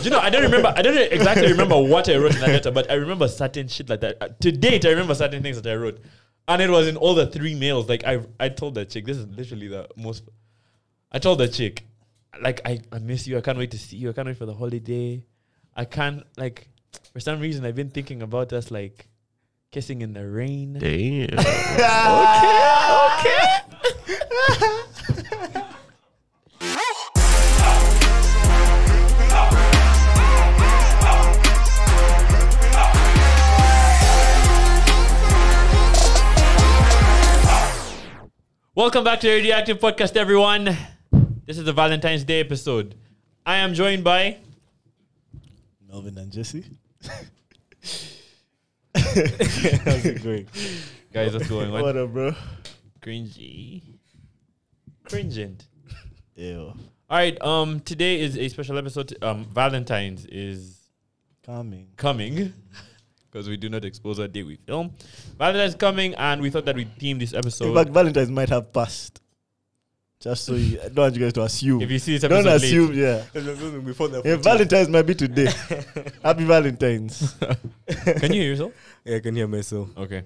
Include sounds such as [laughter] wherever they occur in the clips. you know, I don't remember. I don't exactly remember what I wrote in that letter, but I remember certain shit like that. Uh, To date, I remember certain things that I wrote, and it was in all the three mails. Like I, I told that chick, this is literally the most. I told the chick, like I, I miss you. I can't wait to see you. I can't wait for the holiday. I can't like, for some reason, I've been thinking about us like kissing in the rain. Damn. Welcome back to the Radioactive Podcast, everyone. This is the Valentine's Day episode. I am joined by Melvin and [laughs] Jesse. How's it going? guys. What's going on? What up, bro? Cringy, cringent. Ew. All right. Um, today is a special episode. Um, Valentine's is Calming. coming [laughs] because we do not expose our day we film. Valentine's coming, and we thought that we theme this In episode. [laughs] fact, Valentine's might have passed. Just so you, I don't want you guys to assume. if you see this episode, don't late, assume, yeah. Before the Yeah, Valentine's might be today. [laughs] Happy Valentine's. [laughs] can you hear yourself? I can hear myself. Okay.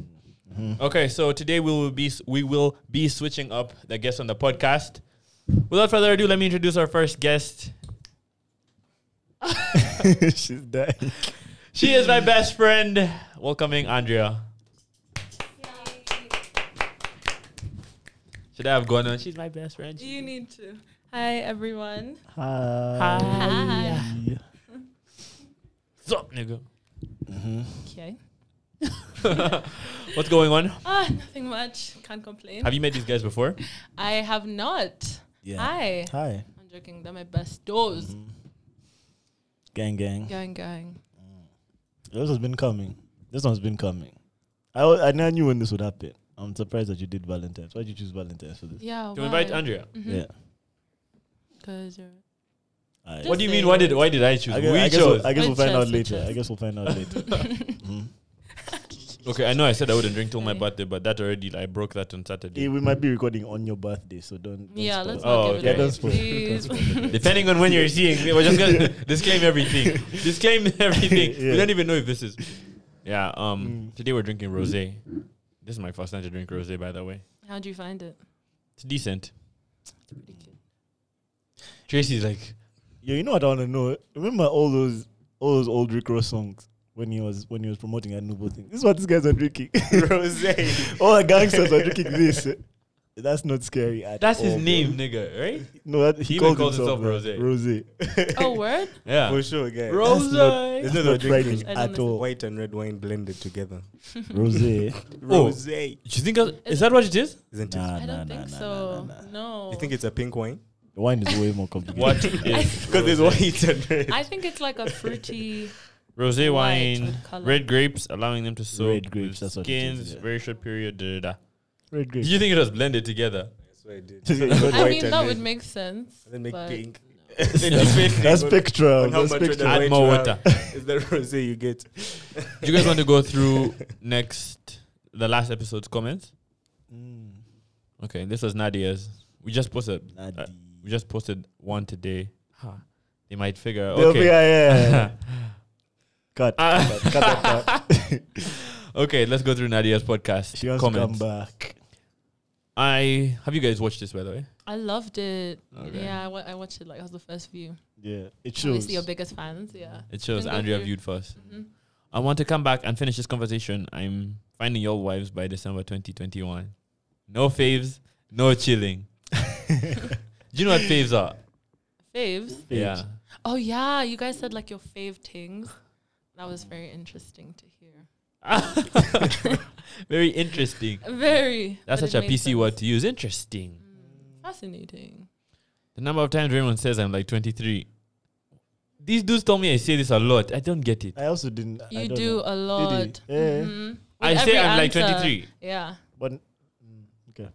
Okay, so today we will be we will be switching up the guests on the podcast. Without further ado, let me introduce our first guest. She's dying. She is my best friend. Welcoming Andrea. Should I have gone on? She's my best friend. Do you need to? Hi everyone. Hi. Hi. What's up, nigga? [laughs] Okay. What's going on? Ah, nothing much. Can't complain. Have you met these guys before? I have not. Yeah. Hi. Hi. Mm-hmm. I'm joking. They're my best doors. Gang, gang. Going, going. This has been coming. This one's been coming. I, wa- I never knew when this would happen. I'm surprised that you did Valentine's. Why'd you choose Valentine's for this? Yeah. To invite Andrea. Mm-hmm. Yeah. [laughs] Because you're. [laughs] Alright. What do you mean? Why did why did I choose? I guess, we I guess, chose. We'll, I guess We we'll find chose, out we later. chose. I guess we'll find out [laughs] later. Mm. okay, I know I said I wouldn't drink till my Okay. birthday, but that already I broke that on Eh, Saturday. we might be recording on your birthday, so don't. don't Yeah. spoil. Let's Oh, not give okay. it Yeah, away, don't spoil. [laughs] please. Don't spoil. Depending on when you're seeing, we're just [laughs] gonna [laughs] disclaim everything. disclaim everything. We Yeah. don't even know if this is. Yeah. Um. Mm. Today we're drinking rosé. This is my first time to drink rosé, by the way. How do you find it? It's decent. Pretty cute. [laughs] Tracy's like, Yeah, you know what I want to know. Remember all those all those old Rick Ross songs when he was when he was promoting a nouveau thing. This is what these guys are drinking. [laughs] Rosé. all the gangsters are [laughs] drinking this. That's not scary. At that's his all, Oh, bro. name, nigga, [laughs] right? No, that, he, He even calls calls, himself himself Rosé. Rosé. Oh, [laughs] word. Yeah. [laughs] For sure, guys. Ro- That's not- Rosé. It's No, not, no, drink frightening Rosé. I don't at all. White and red wine blended together. [laughs] Rosé. Oh. Rosé. Do you think that, is that what it is? Isn't it? Nah, I nah, don't nah, think nah, so. nah, nah, nah. No. You think it's a pink [laughs] wine? The wine is way more [laughs] complicated. What [laughs] is? Because there's white and red. I think it's like [laughs] a fruity. Rosé White wine, with colour. red grapes, allowing them to soak. Red with grapes, that's what it skins, is, yeah. very short period. Da, da, da. Red Do grape. you think it was blended together? That's what I did. Yeah, you got I white mean, that would make sense. Then make but pink. [laughs] That's picture. On how That's much red picture. and Add white more you water. have Is the rosé you get? Do you guys want to go [laughs] through next the last episode's comments? Mm. Okay, this was Nadia's. We just posted. Nadi. We just posted one today. Huh. They might figure. They'll be, Okay. yeah, [laughs] yeah, yeah. Cut. Ah. cut, cut that part. [laughs] [laughs] okay, let's go through Nadia's podcast She wants comments. to come back. I have you guys watched this by the way. I loved it. Okay. Yeah, I wa- I watched it like it was the first view. Yeah, it shows. Obviously, your biggest fans. Yeah. It shows Can go Andrea through. viewed first. hmm I want to come back and finish this conversation. I'm finding your wives by December 2021. No faves, no chilling. Do you know what faves are? Faves. Yeah. Oh yeah, you guys said like your fave things. That was very interesting to hear. [laughs] Very interesting. Very. That's but such a it made PC word sense. Mm. to use. Interesting. Fascinating. The number of times Raymond says I'm like 23. These dudes told me I say this a lot. I don't get it. I also didn't. I You don't do know. a lot. Eh. Yeah, yeah. Mhm. With I say every I'm like answer. 23. Yeah, But mm, okay,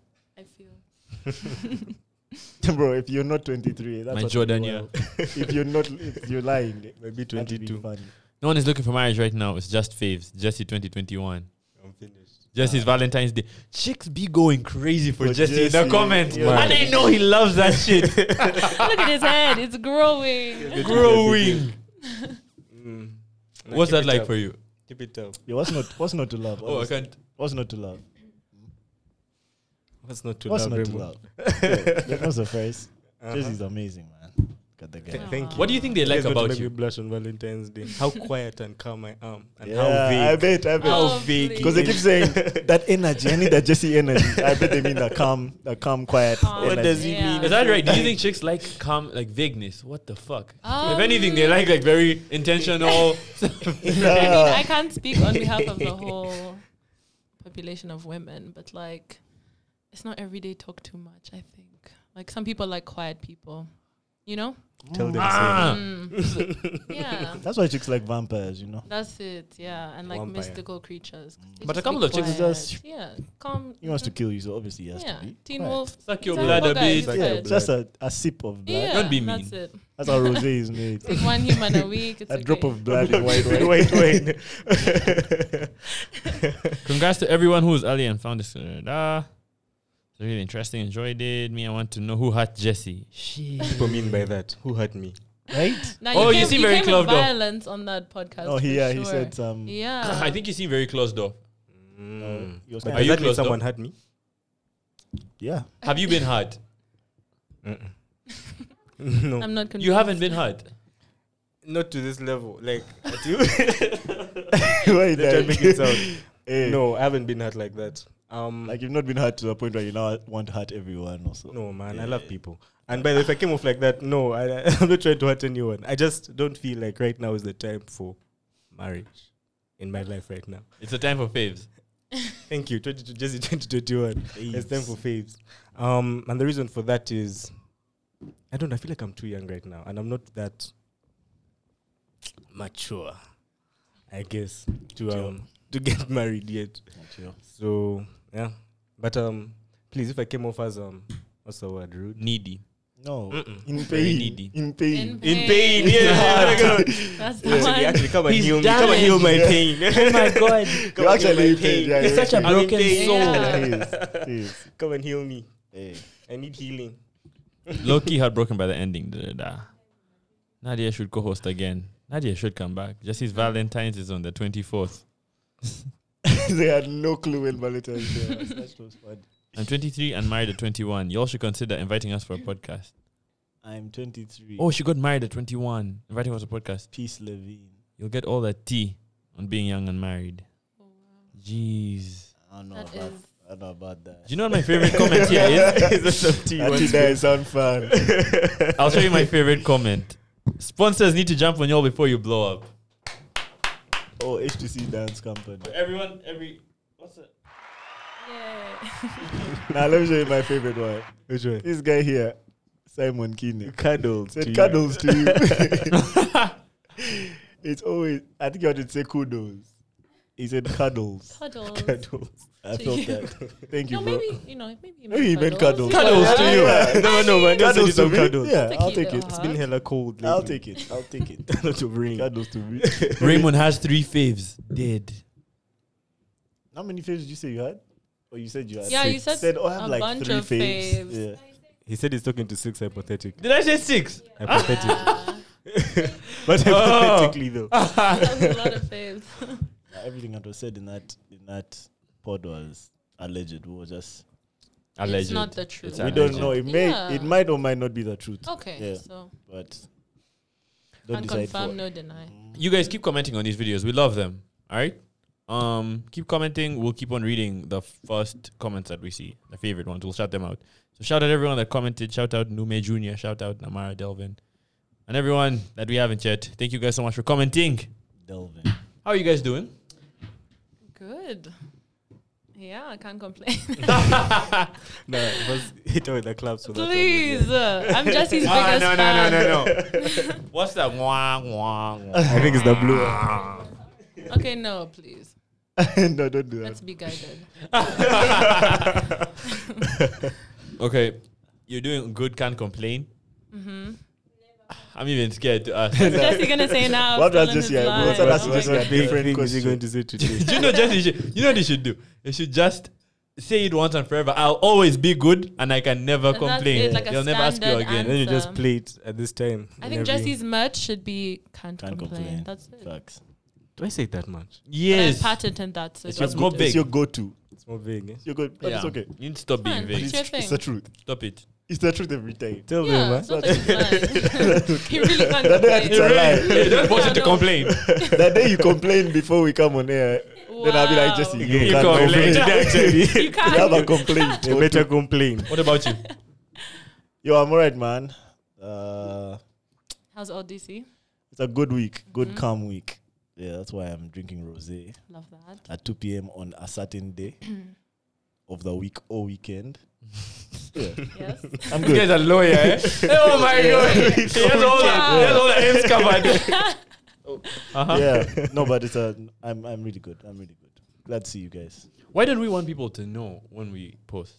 [laughs] I feel. bro, if you're not 23, that's My what Jordan you are. [laughs] if you're not, if [laughs] you're lying, Maybe that'd be 22. funny. No one is looking for marriage right now. It's just faves. Jesse 2021. I'm [laughs] finished. Jesse's Valentine's Day. Chicks be going crazy for, For Jesse, in Jesse, the comments. yeah. And [laughs] they know he loves that shit. Look at his head; it's growing. Good. Growing. Mm. Nah, What's that keep it like up. for you? Keep it up. Yeah, what's not what's not to love? Oh, I honestly? can't. What's not to love? What's not to what's love? not to [laughs] Remo? love? [laughs] yeah, that's no surprise. Uh-huh. Jay-Z's amazing, man. Got the Th- guy. Thank Aw. you. What do you think they like Just want to about make me you? blush on Valentine's Day. How [laughs] quiet and calm I am, and Yeah, I how vague. bet, I bet. Oh, How vague. please. Because they it keep is. [laughs] saying that energy, I need that Jesse energy. I bet they mean that calm, that calm, quiet. [laughs] Calm. What energy. does he Yeah. mean? Is that right? Do you think chicks like calm, like vagueness? What the fuck? if Um, anything, they like like very [laughs] intentional. I mean, [laughs] Yeah. I can't speak on behalf of the whole population of women, but like, it's not everyday talk too much. I think like some people like quiet people, you know. Tell them Ah. [laughs] Mm. yeah, That's why chicks like vampires, you know. that's it. Yeah, and like Vampire. mystical creatures. 'cause they But a just couple be of chicks is quiet. just- yeah, calm. He wants to mhm. kill you, so obviously he has yeah, to be. Teen quiet. Wolf. Suck your Tell blood a what guy bit. is Suck Yeah, your it. just a, a sip of blood. Yeah, Don't be That's mean. it. That's how rosé is [laughs] made. Take one human [laughs] a week. It's a drop okay. of blood in white [laughs] wine. wait, wait. [laughs] Congrats to everyone who was early and found this. Uh, da. It's really interesting. Enjoyed it. Me, I want to know who hurt Jesse. Shit. People mean by that. Who hurt me? Right? Now Oh, you came- seem very came with cloved off. Violence on that podcast. Oh, for he, yeah, he sure. said some. Yeah, [laughs] I think you seem very closed off. Mm. he was But kind Are does you that mean closed up? someone hurt me? [laughs] Yeah. Have you been [laughs] hurt? Mm-mm. [laughs] no, I'm not. Convinced. You haven't been hurt. not to this level. [laughs] Like, at you. Wait, They try [laughs] to make it sound. hey, No, I haven't been hurt like that. Um, Eh, Like you've not been hurt to the point where you now want to hurt everyone or so. no, man, I Yeah. love people. And by the way, if I came off like that, no, I, [laughs] I'm not trying to hurt anyone. I just don't feel like right now is the time for marriage in my life right now. It's a time for faves. Thank you, 22 Jesse [laughs] 2021. It's time for faves. Um, and the reason for that is, I don't know, I feel like I'm too young right now, and I'm not that mature, I guess, to Mature. um to [laughs] get married yet. So yeah, but um, please, if I came off as um, what's the word, rude? Needy. No. Mm-mm. In Very pain. needy. In pain. In pain, pain. yeah, yeah, [laughs] [laughs] yeah. That's the Actually, one. actually, come and He's heal me. Come and heal my pain. [laughs] Oh my [laughs] god. come and heal actually my in pain, pain. yeah, He's you're such a in pain. broken I'm in pain. soul. [laughs] Yes, yes. Come and heal me. Hey. I need healing. Low key heartbroken by the ending. Da, da, da. Nadia should co host again. Nadia should come back. Jesse's Valentine's is on the 24th. [laughs] they had no clue when Valentine's [laughs] Day was. That was fun. I'm 23 and married at 21. Y'all should consider inviting us for a podcast. I'm 23. Oh, she got married at 21. Inviting us for a podcast. peace, Levine. You'll get all that tea on being young and married. Jeez. I don't know That about. is- I don't know about that. Do you know what my favorite comment [laughs] here [laughs] is? Auntie, that sound fun. [laughs] I'll show you my favorite comment. Sponsors need to jump on y'all before you blow up. oh, HTC Dance Company. [laughs] Everyone, every. What's it? now let me show you my favorite one. Which one? This guy here, Simon Keeney, Cuddles. said cuddles to [laughs] you. it's always. I think you wanted to say kudos. He said cuddles. [laughs] Cuddles. Cuddles. I To felt you. that. Thank you, No, bro. maybe you know. Maybe you Maybe he meant cuddles. Cuddles Yeah, to yeah, you. yeah. No, no, man. Don't send you Cuddles to some me. cuddles. Yeah, That's a I'll cute take it. little It's been hella cold. Lately. I'll take it. I'll take [laughs] it. Not of rain. Cuddles to me. Raymond has three faves. Dead. [laughs] How many faves did you say you had? Or you said you had? Yeah, six. you said [laughs] oh, I have a like bunch three of faves. faves. Yeah. [laughs] He said he's talking to six [laughs] hypothetic. Did I say six? Hypothetic. Yeah. But Oh. [laughs] hypothetically though. That's a lot of faves. Now, everything that was said in that in that pod was alleged. We were just It's not the truth. It's [laughs] we alleged. don't know. It may Yeah. it might or might not be the truth, Okay, Yeah. so but don't decide for. unconfirm, no deny. You guys keep commenting on these videos. We love them. All right. Um, keep commenting. We'll keep on reading the first comments that we see, the favorite ones. We'll shout them out. So shout out everyone that commented. Shout out Nume Junior. Shout out Namara Delvin, and everyone that we haven't yet. Thank you guys so much for commenting. Delvin. How are you guys [laughs] doing? Good. Yeah, I [laughs] can't complain. [laughs] Ah, No, it was hit her with the claps for that. one, Please, yeah. uh, I'm Jesse's biggest fan. Ah, no. [laughs] What's that? Wah, wah, wah. I think it's the blue. one. Okay, no, please. [laughs] no, don't do that. Let's be guided. [laughs] Okay, you're doing good. Can't complain. Mm-hmm. I'm even scared to ask. [laughs] What's Jesse gonna say now? What Still was in his Jesse? I line. was What- that's what just a big different thing is he [laughs] question. going to say today? do you know Jesse? should- You know what they should do? They should just say it once and forever. I'll always be good and I can never And that's complain. it, like a They'll never ask you standard again. And then you just Answer. play it at this time. I in think every- Jesse's merch should be can't, Can't complain. complain. That's it. Facts. Do I say it that much? Yes. And I patented that. So It's don't- just more big. It's your go-to. It's more vague. eh? It's your go. But it's Yeah. okay. You need to stop being Fine. vague. It's your tr- thing. the truth. Stop it. It's the truth every time. Tell yeah, them, eh? it's not like it's lying. he really can't That day I complain. It's a lie. You don't want Yeah, you to no. complain. that day you complained before we come on air. Then I'll be like, Jesse, Wow. you, You can't complained. [laughs] complain. actually. you [laughs] you have a can't. complaint. You better complain. What about you? Yo, I'm alright, man. Uh, How's Odyssey? it's a good week, good Mhm. calm week. Yeah, that's why I'm drinking rosé Love that. [laughs] at 2 p.m. on a certain [clears throat] day of the week or weekend. yeah, Yes. I'm This good. guy's a lawyer, eh? [laughs] oh my god. He has all, the, he has all the ends [laughs] covered. uh-huh. Yeah, no, but it's a. I'm I'm really good. I'm really good. Glad to see you guys [laughs] Why don't we want people to know when we post?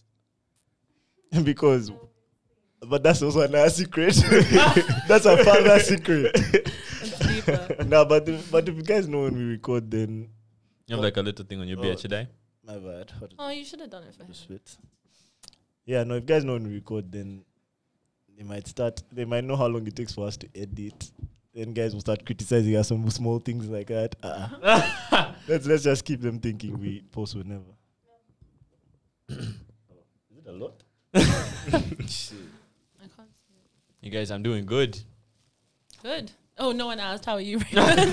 because. But that's also another secret. [laughs] that's a further secret. [laughs] It's deeper. nah, but if, but if you guys know when we record, then You have like a little thing on your beard, Oh. should I? my bad. What Oh, you should have done it for him. Just wait. Yeah, no, if guys know when we record, then they might start, they might know how long it takes for us to edit. Then guys will start criticizing us on small things like that. Uh-uh. let's let's just keep them thinking we post whenever. Is it a lot? I can't see it. You guys, I'm doing good. Good. Oh, no one asked how [laughs] are you. Raymond?" [laughs]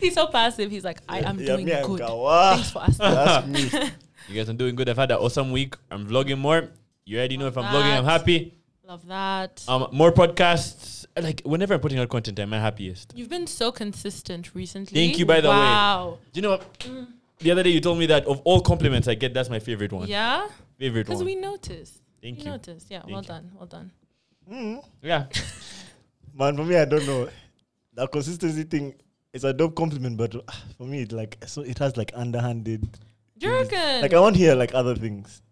he's so passive. He's like, I am doing me, I'm good. kawa. Thanks for [laughs] asking. Ask me. You guys, I'm doing good. I've had an awesome week. I'm vlogging more. You already know if I'm vlogging, I'm Congrats. happy. Love that. Um, more podcasts. Like whenever I'm putting out content, I'm my happiest. You've been so consistent recently. Thank you, by the way. wow. Do you know what? Mm. The other day you told me that of all compliments I get, that's my favorite one. Yeah? Favorite Because one. we noticed. Thank we you. noticed. Yeah, Thank well you. done. Well done. Mm. Yeah. Man, for me, I don't know. The consistency thing is a dope compliment, but ah, for me, it like so it has like underhanded Jurgen. Like I want to hear like other things.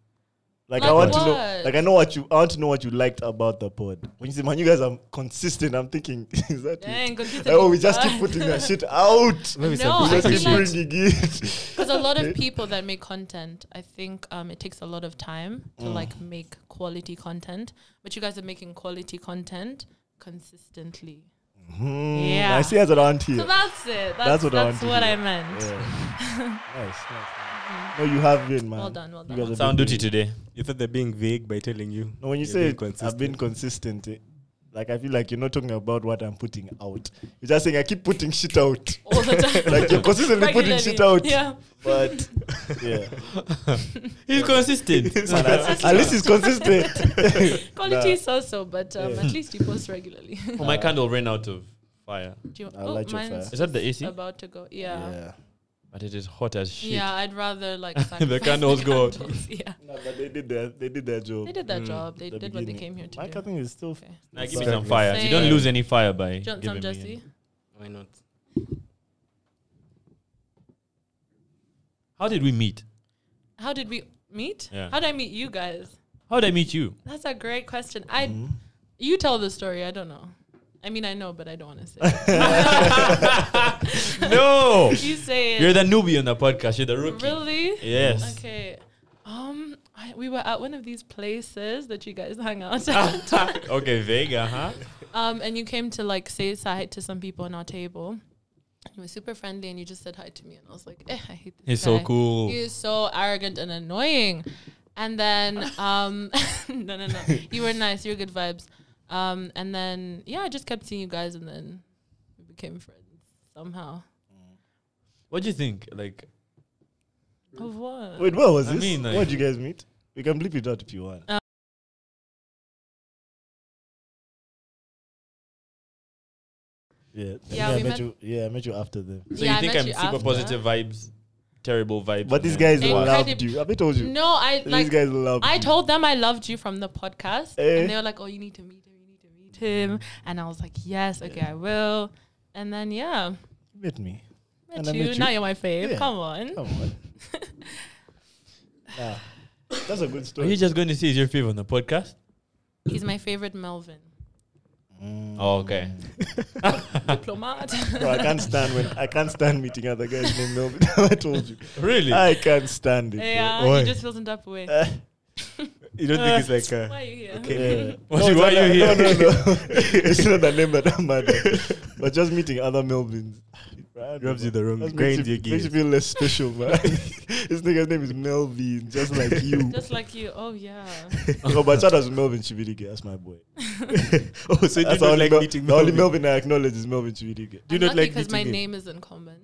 Like, I Like want to know. what? Like I know what you. I want to know what you liked about the pod. When you say, "Man, you guys are consistent," I'm thinking, [laughs] "Is that it?" Dang, consistent. Like, oh, we just keep putting that shit out. Maybe it's a [laughs] No, we I just feel keep like- bringing it. [laughs] Because a lot of people that make content, I think um, it takes a lot of time to Mm. like make quality content. But you guys are making quality content consistently. Hmm, Yeah. I see as around here. So that's it. That's, That's what what, I that's wanted what to I hear. [laughs] meant. Yeah. nice, nice. No, you have been, man. Well done, well You done. guys have Sound been duty great. today. You thought they're being vague by telling you. No, when you You've say been I've been consistent, eh, like I feel like you're not talking about what I'm putting out. You're just saying I keep putting shit out. [laughs] All the time. like you're consistently putting Regularly. shit out. Yeah. [laughs] But yeah. He's consistent. Man, [laughs] at, at least it's [laughs] consistent. Quality Nah. is so so, but um, Yeah. at least you post regularly. [laughs] oh, my candle ran out of fire. Do you, oh, I light your fire. Is that the AC? about to go. Yeah. yeah. But it is hot as shit. I'd [laughs] rather like The sacrifice [laughs] candles go out. candles, Yeah, No, but they did their they did their job. they did their Mm, job. They the did what they beginning. came here to My do. cutting is still. f- Okay. Now give me Same. some fire. You don't Same. lose any fire by Do you want giving some, me. Jesse? any. Why not? How did we meet? How did we meet? Yeah. How did I meet you guys? How did I meet you? [laughs] That's a great question. I Mhm. Mm-hmm. you tell the story. I don't know. I mean, I know, but I don't want to say. it. [laughs] [laughs] no. you say it. You're the newbie on the podcast. You're the rookie. really? [laughs] Yes. Okay. Um, I, we were at one of these places that you guys [laughs] hung out at. [laughs] okay, Vega, huh? um, and you came to like say hi to some people on our table. You were super friendly, and you just said hi to me, and I was like, eh, I hate this He's guy. so cool. He is so arrogant and annoying. And then, um, [laughs] no, [laughs] no, no. You were nice. You were good vibes. Um, and then, yeah, I just kept seeing you guys, and then we became friends somehow. What do you think? Like, Of what? Wait, where was I this? mean, like- Where did you guys meet? We can bleep it out if you want. Uh, yeah, I think Yeah, I we met, met- you. Yeah, I met you after them. so Yeah, I you think met I'm you super after. positive vibes, terrible vibes? But these and guys then- Incredible. loved you. Have I told you? No, I these like. guys loved I you. told them I loved you from the podcast, Eh? and they were like, "Oh, you need to meet him. You need to meet him." And I was like, "Yes, okay, I will." And then, yeah, You met me. met And I you. met you. Now you're my fave. Yeah. Come on. Come [laughs] on. nah, that's a good Are you story. just going to say he's your favorite on the podcast? He's my favorite Melvin. Oh, okay. [laughs] Diplomat. Mm. Bro, I can't stand when I can't stand meeting other guys named [laughs] Melvin. I told you, Really? I can't stand it. bro. [laughs] yeah, he just feels some type of way. Uh, You don't think it's [laughs] like uh, Why are you here? okay. What No, you- it's why not you here? that- No, [laughs] no, no. it's not the name that I'm mad at. But just meeting other Melvins. Right, rubs you bro. the wrong Just grind makes you, your makes gears. you feel less special, man. [laughs] this nigga's name is Melvin, just like you. [laughs] Just like you. Oh yeah. [laughs] no, but shout out to Melvin Chibidige. That's my boy. [laughs] oh, so you That's do the not only like Mel- meeting The only Melvin. Melvin I acknowledge is Melvin Chibidige. Do you I'm not lucky like because my meeting him? name isn't common.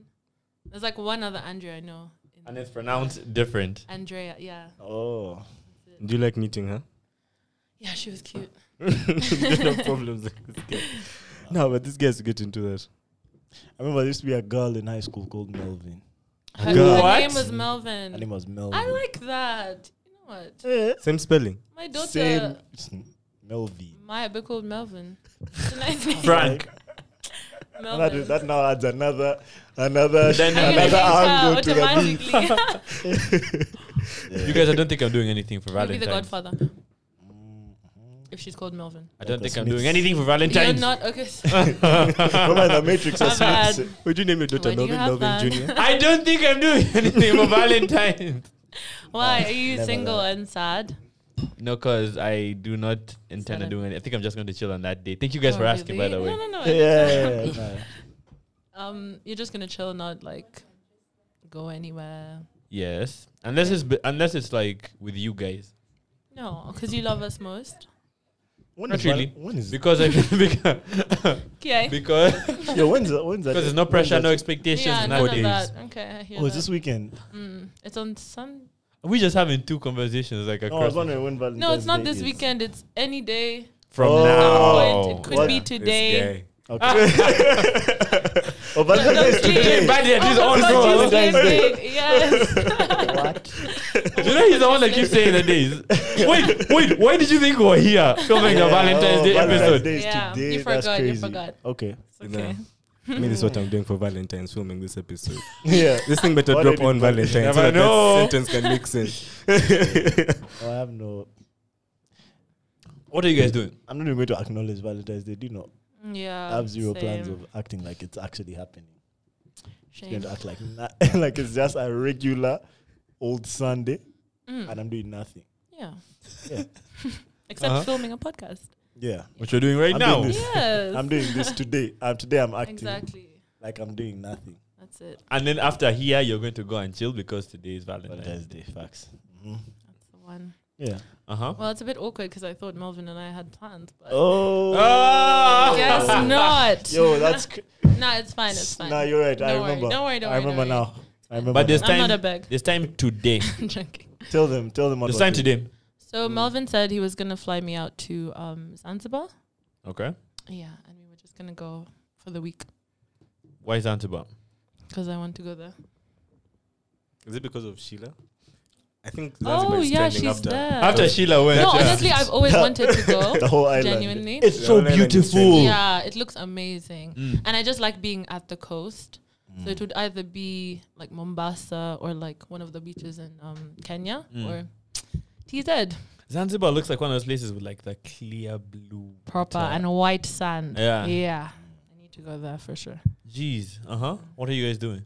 There's like one other Andrea I know. in- And it's pronounced different. Andrea, yeah. Ah. Oh. Do you like meeting her? Yeah, she was cute. There's no problems with this guy. No, but this guy's get into that. I remember there used to be a girl in high school called Melvin. Her, God. her name What? was Her Melvin. name was Melvin. I like that. You know what? Eh, Same [laughs] spelling. My daughter Same. Melvin. Maya be called Melvin. [laughs] It's a nice name. Frank. That, Melvin. is, that now adds another, another, Then I'm gonna another angle name to her the beef. [laughs] automatically. You guys, I don't think I'm doing anything for You'll be Valentine's. the godfather if she's called Melvin. I don't Dr. think I'm Smith's. doing anything for You're Valentine's. [laughs] not okay. s- Remember the Matrix? My bad. Would you name your Why daughter do you Melvin have Melvin that? Jr.? [laughs] I don't think I'm doing anything for Valentine's. [laughs] Why are you Never single that. and sad? [laughs] No, because I do not intend to Seven. do anything. I think I'm just going to chill on that day. Thank you guys Oh, for asking, by really? the way. [laughs] No, no, no. Yeah, yeah, it's- yeah, yeah. um, you're just gonna chill, not like go anywhere. Yes, unless it's b- unless it's like with you guys, No, because you love us most. When Not is Val- really. When is because I [laughs] because [laughs] Okay. because Yeah, when's that? When's that? because there's no when's pressure, that- no expectations, Yeah, none of nowadays. that. Okay, I hear Oh, that. it's this weekend. Mm, it's on Sun. We just having two conversations like No, I was across wondering when Valentine's No, it's not Day this is. weekend. It's any day. from Oh. Oh, it now. could What? be today. [laughs] Okay. oh, No, no, Today, Valentine's Day is please. today. by the Oh he's my on God, roll. you Valentine's said it. Yes. [laughs] Do you know he's the one that keeps saying the days? [laughs] Wait, wait, why did you think we were here filming Yeah, a Valentine's oh, Day Valentine's episode? Day is Yeah, today. you That's forgot, you crazy. forgot. [laughs] Okay. It's okay. I mean, this is what I'm doing for Valentine's, filming this episode. Yeah. This thing [laughs] better What drop did you put? on Valentine's. Never so that know. that sentence can make sense. [laughs] Oh, I have no. What are you guys doing? I'm not even going to acknowledge Valentine's Day. Do you know? I Yeah. have zero Oh, same. plans of acting like it's actually happening. I'm Shame. going to act like na- [laughs] like it's just a regular old Sunday, Mm, and I'm doing nothing. yeah. Yeah. Except Uh-huh. filming a podcast. Yeah. What you're doing right [laughs] I'm now? doing this. Yes. I'm doing this [laughs] today. Um, today I'm acting Exactly. like I'm doing nothing. That's it. And then after here, you're going to go and chill because today is Valentine's. Day, facts. hmm That's the one. Yeah. Uh huh. Well, it's a bit awkward because I thought Melvin and I had plans, but Oh. Ah. [laughs] guess [laughs] not. Yo, [laughs] that's. Cr- Nah, it's fine. It's fine. Nah, you're right. I Don't worry, remember. don't worry, don't I worry, don't remember worry. now. I remember. But this now. I'm time, not a beg. this time [laughs] today. [laughs] I'm joking. tell them, tell them. This about time it. today. So Mm. Melvin said he was gonna fly me out to um Zanzibar. Okay. Yeah, and we were just gonna go for the week Why is Antibar? because I want to go there. Is it because of Sheila? I think Zanzibar Oh is yeah, trending she's after. there. After Sheila went. no, yeah. honestly, I've always wanted to go. [laughs] The whole island. Genuinely. It's so beautiful. yeah, it looks amazing, Mm. and I just like being at the coast. So it would either be like Mombasa or like one of the beaches in um, Kenya Mm. or TZ Zanzibar looks like one of those places with like the clear blue. proper water. and white sand. Yeah. Mm. yeah, I need to go there for sure. Jeez. Uh huh. What are you guys doing?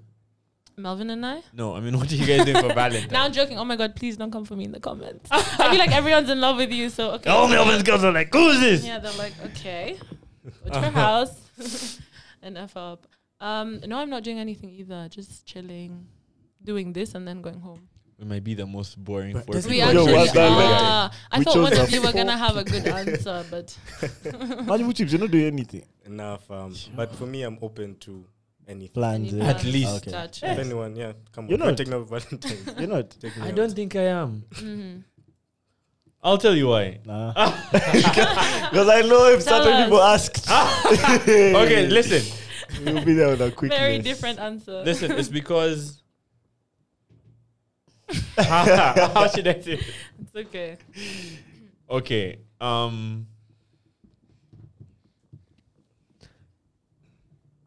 Melvin and I. No, I mean, what are you guys doing for [laughs] Now I'm Valentine's? joking. Oh my god, please don't come for me in the comments. I feel like everyone's in love with you, so okay. All Melbourne's girls are like, who's this? Yeah, they're like, okay, go Uh-huh. to her house [laughs] and F up. Um, no, I'm not doing anything either. Just chilling, doing this and then going home. We might be the most boring But four doesn't people. We Yo, actually what's that like? are. I We thought chose one of the you were gonna four have a good answer, but [laughs] [laughs] Imagine chips. You're not doing anything. Enough. Um, but for me, I'm open to anything. Plans. Any eh? At least. Okay. gotcha. If anyone, yeah, come on. You're You're not- not taking up [laughs] Valentine's. You're not. Take [laughs] me I out. don't think I am. Mhm. I'll tell you why. Nah. [laughs] [laughs] Because I know if Tell certain us. people ask, [laughs] Ah! [laughs] Okay, listen, you'll be there with a quick. Very different answer. [laughs] listen. It's because. [laughs] How should I say? It's [laughs] okay. Okay. Um.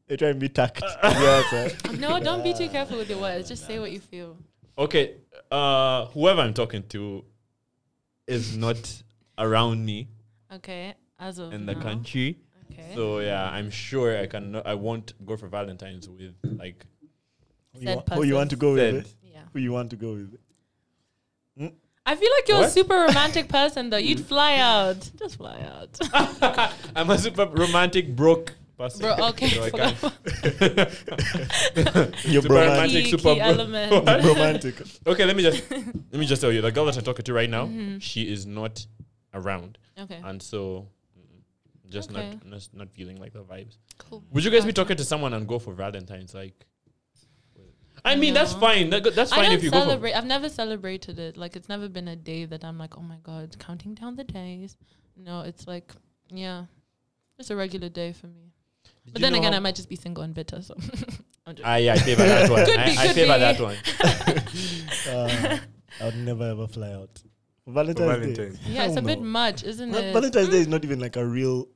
They try and [laughs] be tact. yeah, sir. [laughs] No, don't be too careful with your words. Just say what you feel. Okay. Uh, whoever I'm talking to is not around me Okay, as of in the now. country. Uh-huh. Okay. So yeah, I'm sure I can. I won't go for Valentine's with like Who you, Said wa- who you want to go persons. Said. with? eh? yeah. Who you want to go [laughs] with? I feel like you're a What? super romantic person [laughs] though. You'd fly out. Just fly out. [laughs] I'm a super romantic broke person. [laughs] Bro, okay. So I [laughs] can't- Your Super broman- romantic. key, super key bro- element. [laughs] your romantic. [laughs] [laughs] okay, let me just let me just tell you the girl that I'm talking to right now, Mm-hmm. she is not around, okay. and so mm, just Okay. not just not feeling like the vibes. Cool. Would you guys be talking to someone and go for Valentine's? Like, I mean, that's No. fine. That go- that's I fine don't if you go. For, celebrate. I've never celebrated it. Like it's never been a day that I'm like, oh my god, counting down the days. No, it's like, yeah, just a regular day for me. Did But you then know again, how- I might just be single and bitter. So [laughs] I'm joking. Ah, yeah, I favor [laughs] that one. Could I, be, I could favor be. that one. Uh, I would never ever fly out. For Valentine's, Valentine's. Day. yeah, it's a Hell bit no. much, isn't Va- it? Valentine's Mm. Day is not even like a real.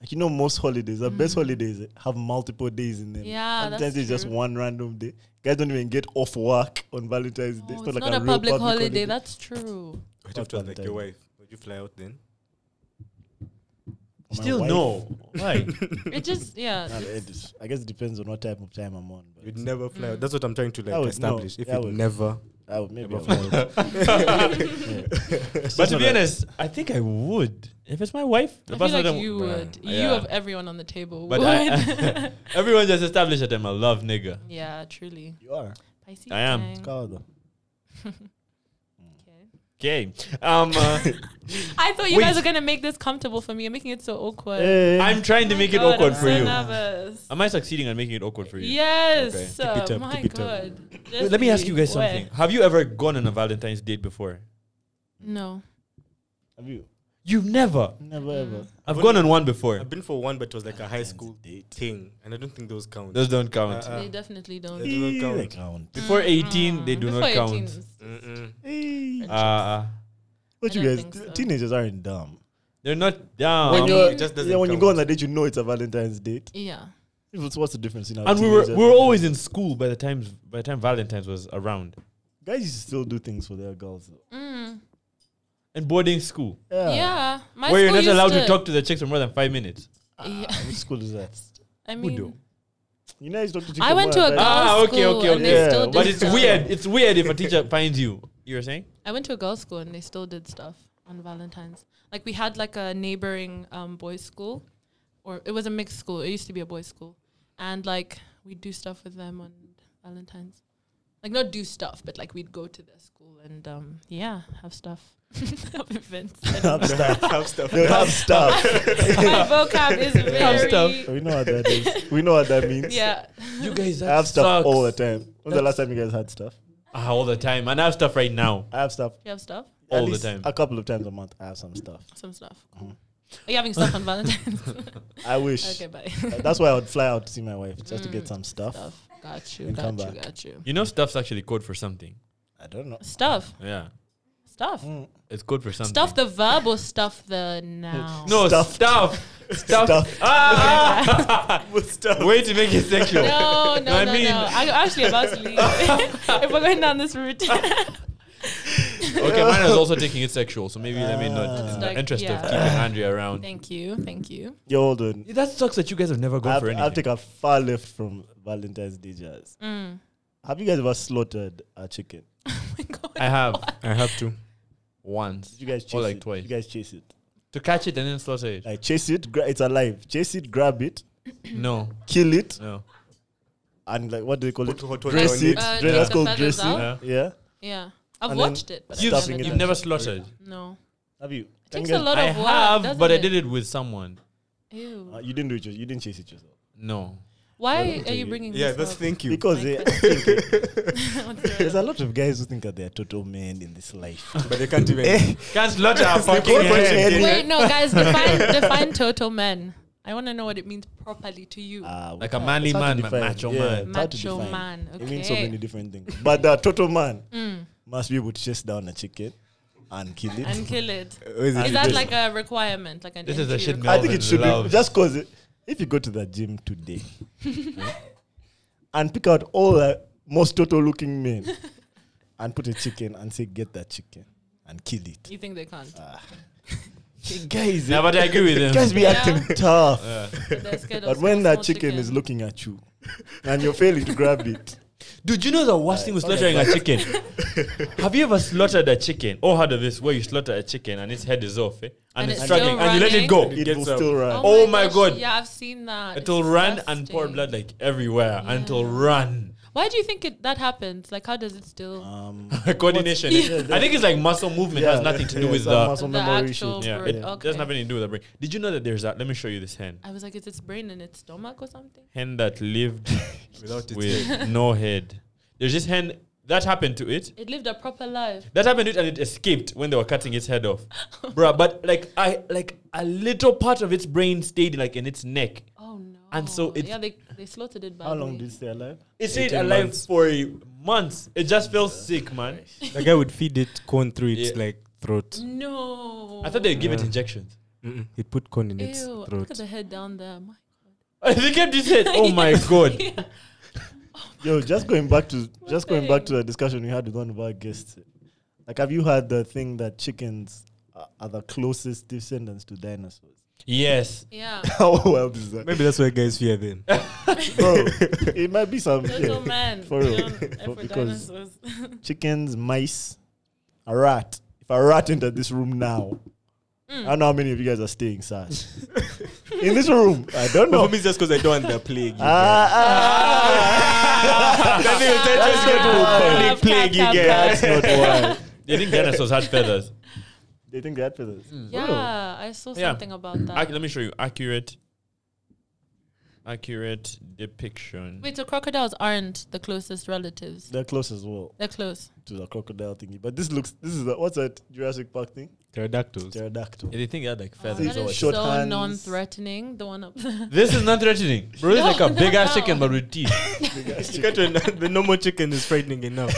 Like you know, most holidays, the best holidays have multiple days in them. Yeah, Valentine's that's Day is just true. one random day. Guys don't even get off work on Valentine's Day. Oh, It's it's not, not like a, a, real public holiday. [laughs] That's true. What if Not it was like your Valentine. wife? Would you fly out then? [laughs] My Still wife- no. [laughs] Why? it just yeah. Nah, it is- I guess it depends on what type of time I'm on. But You'd never fly Mm. out. That's what I'm trying to like I would- no, establish. If I you would. never, I would maybe. Never I would. [laughs] [laughs] Yeah. but Just to not be a- honest, I think I would if it's my wife. the I feel person like don't- you Bruh. would. You Yeah. of everyone on the table But would. I- [laughs] Everyone just established that I'm a love nigga. [laughs] yeah, truly. you are. Pisces I am. gang. Coward. Okay. Okay. Um, [laughs] uh, I thought you Wait. Eh, guys were gonna make this comfortable for me. You're making it so awkward. Hey. I'm trying to Oh my make it God, awkward I'm for so you. Nervous. Am I succeeding at making it awkward for you? Okay. Yes. Keep it uh, up, my keep it up. God. Wait, Just let me ask be you guys aware. something. Have you ever gone on a Valentine's date before? No. Have you You've never. never Mm. ever? I've gone on one before. I've been for one, but it was like a high Valentine's school date. thing, and I don't think those count. Those don't count. Uh, they definitely don't. They do not They count. count. eh, Before 18, they Mm, do before not 18 count. is- Mm-mm. Hey. Uh, uh, What I you don't guys? think t- so. Teenagers aren't dumb. they're not down. when Um, you're, It just doesn't yeah, when you go count. on a date, you know it's a Valentine's date. Yeah. If it's- What's the difference? In our and we were we teenagers? were always in school by the time by the time Valentine's was around. guys used to still do things for their girls. though. Mm. In boarding school, Yeah. My where you're school not allowed to used talk to the chicks for more than five minutes. Yeah. Ah, Which school is that? I do? mean, You know, I used to talk to I Chico went to Moore, a right? girl- ah, okay, school okay, and okay. they still but did it's stuff. weird. It's weird if a teacher finds you. You were saying? I went to a girls' school and they still did stuff on Valentine's. Like we had like a neighboring um, boys' school, or it was a mixed school. It used to be a boys' school, and like we do stuff with them on Valentine's. Like not do stuff, but like we'd go to their school and um, yeah, have stuff, [laughs] have events. I don't know. Have stuff. They would have stuff. [laughs] My vocab is Have stuff. very we know what that is. We know what that means. yeah. You guys I have stuff sucks. all the time. When's the last time you guys had stuff? Ah, all the time, and I have stuff right now. I have stuff You have stuff, at All the least time. A couple of times a month, I have some stuff. some stuff. Cool. Are you having stuff on Valentine's? I wish. [laughs] okay, bye. Uh, That's why I would fly out to see my wife just to get some stuff. stuff. Got you. Then come Got you. back. Got you. You know, stuff's actually code for something. I don't [laughs] know. Stuff. Yeah, Stuff. it's code for Mm, something. Stuff the verb or stuff the noun? [laughs] no Stuff. stuff. Stuff. Stuff. Ah, way to make it sexual. [laughs] No, no, no, I no. mean- I'm actually about to [laughs] leave. if we're going down this route, Okay, mine is [laughs] also taking it sexual, so maybe let me not. Ah. In It's the like, interest yeah. of keeping Andrea around. [laughs] thank you, thank you. You're old one. That sucks that you guys have never gone I've, for anything. I've taken a far left from Valentine's Day jazz. Mm. Have you guys ever slaughtered a chicken? Oh my God. I have I have to. once Did you guys chase Or like it? twice. You guys chase it. to catch it and then slaughter [laughs] it. Like chase it, gra- it's alive. Chase it, grab it, No, kill it, no. and like what do they call it? Put hot water Dress on it. it. Uh, Dre- take that's the called feathers dressing. out? Yeah. Yeah. Yeah, I've And then watched it, but You've, I've stuffing never you've it done never slaughtered. it. No, Have you? it takes you a lot I of work. have, doesn't but I it? did it with someone. Ew. Uh, you didn't do it. yours- You didn't chase it yourself No. Why do are you you- bringing? Yeah, this that's up? thank you. because My they- [laughs] [laughs] What's [laughs] there's the- a lot of guys who think that they are total men in this [laughs] life. Eh. but they can't even. Can't [laughs] slaughter a fucking Yeah. hen. Yeah. Wait, no, guys, [laughs] define define total men. I want to know what it means properly to you. Uh, Like a manly it's man, hard to ma- define. macho Yeah, man. it's hard to Macho define. man, It means so okay. Mm. many different things. But the total man must be able to chase down a chicken and kill it. and kill it. Uh, Is Is it- that just- like a requirement? Like an This is the entry shit requirement? I think it should be Love. just because if you go to the gym today [laughs] and pick out all the most total looking men and put a chicken and say, get that chicken and kill it. You think they can't? [laughs] guys, Yeah, but I agree with him. guys be Yeah. acting tough. Yeah. But they're scared of But when small that chicken, is looking at you and you're failing to grab it, Dude, you know the worst thing with slaughtering a chicken? [laughs] Have you ever slaughtered a chicken or heard of this where you slaughter a chicken and its head is off eh? and, And it's it's struggling still and you let [laughs] it running. go? it gets will up. still run. Oh my gosh, God. Yeah, I've seen that. It's It'll run and pour Uh, disgusting. blood like everywhere and it'll Yeah. run. [laughs] Why do you think it, that happens? Like, how does it still? Um, Coordination. eh? I think it's like muscle movement yeah, has nothing to do yeah, with some the. muscle The memory actual- shit. Yeah, Right, it okay. doesn't have anything to do with the brain. Did you know that there's that? Let me show you this hen. I was like, it's its brain and its stomach or something. Hen that lived Without it. with no head. There's this hen that happened to it. It lived a proper life. That happened to it and it escaped when they were cutting its head [laughs] off. Bruh, but like I like a little part of its brain stayed like in its neck. Oh no! And so it- yeah, they, they slaughtered it. How long badly. did it stay alive? It stayed 18 alive months. for months. It just felt sick, man. the guy would feed it corn through its Yeah. like throat. Mm. No. I thought they'd give it Yeah. injections. Mm-mm. He'd put corn in Ew! its Look throat. at the head down there. [laughs] My- they kept his head. Oh [laughs] my god. Yeah. Yo, just going back to just going thing? back to the discussion we had with one of our guests. Like, have you heard the thing that chickens are, are the closest descendants to dinosaurs? Yes. Yeah. [laughs] How wild is that, Maybe that's why guys fear [laughs] them. bro? it might be some Little shit. man. For real. You know, [laughs] For- for because- dinosaurs. [laughs] chickens, mice, a rat. If a rat entered this room now, I don't know how many of you guys are staying sad. [laughs] In this room, I don't No, know. for me, it's just because I don't want the plague. [laughs] Ah, Ah. ah, ah. That That's not means [laughs] they just get to why. public plague Cap, cap, again. cap. That's not why. [laughs] They think dinosaurs had [laughs] feathers. They think that for this. yeah, I saw Yeah. something about that. Ac- let me show you. Accurate. Accurate depiction. Wait, so crocodiles aren't the closest relatives. They're close as well They're close. to the crocodile thingy. But this looks, this is the, what's that Jurassic Park thing? [laughs] Pterodactyls. Pterodactyl. Yeah, they think they had like Oh, feathers. that or is what? short so hands. non-threatening. The one up [laughs] there. this is not threatening. Bro, it's No, like a big ass no. chicken [laughs] but with teeth. Big ass You can't chicken. even- [laughs] the normal chicken is [laughs] frightening enough.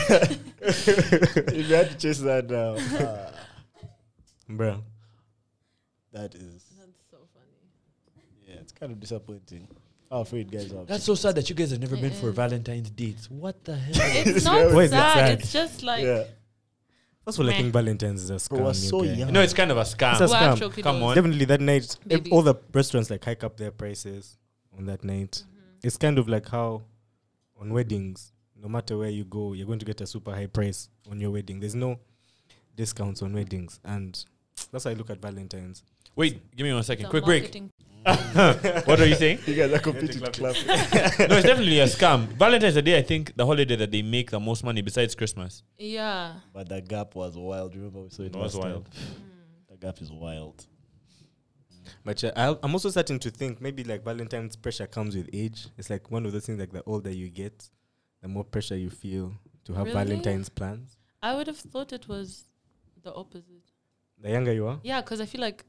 if you had to chase that down, ah, Bro. that is, That's so funny. yeah, it's kind of disappointing. How afraid guys are. That's so sad that you guys have never been for Mm-mm. Valentine's dates. What the [laughs] hell? It's very not Why sad. is it sad? It's just like yeah. First of all, I Meh. think Valentine's is a Bro, scam. we're you so guys. young. no, it's kind of a It's a scam. we're scam. actual Come kiddos. on. Definitely that night, ev- Baby. all the restaurants like hike up their prices on that night. It's kind of like how on weddings, no matter where you go, you're going to get a super high price on your wedding. There's no discounts on weddings, and that's how I look at Valentine's. Wait, give me one second. It's a Quick break. marketing- [laughs] what are you saying? [laughs] You guys are competing to clap clap. no, it's definitely a scam. Valentine's Day, I think, the holiday that they make the most money besides Christmas. Yeah. But that gap was wild. Remember, we saw it That was last time. wild. The gap is wild. But yeah, I'll- I'm also starting to think maybe like Valentine's pressure comes with age. It's like one of those things like the older you get, the more pressure you feel to have Really? Valentine's plans. I would have thought it was the opposite. The younger you are. Yeah, because I feel like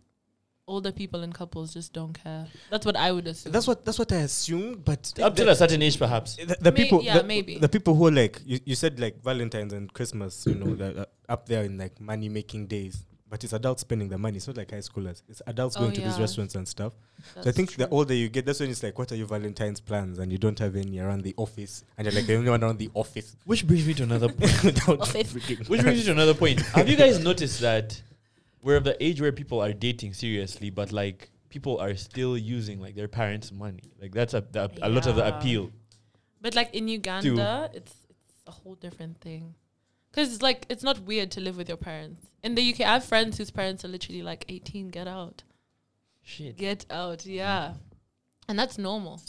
older people and couples just don't care. That's what I would assume. That's what that's what I assumed, but Up till a certain age, perhaps. the, the May- people yeah, the, maybe. the people who are like you, you said like valentines and christmas you know that are up there in like money making days but it's adults spending the money it's not like high schoolers it's adults Oh, going to these yeah. restaurants and stuff so i That's think the true. older you get that's when it's like what are your valentine's plans and you don't have any around the office and you're like the only one around the office [laughs] Which brings me to another point. Without Office. freaking- [laughs] Which brings me to another point. Have you guys noticed that we're of the age where people are dating seriously, but like people are still using like their parents' money? Like that's a, the, a lot of the Yeah. appeal. But like in Uganda, it's it's a whole different thing. Cause it's like it's not weird to live with your parents. In the UK, I have friends whose parents are literally like eighteen. Get out, Shit. get out. Yeah, and that's normal.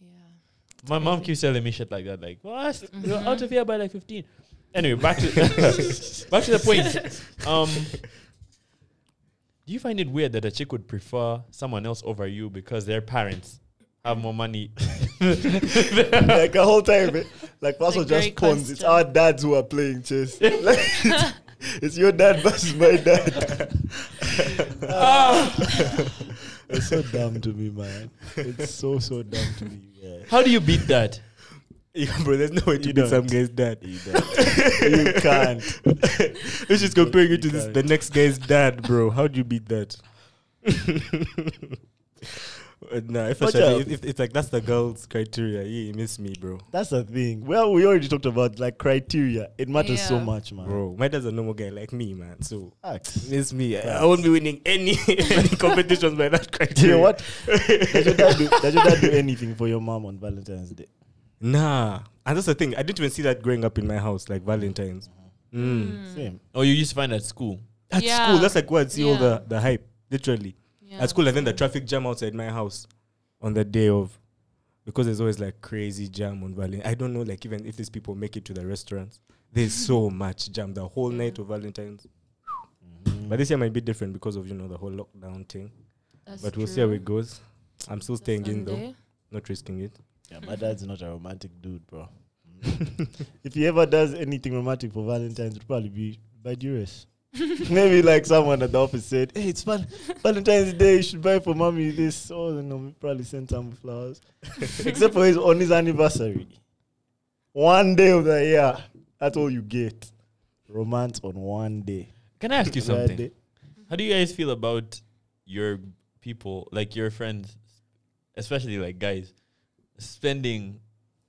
Yeah. My mom crazy. keeps telling me shit like that. Like, what? You're out of here by like 15. Anyway, back to [laughs] back to the point. Um, do you find it weird that a chick would prefer someone else over you because their parents have more money? like the whole time, eh? like Pastor just Like, very pawns. It's constant. our dads who are playing chess. Like, [laughs] it's- it's your dad versus my dad. Ah. [laughs] Ah. it's so dumb to me, man. It's so so dumb to me. Yeah. How do you beat that? [laughs] yeah, bro there's no way to You be some don't. guy's dad You, don't. You can't. [laughs] it's just comparing it to You this can't. the next guy's dad bro how do you beat that Uh, nah, if, I Watch shall, out. if, if it's like that's the girl's criteria, you miss me, bro. That's the thing. Well, we already talked about like criteria. It matters so Yeah. much, man. Bro, my dad's a normal guy like me, man. So [laughs] Facts. miss me. I, I won't be winning any, [laughs] any competitions [laughs] by that You criteria. know [laughs] what? does, your dad do, does your dad do anything for your mom on Valentine's Day? Nah, and that's the thing. I didn't even see that growing up in my house, like Valentine's. Mm. Same. Oh, you used to find at school. At Hmm. Yeah. school, that's like where I see all Yeah. the, the hype, literally. Yeah. At school, and then the traffic jam outside my house on the day of, because there's always like crazy jam on Valentine. I don't know, like even if these people make it to the restaurants, there's [laughs] so much jam the whole night of Valentine's. Mm-hmm. But this year might be different because of you know the whole lockdown thing. That's but we'll see how true. it goes. I'm still It's a staying in though, Sunday. not risking it. Yeah, my dad's not a romantic dude, bro. [laughs] if he ever does anything romantic for Valentine's, it'll probably be by [laughs] Duras. Maybe like someone at the office said, "Hey, it's val- Valentine's Day. You should buy for mommy this." Oh, then I'll probably send some [laughs] flowers. Except for his on his anniversary, one day of the year. That's all you get. Romance on one day. Can I ask [laughs] you That something? day. How do you guys feel about your people, like your friends, especially like guys, spending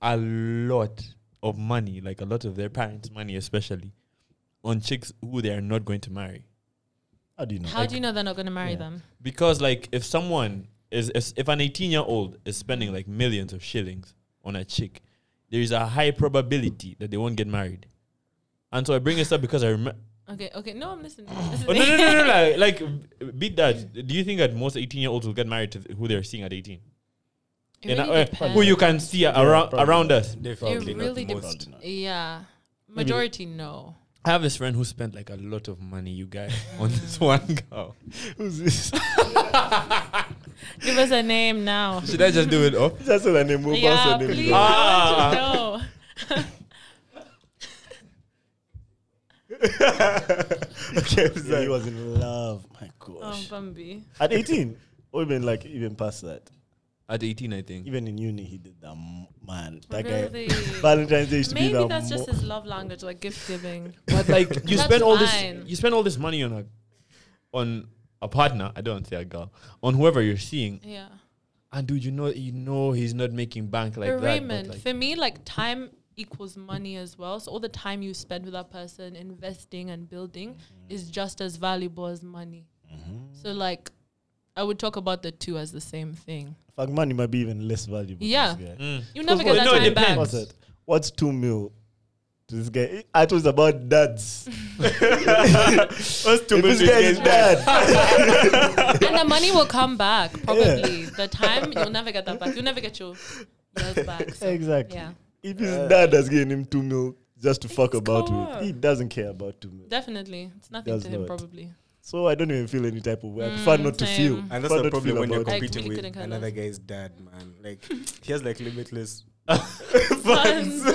a lot of money, like a lot of their parents' money, especially on chicks who they are not going to marry? How do you know? How do you know they're not going to marry Yeah. them? Because like if someone is is- if an 18 year old is spending like millions of shillings on a chick, there is a high probability that they won't get married. And so I bring this up because I remember. Okay, okay. No, [laughs] I'm [laughs] listening. Oh, no, no, no, no, no, like, like beat that. Do you think that most 18 year olds will get married to th- who they're seeing at 18? It In a- really uh, who you depends. can see Yeah, around probably. around us. It really depends. Probably not. Yeah. Majority, no. I have this friend who spent like a lot of money, you guys, [laughs] on this one girl. Who's this? Give us a name now. Should I just do it oh? off? That's what I name. Move yeah, on to please. [laughs] name. Ah. I want to know. [laughs] Yeah, he was in love. My oh, gosh. Bambi. At 18, or even like even past that. At 18, I think. Even in uni, he did that. m- Man, that Really? guy. [laughs] Valentine's Day used to be Maybe the that's just mo- his love language, like gift giving. [laughs] But like you That's spend all fine. this you spend all this money on a on a partner, I don't say a girl, on whoever you're seeing. Yeah. And dude, you know you know he's not making bank like For that. but, Raymond, like- for me, like time equals money as well. So all the time you spend with that person investing and building Mm-hmm. is just as valuable as money. So like, I would talk about the two as the same thing. In fact, money might be even less valuable. Yeah. To this guy. [laughs] Mm. You never well, get that no, it time back. depends. What's that? What's two mil to this guy? I thought it was [laughs] about [laughs] dads. Us two if this million guy is guys- [laughs] dad, and the money will come back probably. The time you'll never get that back. You'll never get your years back. So, exactly. yeah, If his dad has given him two mil just to fuck about cool. with, he doesn't care about two mil. definitely. It's nothing Does to him not. probably. So I don't even feel any type of way. I prefer Mm, not to feel. same. And that's Prefer the not to problem feel when you're about it. Like, competing really couldn't with care another less. guy's dad, man. [laughs] Like he has like limitless. Funds.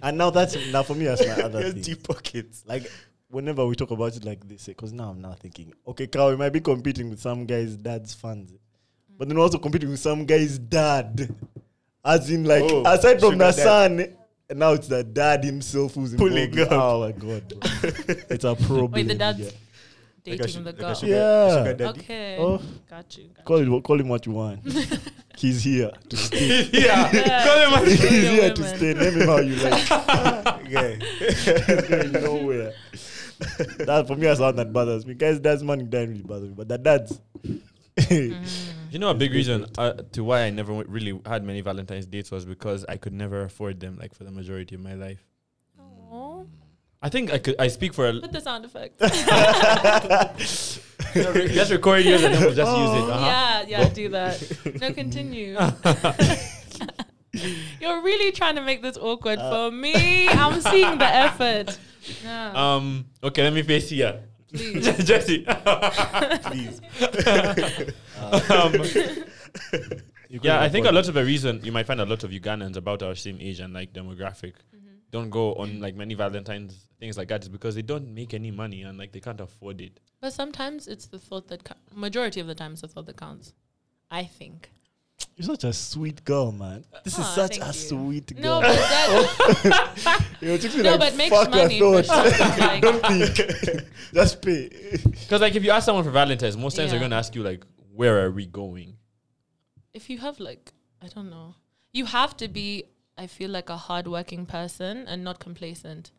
And now that's now for me. That's my [laughs] [laughs] he other has thing. deep pockets. like whenever we talk about it like this, because now I'm now thinking, okay, Carl, we might be competing with some guy's dad's fans, eh. but then we're also competing with some guy's dad, as in like Oh, aside from sugar the dad. son, and now it's the dad himself who's Pulling involved. up. Oh my [laughs] god, bro. it's a problem. [laughs] Wait, the dad's yeah. dating sug- the like a girl. sugar- Yeah. sugar daddy. okay, Oh. got you. Got Call it wha- call him what you want. [laughs] He's here to stay. yeah. [laughs] Call him a- you. He's You're here to women. stay. Name him how you like. [laughs] Yeah. [laughs] He's going nowhere. that for me, that's one that bothers me. Guys, dad's money doesn't really bother me, but the dad's. Mm. You know, a big reason uh, to why I never w- really had many Valentine's dates was because I could never afford them, like for the majority of my life. Aw. I think I could. I speak for a. l- [laughs] Put the sound [laughs] effect. just record yours and then we'll just use it. Oh, Uh-huh. Yeah, yeah, do that. No, [laughs] continue. You're really trying to make this awkward for me. I'm seeing the [laughs] effort. Yeah, [laughs] Um. Okay, let me face [laughs] here. please. [laughs] [laughs] Jesse. [laughs] Uh, Please. um, [laughs] You couldn't yeah, I think a afford lot of the reason you might find a lot of Ugandans about our same age and like demographic Mm-hmm. don't go on like many Valentine's things like that is because they don't make any money and like they can't afford it. But sometimes it's the thought that co- majority of the time it's the thought that counts. I think. You're such a sweet girl, man. This is Aw, such a thank you. sweet girl. No, but [laughs] that, You know, it takes me no, like, but it makes fuck a money. For thought. sure. [laughs] Like, Don't think. [laughs] Just pay. Because like if you ask someone for Valentine's, most times they're Yeah. gonna ask you like, "Where are we going?" if you have like I don't know, you have to be. I feel like a hardworking person and not complacent.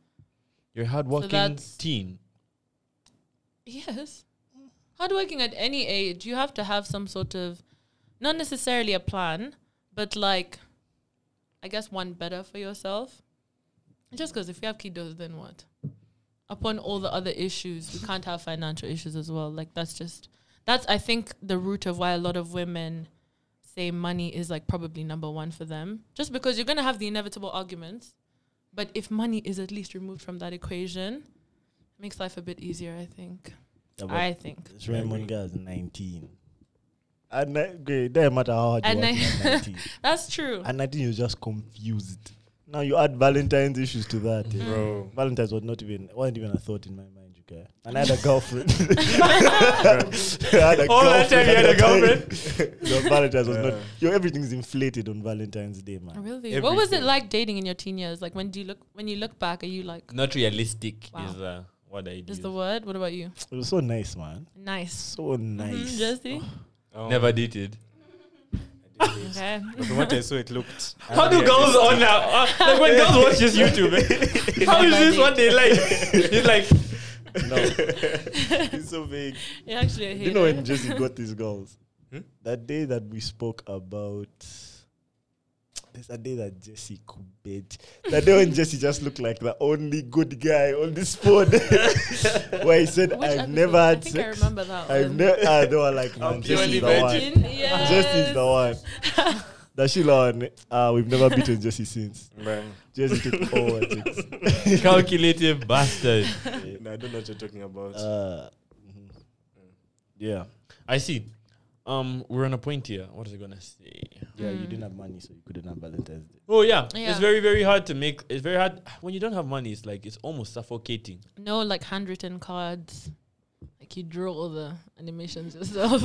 You're a hardworking that's- teen. Yes, hardworking at any age, you have to have some sort of, not necessarily a plan, but like, I guess one better for yourself. Just because if you have kiddos, then what? Upon all the other issues, we can't have financial issues as well. Like that's just that's I think the root of why a lot of women say money is like probably number one for them. Just because you're gonna have the inevitable arguments, but if money is at least removed from that equation, it makes life a bit easier. I think. Yeah, but I think. This Raymond guy is 19. And ni- great, doesn't matter how hard And you work, I- you're 19. That's true. At 19, you're just confused. Now you add Valentine's issues to that. eh. Mm-hmm. Bro. Valentine's was not even wasn't even a thought in my mind, you guys. And I had [laughs] a girlfriend. I had a All that time you had a girlfriend. [laughs] no, Valentine's was not. Yeah. Yo, everything's inflated on Valentine's Day, man. Oh, Really? What was it Everything. like dating in your teen years? Like when do you look when you look back, are you like Not realistic Wow. is uh, what I did. is the word? What about you? It was so nice, man. Nice. So nice. Mhm, Jesse? Oh, Never dated. I did Oh. it. [laughs] Okay. But from what I saw, it looked. How do girls unrealistic. on now? Uh, [laughs] like when girls watch this YouTube, [laughs] eh, how is this what they [laughs] like? It's like No, it's so vague. [laughs] Yeah, actually I Do [laughs] hate you know it. when Jesse got these girls? Hmm? That day that we spoke about. There's a day that Jesse could bet. That day when Jesse just looked like the only good guy on this phone. [laughs] where he said, Which I've episode? never had I think I sex. remember that I've one. never. Uh, they were like, man, I'm purely Jesse's the virgin." one. Yes. Jesse's the one. [laughs] That she one. Uh, we've never beaten Jesse since. Bro. Jesse [laughs] took all our chicks. calculative bastard. No, I don't know what you're talking about. Uh, mhm. Yeah. I see. Um, we're on a point here. What is I gonna say? Yeah, you Mm. didn't have money, so you couldn't have Valentine's Day. Oh yeah. Yeah. it's very very hard to make. It's very hard when you don't have money. It's like it's almost suffocating. No like handwritten cards. Like you draw all the [laughs] animations yourself.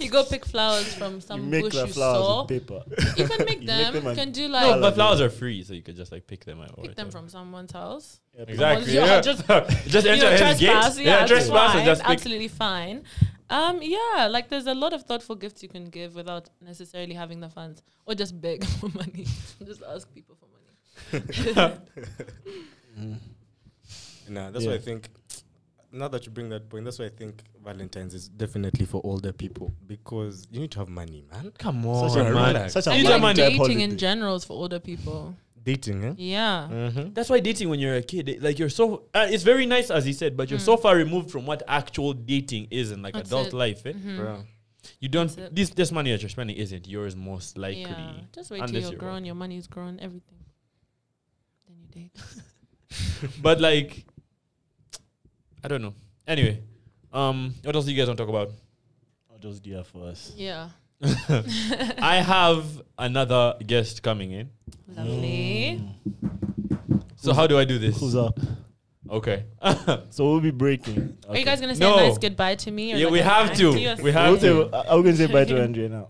[laughs] you go pick flowers from some you make bush the you flowers saw. with paper. You can [laughs] make You make them. them You and- can do No, like but flowers are free, so you could just like pick them out. or pick them whatever. from someone's house. Yeah, but Exactly. Well, yeah, Yeah. just- [laughs] Just, enter his gate. trespass, Yeah, it's trespass fine, and just pick. absolutely fine. Um, yeah, like there's a lot of thoughtful gifts you can give without necessarily having the funds, or just beg [laughs] for money. just ask people for money. No, that's Yeah. why I think. Now that you bring that point, that's why I think Valentine's is definitely for older people because you need to have money, man. Come Such a man. Such a I You feel need like money. type dating in holiday. general is for older people. Dating, eh? Yeah, Mm-hmm. That's why dating when you're a kid, it- like you're so, uh, it's very nice as he said, but you're so far removed from what actual dating is in like Mm. That's adult it. Mm. life. Eh? Mm-hmm. Bro. You don't That's it. this this money that you're spending isn't yours most likely. yeah. Just wait till unless you're you're grown, working. your money's grown, everything. Then you [laughs] date. [laughs] But like, I don't know. Anyway, um, what else do you guys want to talk about? [laughs] What else do you have for us? Yeah, I have another guest coming in. [laughs] lovely. Mm. So how do I do this? Mm. Who's up? Okay. [laughs] Oh, So we'll be breaking. Are you guys gonna say No. a nice goodbye to me? Or Yeah, like we a have bye to. you or We have We'll say, something? to. I- I'm going to say bye to Andrea now.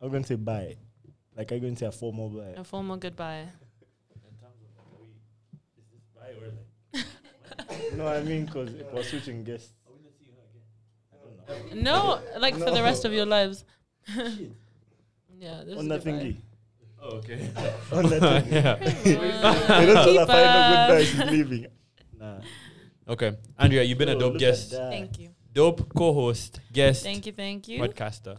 I'm going to say bye. Like, I'm going to say a formal bye. a formal goodbye. no, I mean, because we're switching guests. No, like for the rest of [laughs] your lives. Shit. yeah, this On is that goodbye. [laughs] thingy. Oh, okay. [laughs] On that thingy. yeah. [laughs] They don't tell her final Keep goodbye, up. she's leaving. Nah. Okay. Andrea, you've been a Oh, look dope at guest, that. Thank you. dope co-host, guest, Thank you. Thank you. podcaster.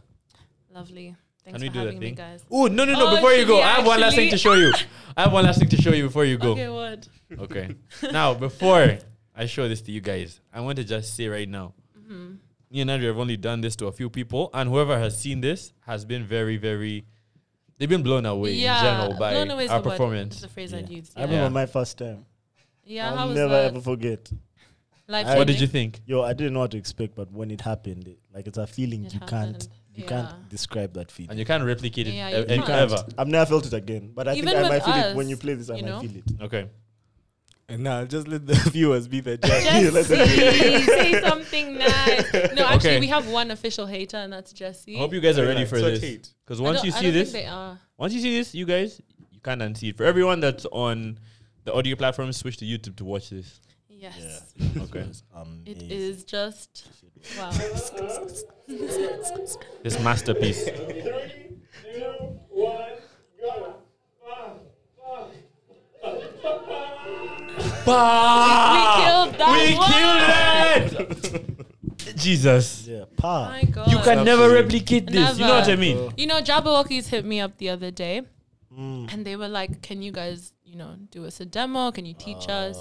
Lovely. Thanks we for do that having me, thing? guys. Oh no no no! Oh, before you should go, we I have one last thing to show actually- [laughs] you. I have one last thing to show you before you go. Okay, what? [laughs] Okay. now, before I show this to you guys, I want to just say right now, Mm-hmm. me and Andrew have only done this to a few people, and whoever has seen this has been very, very, they've been blown away in general by blown away is our the word. performance. It's the phrase I'd used. I Yeah, remember Yeah. my first time. yeah how I'll was never that? ever forget. Life I- What did changing? you [laughs] think? Yo, I didn't know what to expect, but when it happened, it, like it's a feeling It you happened. can't, you Yeah. can't describe that feeling. And you can't replicate it Yeah, ev- you ev- can't. ever. I've never felt it again, but I Even think I with might feel it when us, you play this. I you might know? feel it. Okay. And now just let the [laughs] viewers be the judge. [laughs] Jesse, [laughs] Let's- say something nice. No, actually, Okay. we have one official hater, and that's Jesse. I hope you guys are ready Yeah, for so this. hate. Because I once don't- you I see don't think this, they are. once you see this, you guys, you can't unsee it. For everyone that's on the audio platform, switch to YouTube to watch this. Yes, [laughs] Okay. Um, it is just wow. This masterpiece. We killed that We killed it! [laughs] Jesus. Yeah, one. pa. My God. You can never Absolutely. replicate this. You know what Never. I mean? You know, Jabberwockies hit me up the other day, Mm. and they were like, "Can you guys, you know, do us a demo? Can you teach Ah. us?"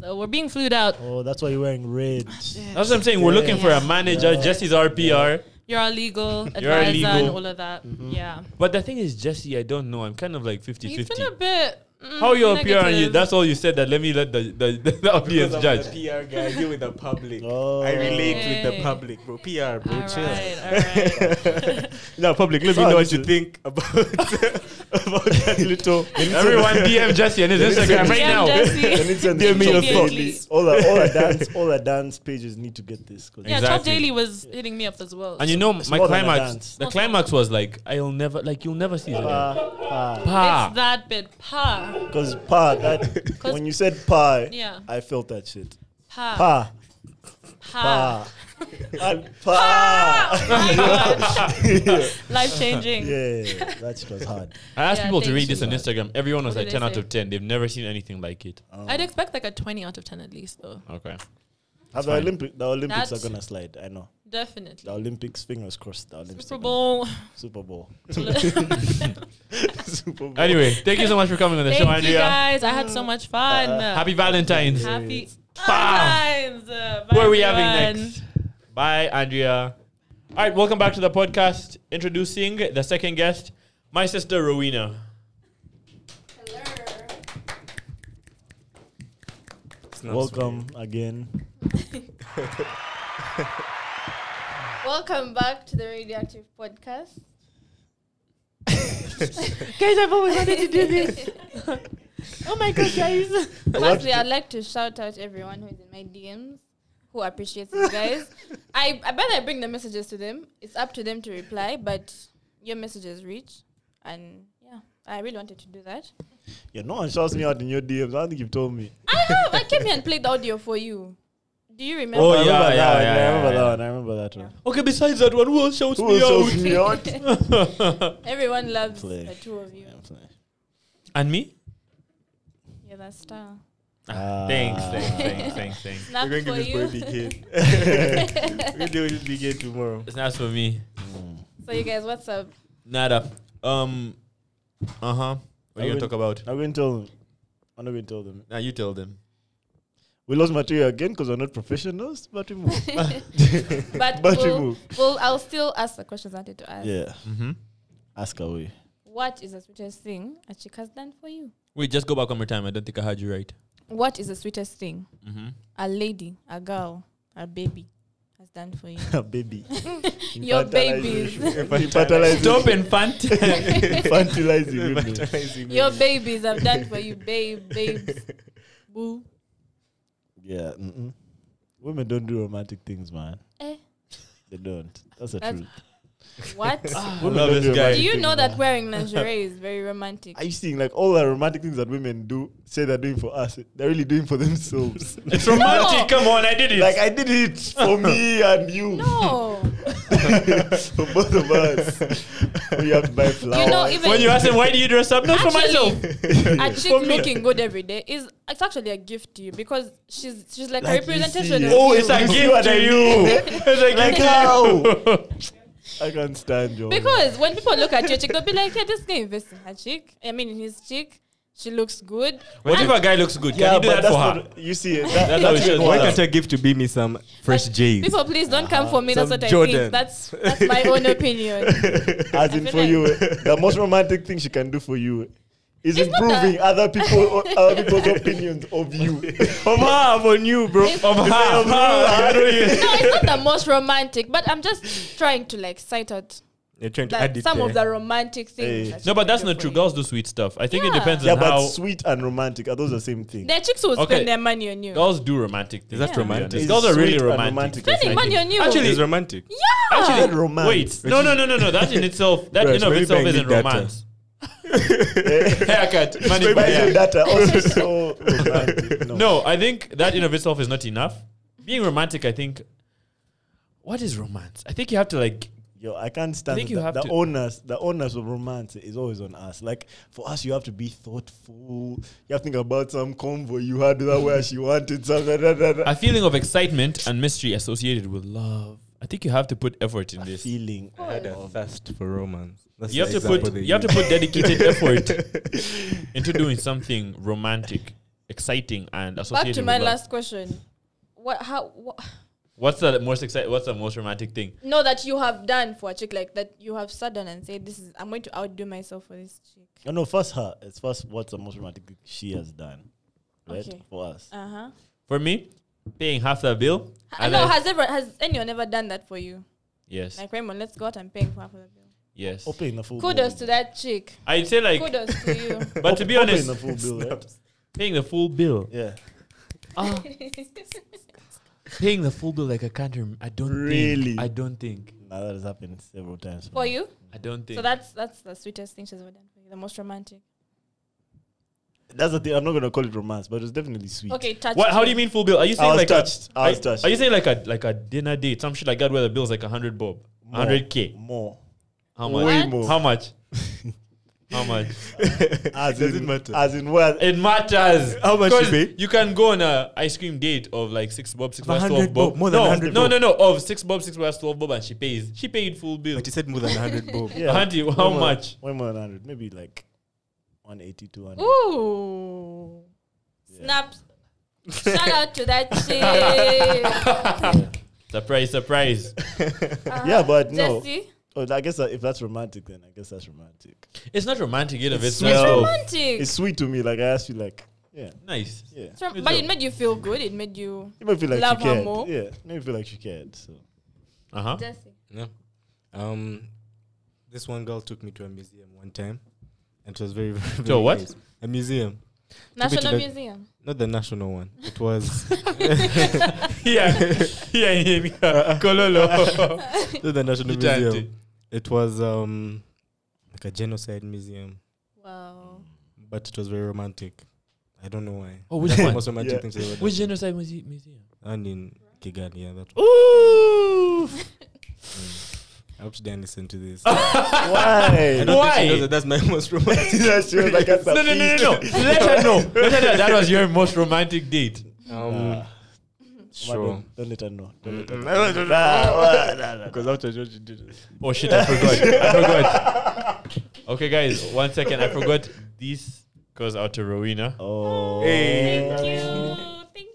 So we're being flued out. Oh, that's why you're wearing red. Ah, That's what I'm saying. We're Yeah. looking for a manager. Yeah. Jesse's our PR. You're our legal [laughs] advisor You're Mm-hmm. our and legal. all of that. Yeah, But the thing is, Jesse, I don't know. I'm kind of like 50 he's 50. been a bit. Mm, How you appear on you? negative. That's all you said. That let me let the the, the, [laughs] audience judge. PR guy, you with the public. Oh. I relate with Hey. the public, bro. PR, bro. all chill. right, [laughs] all right. No, public. Let me know what you think about [laughs] about [laughs] that little. Everyone DM Jesse on his Instagram right DM now. [laughs] Jesse. Give me your Immediately. thoughts. All our, all our dance, all our dance pages need to get this. 'cause Yeah, Top Exactly. Daily was hitting me up as well. And you know It's my more than a climax. dance. Uh, The climax was like I'll never like you'll never see it again. Pa, Pa. it's that bit. Pa. because pa, [laughs] that 'Cause- when you said pa, Yeah. I felt that shit. Pa. Pa, pa. pa, [laughs] and Ah! [laughs] pa. Oh Life changing. [laughs] Yeah, that shit was hard. I asked Yeah, people to thank read this you. on Instagram. Everyone was What like did ten they out say? of ten. They've never seen anything like it. I'd expect like a 20 out of 10 at least, though. Okay. Have the fine. Olympic, the Olympics That's- are gonna slide. I know. The Definitely. Olympics, fingers crossed. The Olympics. Super are gonna- [laughs] Bowl. Super Bowl. [laughs] [laughs] Anyway, thank you so much for coming on the show, Thank you Andrea. guys. I had so much fun. Uh, Happy Valentine's. Happy Bye. Valentine's. Uh, bye, Who are we having everyone. next? Bye, Andrea. All right, welcome back to the podcast. Introducing the second guest, my sister Rowena. [laughs] Welcome again. Welcome back to the Radioactive Podcast. Guys, I've always wanted to do [laughs] this. oh my god, guys. Firstly, I'd like to shout out everyone who's in my DMs who appreciates [laughs] you guys. I, I bet I bring the messages to them. It's up to them to reply, but your messages reach. And yeah, I really wanted to do [laughs] that. Yeah, no one shouts me out in your DMs. I don't think you've told me. I have. Oh, I came here and played the audio for you. Do you remember? Oh, yeah, I [laughs] remember yeah, that one. yeah, I remember yeah, that yeah. one. I remember that one. Okay, besides that one, who else shouts Who me shouts out? me out? Everyone loves Play. the two of you. Yeah, I'm sorry. [laughs] and me? You're that star. Ah. Thanks, thanks, thanks, thanks, thanks. Snap We're going to for give you. [laughs] this boy [laughs] [laughs] BK. We're doing this BK tomorrow. It's not for me. Mm. So you guys, what's up? Nada. Um. Uh huh. What are you gonna I will- talk about? I'm going to tell them. I'm not going to tell them. Now you tell them. We lost material again because we're not professionals, but we move. But, But we we'll, move. we'll, I'll still ask the questions I wanted to ask. Yeah. Mm-hmm. Ask away. What is the sweetest thing a chick has done for you? Wait, just go back one more time. I don't think I heard you right. What is the sweetest thing Mm-hmm. a lady, a girl, a baby has done for you? [laughs] baby. Your babies. Infantilizing. Stop [laughs] infant. Infantilizing women. Your babies have done for you, babe, babes. Boo. Yeah. Mm-mm. Women don't do romantic things, man. Eh. They don't. That's the That's- truth. What? I love don't this do guy. romantic Do you things, know that man. wearing lingerie is very romantic? Are you seeing like all the romantic things that women do say they're doing for us? They're really doing for themselves. [laughs] it's romantic. Come on, I did it. like I did it for me and you, No. [laughs] for both of us. we have to buy flowers. you know, even when you ask him why do you dress up, not for myself. a chick looking good every day is it's actually a gift to you because she's she's like, Like a you representation see of it. Oh, you. it's a You see gift what to I you. mean? [laughs] It's a [laughs] like [laughs] gift. how? I can't stand you. Because when people look at your chick, they'll be like, yeah, this guy invests in her chick. I mean, in his chick. She looks good. What if a guy looks good? Can you do that that's for her? not- You see, that, That's that's how it even should Why work. worse. can't I give to be me some fresh J's? People, please don't come for me. That's Some what I Jordan. think. [laughs] That's that's my own [laughs] opinion. As in feel for like- you, eh? the most romantic thing she can do for you eh, is It's not improving other [laughs] people, other people's opinions [laughs] of you. Of her, of on you, bro. If- Of her. How do you? no, it's not the most romantic, but I'm just trying to like cite out You're trying to add that it some there. of the romantic things. Hey. that she No, but can that's do not for true. you. Girls do sweet stuff. I think it Yeah. depends yeah, on how but sweet and romantic are those the same thing? Their chicks will spend Okay. their money on you. girls do romantic things. that to be romantic? honest. Is Girls are really sweet and romantic. romantic the Spending same money thing? on you. Actually- It's romantic. yeah. Actually, Not romance. wait. No, no, no, no, no. That in itself, that Bro, in of maybe itself bang isn't the [laughs] data. romance. Haircut, money Maybe back. your data [laughs] also so romantic. No. No, I think that in of itself is not enough. Being romantic, I think. What is romance? I think you have to like You Yo, I can't stand think that. you have the to- onus. The onus of romance is always on us. Like for us, you have to be thoughtful. You have to think about some convo you had with her where she wanted something. da, da, da. A feeling of excitement and mystery associated with love. I think you have to put effort in A this. feeling. I had a thirst for romance. That's You have the to example put they you have to use. put [laughs] dedicated effort into doing something romantic, exciting, and Back associated to my with love. last question. What? How? Wha- What's the most exciting? What's the most romantic thing? no, that you have done for a chick like that. You have sat down and said, "This is. I'm going to outdo myself for this chick." Oh, No, no, first her. It's first what's the most romantic thing she has done, right? Okay. For us. Uh huh. For me, paying half the bill. I and know. I- Has ever has anyone ever done that for you? yes, Like Raymond, let's go out and pay for half of the bill. yes. Open the full. Kudos bill. to that chick. I'd say like, Kudos to [laughs] you. [laughs] but to be Open honest, [laughs] the full bill, right? paying the full bill, Yeah. Ah. paying the full bill. Like I can't. Rem- I don't Really? Think, I don't think. Now that has happened several times. for you. I don't think. So that's that's the sweetest thing she's ever done for you. The most romantic. That's the thing. I'm not gonna call it romance, but it was definitely sweet. Okay, touch. what? How do you mean full bill? Are you saying I was like touched. A, I was are- touched. Are you saying like a like a dinner date, some shit like that, where the bill's like a hundred bob, More. hundred k? [laughs] More. How much? Way What? more. How [laughs] much? How much? As Does in, it matter? As in where? It matters. How much you 'Cause pay? You can go on a ice cream date of like six bob, six Of a bars, twelve hundred bob. bob, more than no, a hundred no, bob. no, no. Of six bob, six bars, twelve bob, and she pays. She paid full bill. [laughs] But you said more than [laughs] 100 bob. Yeah. Auntie, Way how more- much? Way more than 100. Maybe like 180, 200. Ooh. [laughs] Yeah. Snaps. Shout out to that [laughs] chick. Surprise, surprise. ah, Yeah, but no. Jesse. Oh, I guess that, if that's romantic, then I guess that's romantic. It's not romantic in of It's itself. sweet. Romantic. It's sweet to me. Like I asked you, like yeah, Nice. yeah. It's rom- Good but job. it made you feel good. It made you. You might feel like Love she her cared. more. Yeah, maybe feel like she cared. So Uh huh. Jesse. Yeah. Um, this one girl took me to a museum one time, and it was very, [laughs] very. To a what? nice. A museum, National the- Museum. not the national one. It [laughs] was [laughs] Yeah. Yeah, yeah, yeah. Kololo. [laughs] not the national Gigante. museum. It was um, like a genocide museum, Wow. but it was very romantic. I don't know why. Oh, which That's the one? most romantic Yeah. thing thing Which genocide muse- museum? And in Kigali, yeah, that. One. Ooh. I hope she didn't listen to [laughs] this. I why? don't think Why? she knows that that's my most romantic. [laughs] That's true. Like [laughs] that's No, a no, no, no, piece. no. Let her know. Let her know. That was your most romantic date. Um, Nah. sure. Don't, don't let her know. Don't let her know. Because after George, she did it. Oh shit, I forgot. I forgot. [laughs] Okay, guys, one second. I forgot. This goes out to Rowena. Oh. Thank you. Thank you.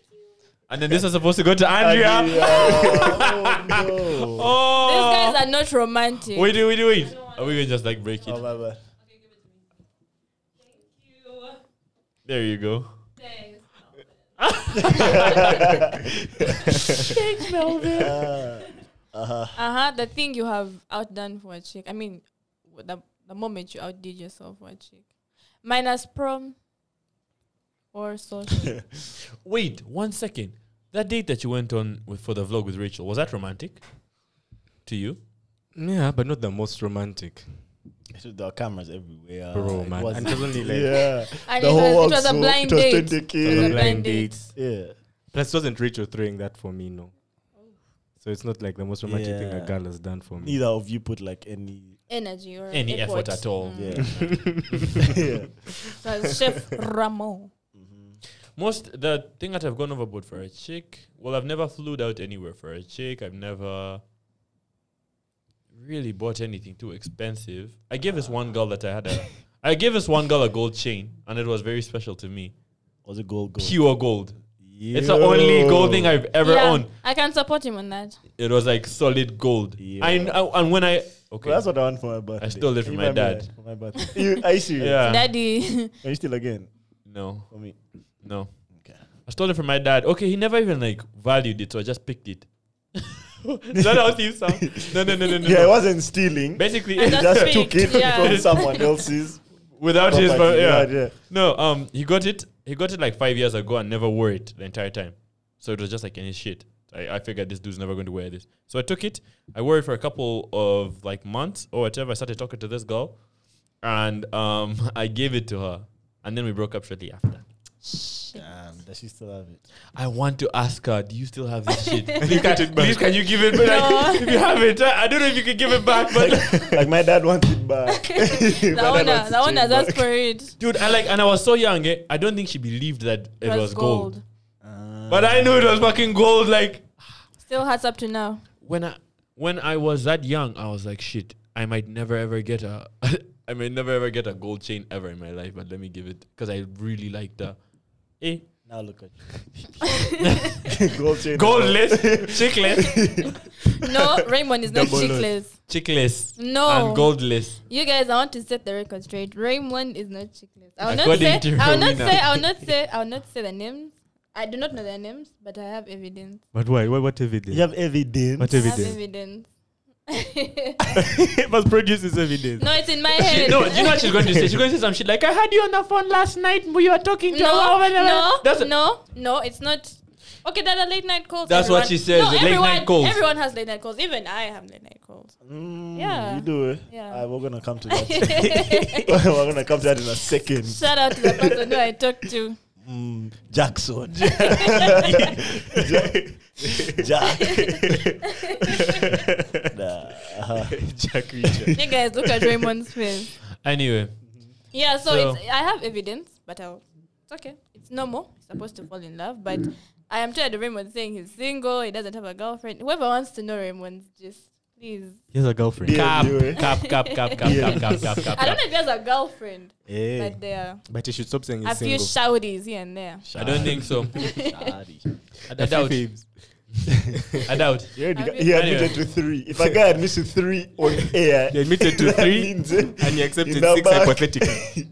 And then this is supposed to go to Andrea. Andrea. oh, [laughs] no. These Oh. guys are not romantic. Wait, wait, wait, wait. Are we going to just like break Oh, it? [laughs] my bad. There you go. [laughs] Ah. Uh-huh. Uh huh. The thing you have outdone for a chick. I mean, w- the the moment you outdid yourself for a chick, minus prom or [laughs] social. Wait, one second. That date that you went on with, for the vlog with Rachel, was that romantic to you? Yeah, but not the most romantic. Dude, There are cameras everywhere. Bro, It man. was- And it was only like yeah. and The it, whole was, world it was a saw- blind it was date. 20K. it was a blind blind date. date. Yeah. Plus, it wasn't Rachel throwing that for me, no. So it's not like the most romantic thing Yeah. a girl has done for me. Neither of you put like any. Energy or Any effort at all. [laughs] Mm. Yeah. yeah. So it's Chef [laughs] Ramon. Most the thing that I've gone overboard for a chick. Well, I've never flew out anywhere for a chick. I've never really bought anything too expensive. I gave this one girl that I had [laughs] a. I gave this one girl a gold chain, and it was very special to me. Was it gold? Gold. Pure gold. It's the only gold thing I've ever Yeah, owned. I can support him on that. It was like solid gold. Yeah. I, kn- I- and when I okay, Well, that's what I want for my birthday. stole it from You my might be dad. right, For my birthday. you, are you serious? yeah, [laughs] Daddy. Are you still again no, for me? no. Okay. I stole it from my dad. Okay, he never even like valued it, so I just picked it. [laughs] Is that how thieves sound? No, no, no, no, no. [laughs] Yeah, no. it wasn't stealing. Basically, [laughs] I You That's just fake, took it yeah. from someone else's. without his, property. but yeah. yeah. No, um, he got it. He got it like five years ago and never wore it the entire time. So it was just like any shit. I, I figured this dude's never going to wear this. So I took it. I wore it for a couple of like months or whatever. I started talking to this girl, [laughs] and um, I gave it to her, and then we broke up shortly after. Damn, Does she still have it? I want to ask her, do you still have [laughs] this shit? please, can, please, can you give it No. back? [laughs] if you have it, I I don't know if you can give it back, [laughs] but like my dad wants it back. [laughs] My dad That one, wants uh, it that one back. has asked for it. dude, I like, and I was so young, eh? I don't think she believed that it Plus was [laughs] gold. Uh, But I knew it was fucking gold. Like Still hats up to now. when I when I was that young, I was like, shit, I might never ever get a, [laughs] I might never ever get a gold chain ever in my life. But let me give it because I really liked her. Eh, Now look at you. [laughs] gold chain. goldless, [laughs] chickless, [laughs] No, Raymond is not Double nose. chickless. chickless, No. and [laughs] goldless. You guys, I want to set the record straight. Raymond is not chickless. I will not According say. to I will not Rowena. say. I will not say. I will not say the names. I do not know their names, but I have evidence. But why? Why? What evidence? You have evidence. What I have evidence? evidence. it must produce its evidence. [laughs] no, it's in my She, head. [laughs] no, do you know what she's going to say? She's going to say some shit like, "I had you on the phone last night, but you were talking to her." [laughs] no, over there." no, That's no, no, it's not. Okay, there are late night calls. That's everyone. what she says, No, the late everyone, night calls. Everyone has late night calls. Even I have late night calls. Mm, Yeah. You do. eh? Yeah. Ah, we're gonna come to that. [laughs] we're gonna come to that in a second. Shout out to the person who I talked to. Mm, [laughs] Jackson. Jack. nah. Jack Reacher. You guys, look at Raymond's face. Anyway, Yeah, so, So- it's, I have evidence, but I'll, it's okay. It's normal. It's supposed to fall in love, but I am tired of Raymond saying he's single. He doesn't have a girlfriend. Whoever wants to know Raymond, just please. He has a girlfriend. Yeah, cap, you, eh? cap, cap, cap, cap, Yeah. cap, cap, cap, cap, I cap. don't know if he has a girlfriend, Hey. but there But you should stop saying are a he's few single. shouties here and there. I don't think so. Shadi. I A few doubt. babes. I doubt. You already I'll got- be- he admitted Anyway. to three. If a guy admits to three on air, He admitted to [laughs] that three, means, eh, And you accepted In the six back. hypothetically.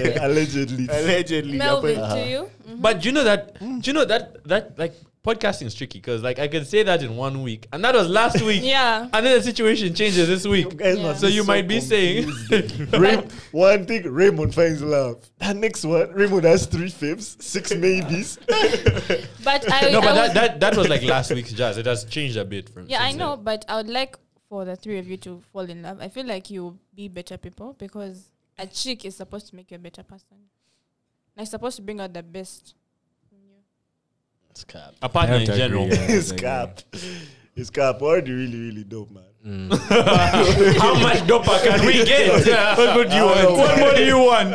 yeah, [laughs] allegedly. Allegedly. Melvin, Uh-huh. to you. Mhm. But do you know that? Do you know that that like podcasting is tricky because like I can say that in one week, and that was last week, [laughs] Yeah. and then the situation changes this You week. guys Yeah. must So be you might be saying, Ray- one thing Raymond finds love. That next one, Raymond has three fifths, six maybes. But [laughs] I, no, but I would, that, that that was like last week's jazz. It has changed a bit from. yeah, I since know, but I would like for the three of you to fall in love. I feel like you'll be better people because a chick is supposed to make you a better person. Like supposed to bring out the best. in you. it's cap. then. A partner I in have to general. agree, yeah. [laughs] It's cap. It's cap. Already really, really dope, man. [laughs] Mm. How much dopa can we get? what do you want? What more do you want?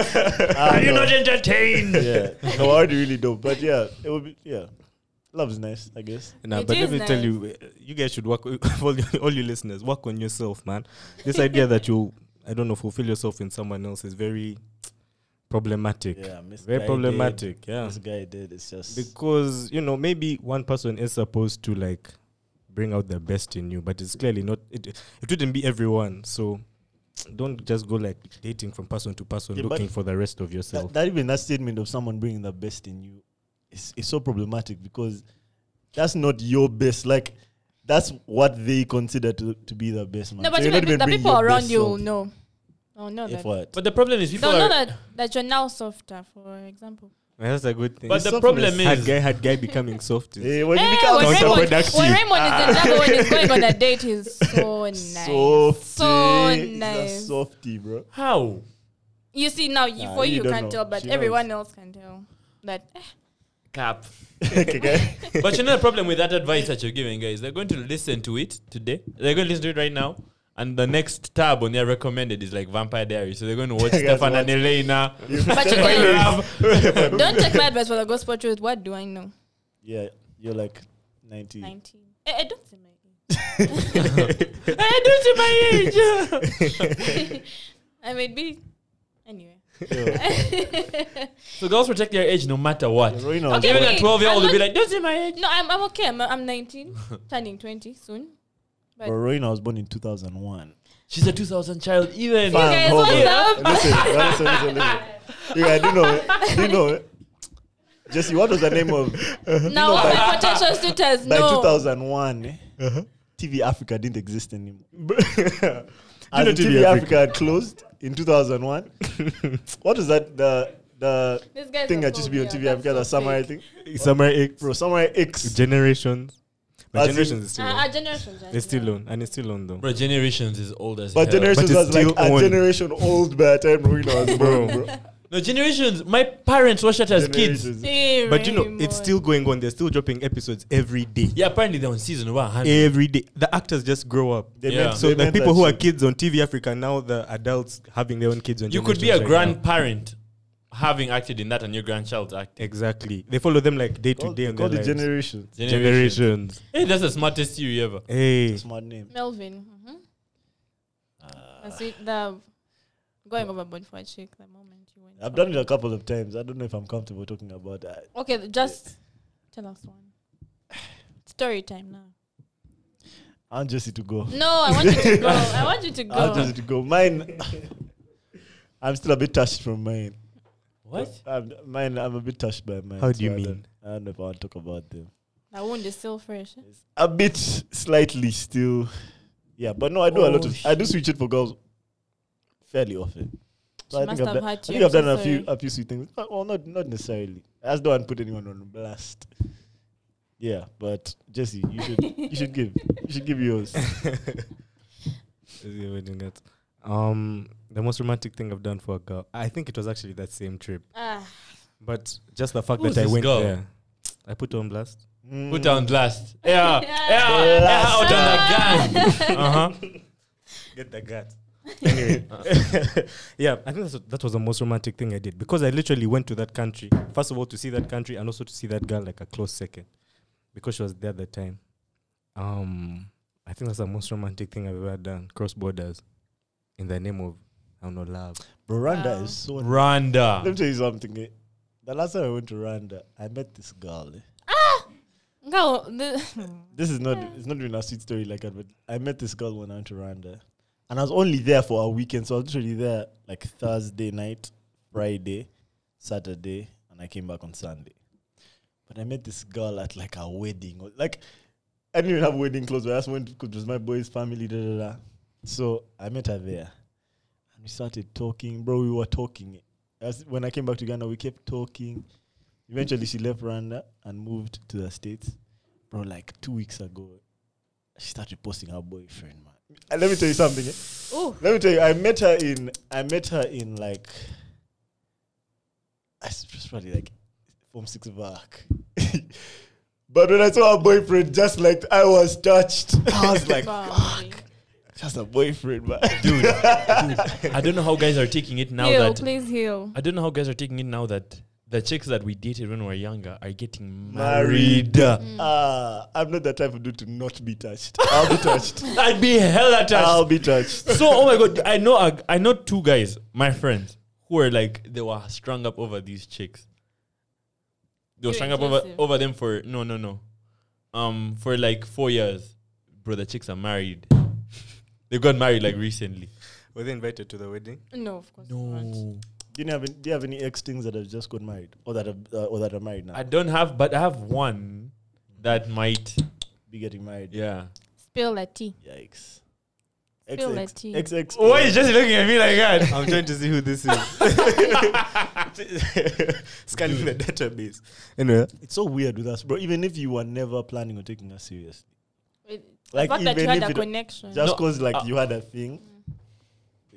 Ah, Are [laughs] you no. not entertained? yeah. No, already really dope. But yeah, it would be, yeah. Love's nice, I guess. Nah, It but let is me tell nice. you, uh, you guys should work, [laughs] all, you- all you listeners, work on yourself, man. This [laughs] idea that you, I don't know, fulfill yourself in someone else is very problematic. Yeah, very problematic, yeah. This guy did. It's just. Because, you know, maybe one person is supposed to, like, bring out the best in you, but it's clearly not, it, it wouldn't be everyone. So don't just go, like, dating from person to person Yeah, but looking for the rest of yourself. that, that even that statement of someone bringing the best in you is, is so problematic because that's not your best. Like that's what they consider to, to be the best. Man. No, but So you're not even the even bringing people your around best you will self. know. Oh no, If that what? But the problem is people they'll know are. that, that you're now softer, for example. That's a good thing. But the Softness. problem hard is. guy, hard guy [laughs] becoming soft is Hey, when you Eh, become when, so Raymond, counterproductive. when Raymond is Ah. in love, when he's going [laughs] on a date, he's so nice. softy, So he's a nice. softy, bro. [laughs] How? You see now, you, Nah, for you you, don't can't know. tell, but She everyone else can tell. That eh, Cap. okay, guy. but you know the problem with that advice that you're giving, guys, they're going to listen to it today. They're going to listen to it right now. And the next tab on their recommended is like Vampire Diaries. So they're going to watch Guys, Stefan what? and Elena. [laughs] but you Find can, love. don't take my advice for the gospel truth. What do I know? Yeah, you're like ninety. Nineteen. Eh, eh, don't say my age. I don't see my [laughs] age. I may be. Anyway. [laughs] so girls protect their age no matter what. Roy knows. Okay, Even wait, a 12 year old I'm will be not- like, don't see my age. No, I'm, I'm okay. I'm, [laughs] I'm 19, turning 20 soon. But Royna was born in 2001. She's a 2000 child, even. Fam, [laughs] guys, hold what's on. up? Listen, listen, listen, listen. [laughs] You guys do know it. Do you know it? Jesse, what was the name of Now, all my potential suitors, by no. 2001? eh, TV Africa didn't exist [laughs] anymore. Uh-huh. You As know in TV, TV Africa. Africa had closed in [laughs] 2001. what is that? The the This guy's thing a that used to be on phobia. TV That's Africa, so the samurai fake. thing, Summer X, bro. Samurai X. Generations. But As in- Generations is still Ah, Uh, on. our generation. It's still on. And it's still on, though. Bro, Generations is old as But hell. generations it's was like still a on. generation old by the time Rowena was born, Bro. bro. No, generations. My parents watched it as kids. Generations. But you know, it's still going on. They're still dropping episodes every day. Yeah, apparently they're on season 100. Every day. The actors just grow up. They Yeah. meant- So they the meant people that who are shit. kids on TV Africa now, the adults having their own kids on. You could be a Generations right now. grandparent having acted in that and your grandchild's acting. Exactly. They follow them like day to Call- day they on call their the lives. generations. Generation. generations. Hey, that's the smartest theory ever. Hey. Smart name. Melvin. Mm-hmm. Uh, That's it. The going overboard for a chick. The moment you went. I've done it a couple of times. I don't know if I'm comfortable talking about that. Okay, th- just tell us one. Story time now. I want Jesse to go. No, I want you to go. [laughs] I want you to I want go. Jesse to go. Mine. [laughs] I'm still a bit touched from mine. What? I'm, mine. I'm a bit touched by mine. How do you I mean? don't- I don't know if I want to talk about them. That wound is still fresh. eh? A bit, slightly still. Yeah, but no, I do a lot Oh, of. I do switch it for girls fairly often. She I must think I've have eh? hurt done- I you. think I've I'm done a so few sorry. a few sweet things. Uh, Well, not not necessarily. I just don't want to put anyone on blast. Yeah, but Jesse, you should you should give you should give yours. [laughs] Is he avoiding that? Um, the most romantic thing I've done for a girl. I think it was actually that same trip, Ah, but just the fact Who's that I this went girl? there, I put her on blast. Mm. Put down last. [laughs] Yeah. Yeah. Mm. Yeah. yeah. Out on the [laughs] gun. uh huh. Get the gut. [laughs] anyway, yeah, I think that's, that was the most romantic thing I did because I literally went to that country first of all to see that country and also to see that girl like a close second because she was there at the time. Um, I think that's the most romantic thing I've ever done cross borders in the name of I don't know love. Rwanda Wow. is so. Let me Rwanda. tell you something. eh. The last time I went to Rwanda, I met this girl. eh. go. The This is not. It's not even a sweet story like that. But I met this girl when I went to Rwanda, and I was only there for a weekend. So I was literally there like Thursday night, Friday, Saturday, and I came back on Sunday. But I met this girl at like a wedding. or- Like I didn't even have wedding clothes. But I just went because it was my boy's family. Da, da, da. So I met her there, and we started talking, bro. We were talking. As when I came back to Ghana, we kept talking. Eventually, she left Rwanda and moved to the States bro, like two weeks ago, she started posting her boyfriend, man. Uh, Let me tell you something. eh. Ooh. Let me tell you, I met her in, I met her in like, I s- it was probably like form six back. [laughs] but when I saw her boyfriend, just like I was touched. [laughs] I was like, Boundary. just a boyfriend, man. Dude. I don't know how guys are taking it now heal, that. please heal. I don't know how guys are taking it now that the chicks that we dated when we were younger are getting married. Married. Ah, I'm not that type of dude to not [laughs] be touched. I'll be touched. I'd be hella I'll touched. be [laughs] touched. so, oh my god, I know, a, I know two guys, my friends, who were like they were strung up over these chicks. They were You're strung up over inclusive. over them for no, no, no, um, for like four years. Bro, the chicks are married. [laughs] They got married like recently. Were they invited to the wedding? No, of course not. Do you have any, do you have any ex things that have just got married or that have, uh, or that are married now? I don't have, but I have one that might. be getting married. Yeah. Spill a tea. Yikes. Spill that XX. tea. XX. Oh, Why is Jesse looking at me like that? [laughs] I'm trying to see who [laughs] this is. Scanning the database. Anyway, It's so weird with us, bro. Even if you were never planning on taking us seriously. It- The Like, fact that you even had if a it connection. Mm. just No, because, like, uh, you had a thing,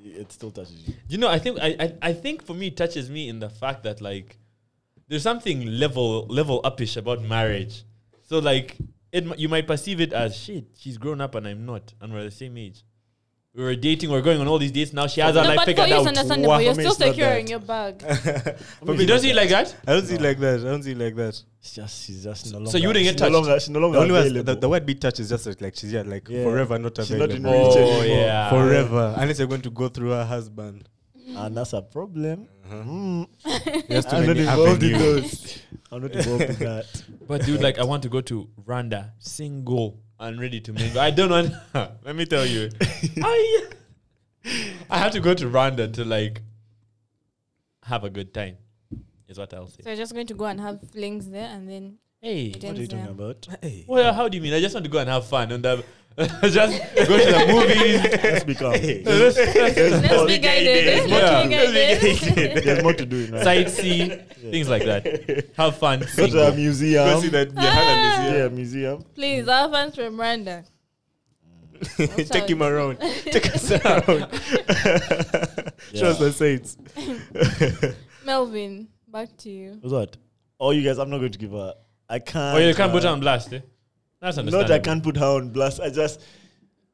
it still touches you. [laughs] You know, I think I, I, I think for me it touches me in the fact that like there's something level level upish about marriage. So like it mi- you might perceive it as shit. She's grown up and I'm not, and we're the same age. We were dating, we are going on all these dates. Now she has her no, life but for figured you, it's out. understandable. Wow. You're For me, still it's not secure in that. your bag. But you don't see it like that. I don't see it like that. I don't see it like that. It's just, she's just no longer. So you didn't get she's touched? No longer, she's no The longer only one, available. the, the word be touch is just like, like she's yeah, like Yeah. forever not She's not available. in reach Oh, anymore. yeah. forever unless you're going to go through her husband. And that's a problem. Mm. There's too I'm not many involved in avenues. those. I'm not involved in [laughs] that. But dude, like I want to go to Rwanda, single and ready to mingle. I don't want. [laughs] let me tell [laughs] you, I I have to go to Rwanda to like have a good time. Is what I'll say. So you're just going to go and have flings there and then Hey, It What are you ends talking there. about? [laughs] Hey. well, how do you mean? I just want to go and have [laughs] fun and uh, just go to the [laughs] movies. Let's be [laughs] calm. Let's- let's Let's be guided. Let's be Yeah. [laughs] guided. [laughs] There's more to do in life. sightsee, things like that. Have fun. Go to a Single. museum. Go see that Rihanna Ah. Yeah, museum. Please, our fans from Rwanda. [laughs] museum. Take [laughs] him around. Take us around. Show us the sights. Melvin, back to you. Was what? Oh, you guys, I'm not going to give her. I can't. Or Oh, you can't put her uh, on blast. Eh? That's Not I understandable. can't put her on blast. I just.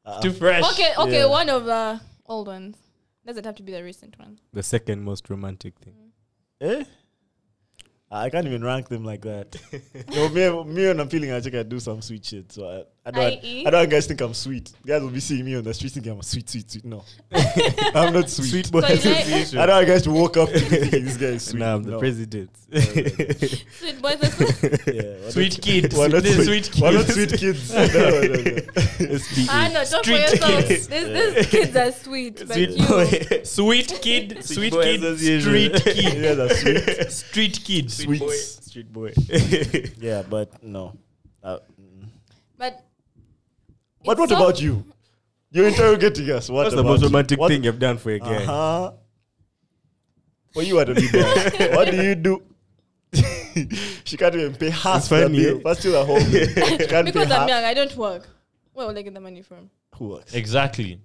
Uh, Too fresh. Okay, okay, Yeah. one of the old ones. Doesn't have to be the recent one. The second most romantic thing. eh? Uh, I can't even rank them like that. [laughs] no, me, me when I'm feeling I think I do some sweet shit. So I, I don't. I.e.? I don't want guys think I'm sweet. Guys will be seeing me on the street thinking I'm a sweet, sweet, sweet. [laughs] No, I'm not sweet. Sweet boy. boy. So you [laughs] like- I don't want guys to walk up to me thinking this guy is sweet. Nah, I'm the no. [laughs] president. [laughs] Sweet boys, that's cool. Yeah, we're Sweet not- kid. We're not This sweet, sweet We're not kid. sweet kids. [laughs] no, no, no, no. ah, no, talk for Street yourself. kids. These, these kids are sweet, but Sweet you, boy. Sweet kid, sweet boy kid, association. street [laughs] kid, You guys are [laughs] sweet. street kid, Sweet boy. Street boy. [laughs] Yeah, but no. Uh, mm. but. but what about you? You're interrogating us. What What's the about most you? romantic What- thing you've done for a guy? Uh-huh. For you, I don't need [laughs] that. What do you do? [laughs] she can't even pay half It's the funny, bill. eh? But still at [laughs] home. she can't Because pay I'm half. young, I don't work. Where will I get the money from? Who works? Exactly.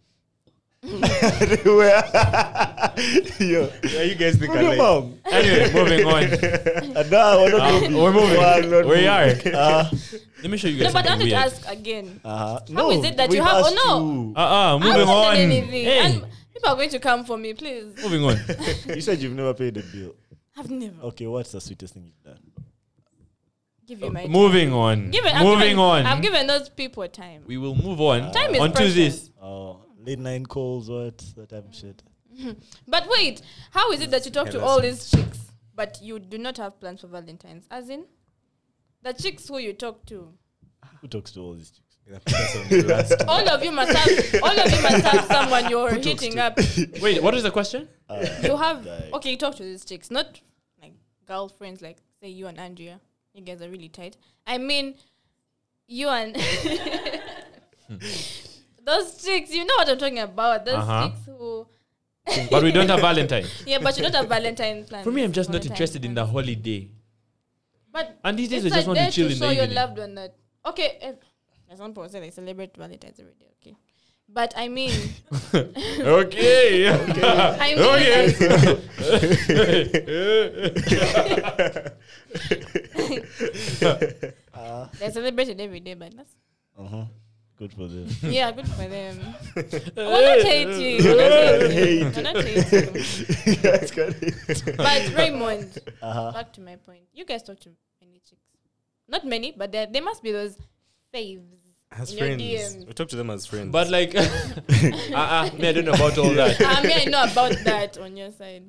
[laughs] Everywhere. Yo. Yeah, you guys think Who your mom? Anyway, moving on. Uh, nah, we're not Uh, moving. we're moving. We're not We [laughs] are. moving. Uh, Let me show you No, guys but I something wanted weird. to ask again. uh, Uh-huh. How is it that you have- oh, no. [laughs] Uh uh I moving haven't done on. anything. Hey, And people are going to come for me, please. moving [laughs] on. You said you've never paid a bill. I've never. Okay, what's the sweetest thing you've done? Give you my Moving on. Give it, I've Uh, Moving given, on. I've given those people time. we will move on. Time is on to precious. this. Oh, late night calls, what? That type of shit. But wait, how is it that you talk to all these chicks, but you do not have plans for Valentine's? As in, the chicks who you talk to, Who talks to all these chicks? all of you must have, all of you must have someone you're Who talks hitting to- up. Wait, what is the question? You have Like- okay, you talk to these chicks, not like girlfriends, like say you and Andrea. You guys are really tight. I mean, you and [laughs] those chicks. You know what I'm talking about. Those Uh-huh. chicks who, but we don't have [laughs] Valentine. yeah, but you don't have Valentine's plans. For me, I'm just not Valentine's interested in the plans. holiday. But And these days, it's I just a want day to chill in show the your evening. loved one that okay. If, as one person, they celebrate Valentine's every day. Okay, but I mean, [laughs] okay. [laughs] I mean, okay. [laughs] [laughs] they celebrate it every day. But that's Uh huh. Good for them. yeah, good for them. [laughs] We're not hating. We're [laughs] not hating. We're not [laughs] hating. That's good. But Raymond, Uh-huh. back to my point. You guys talk to many chicks, not many, but there there must be those faves. as In your friends. DM. We talk to them as friends. [laughs] But like, [laughs] uh, uh, me, I don't know about all that. I mean, I know about that on your side.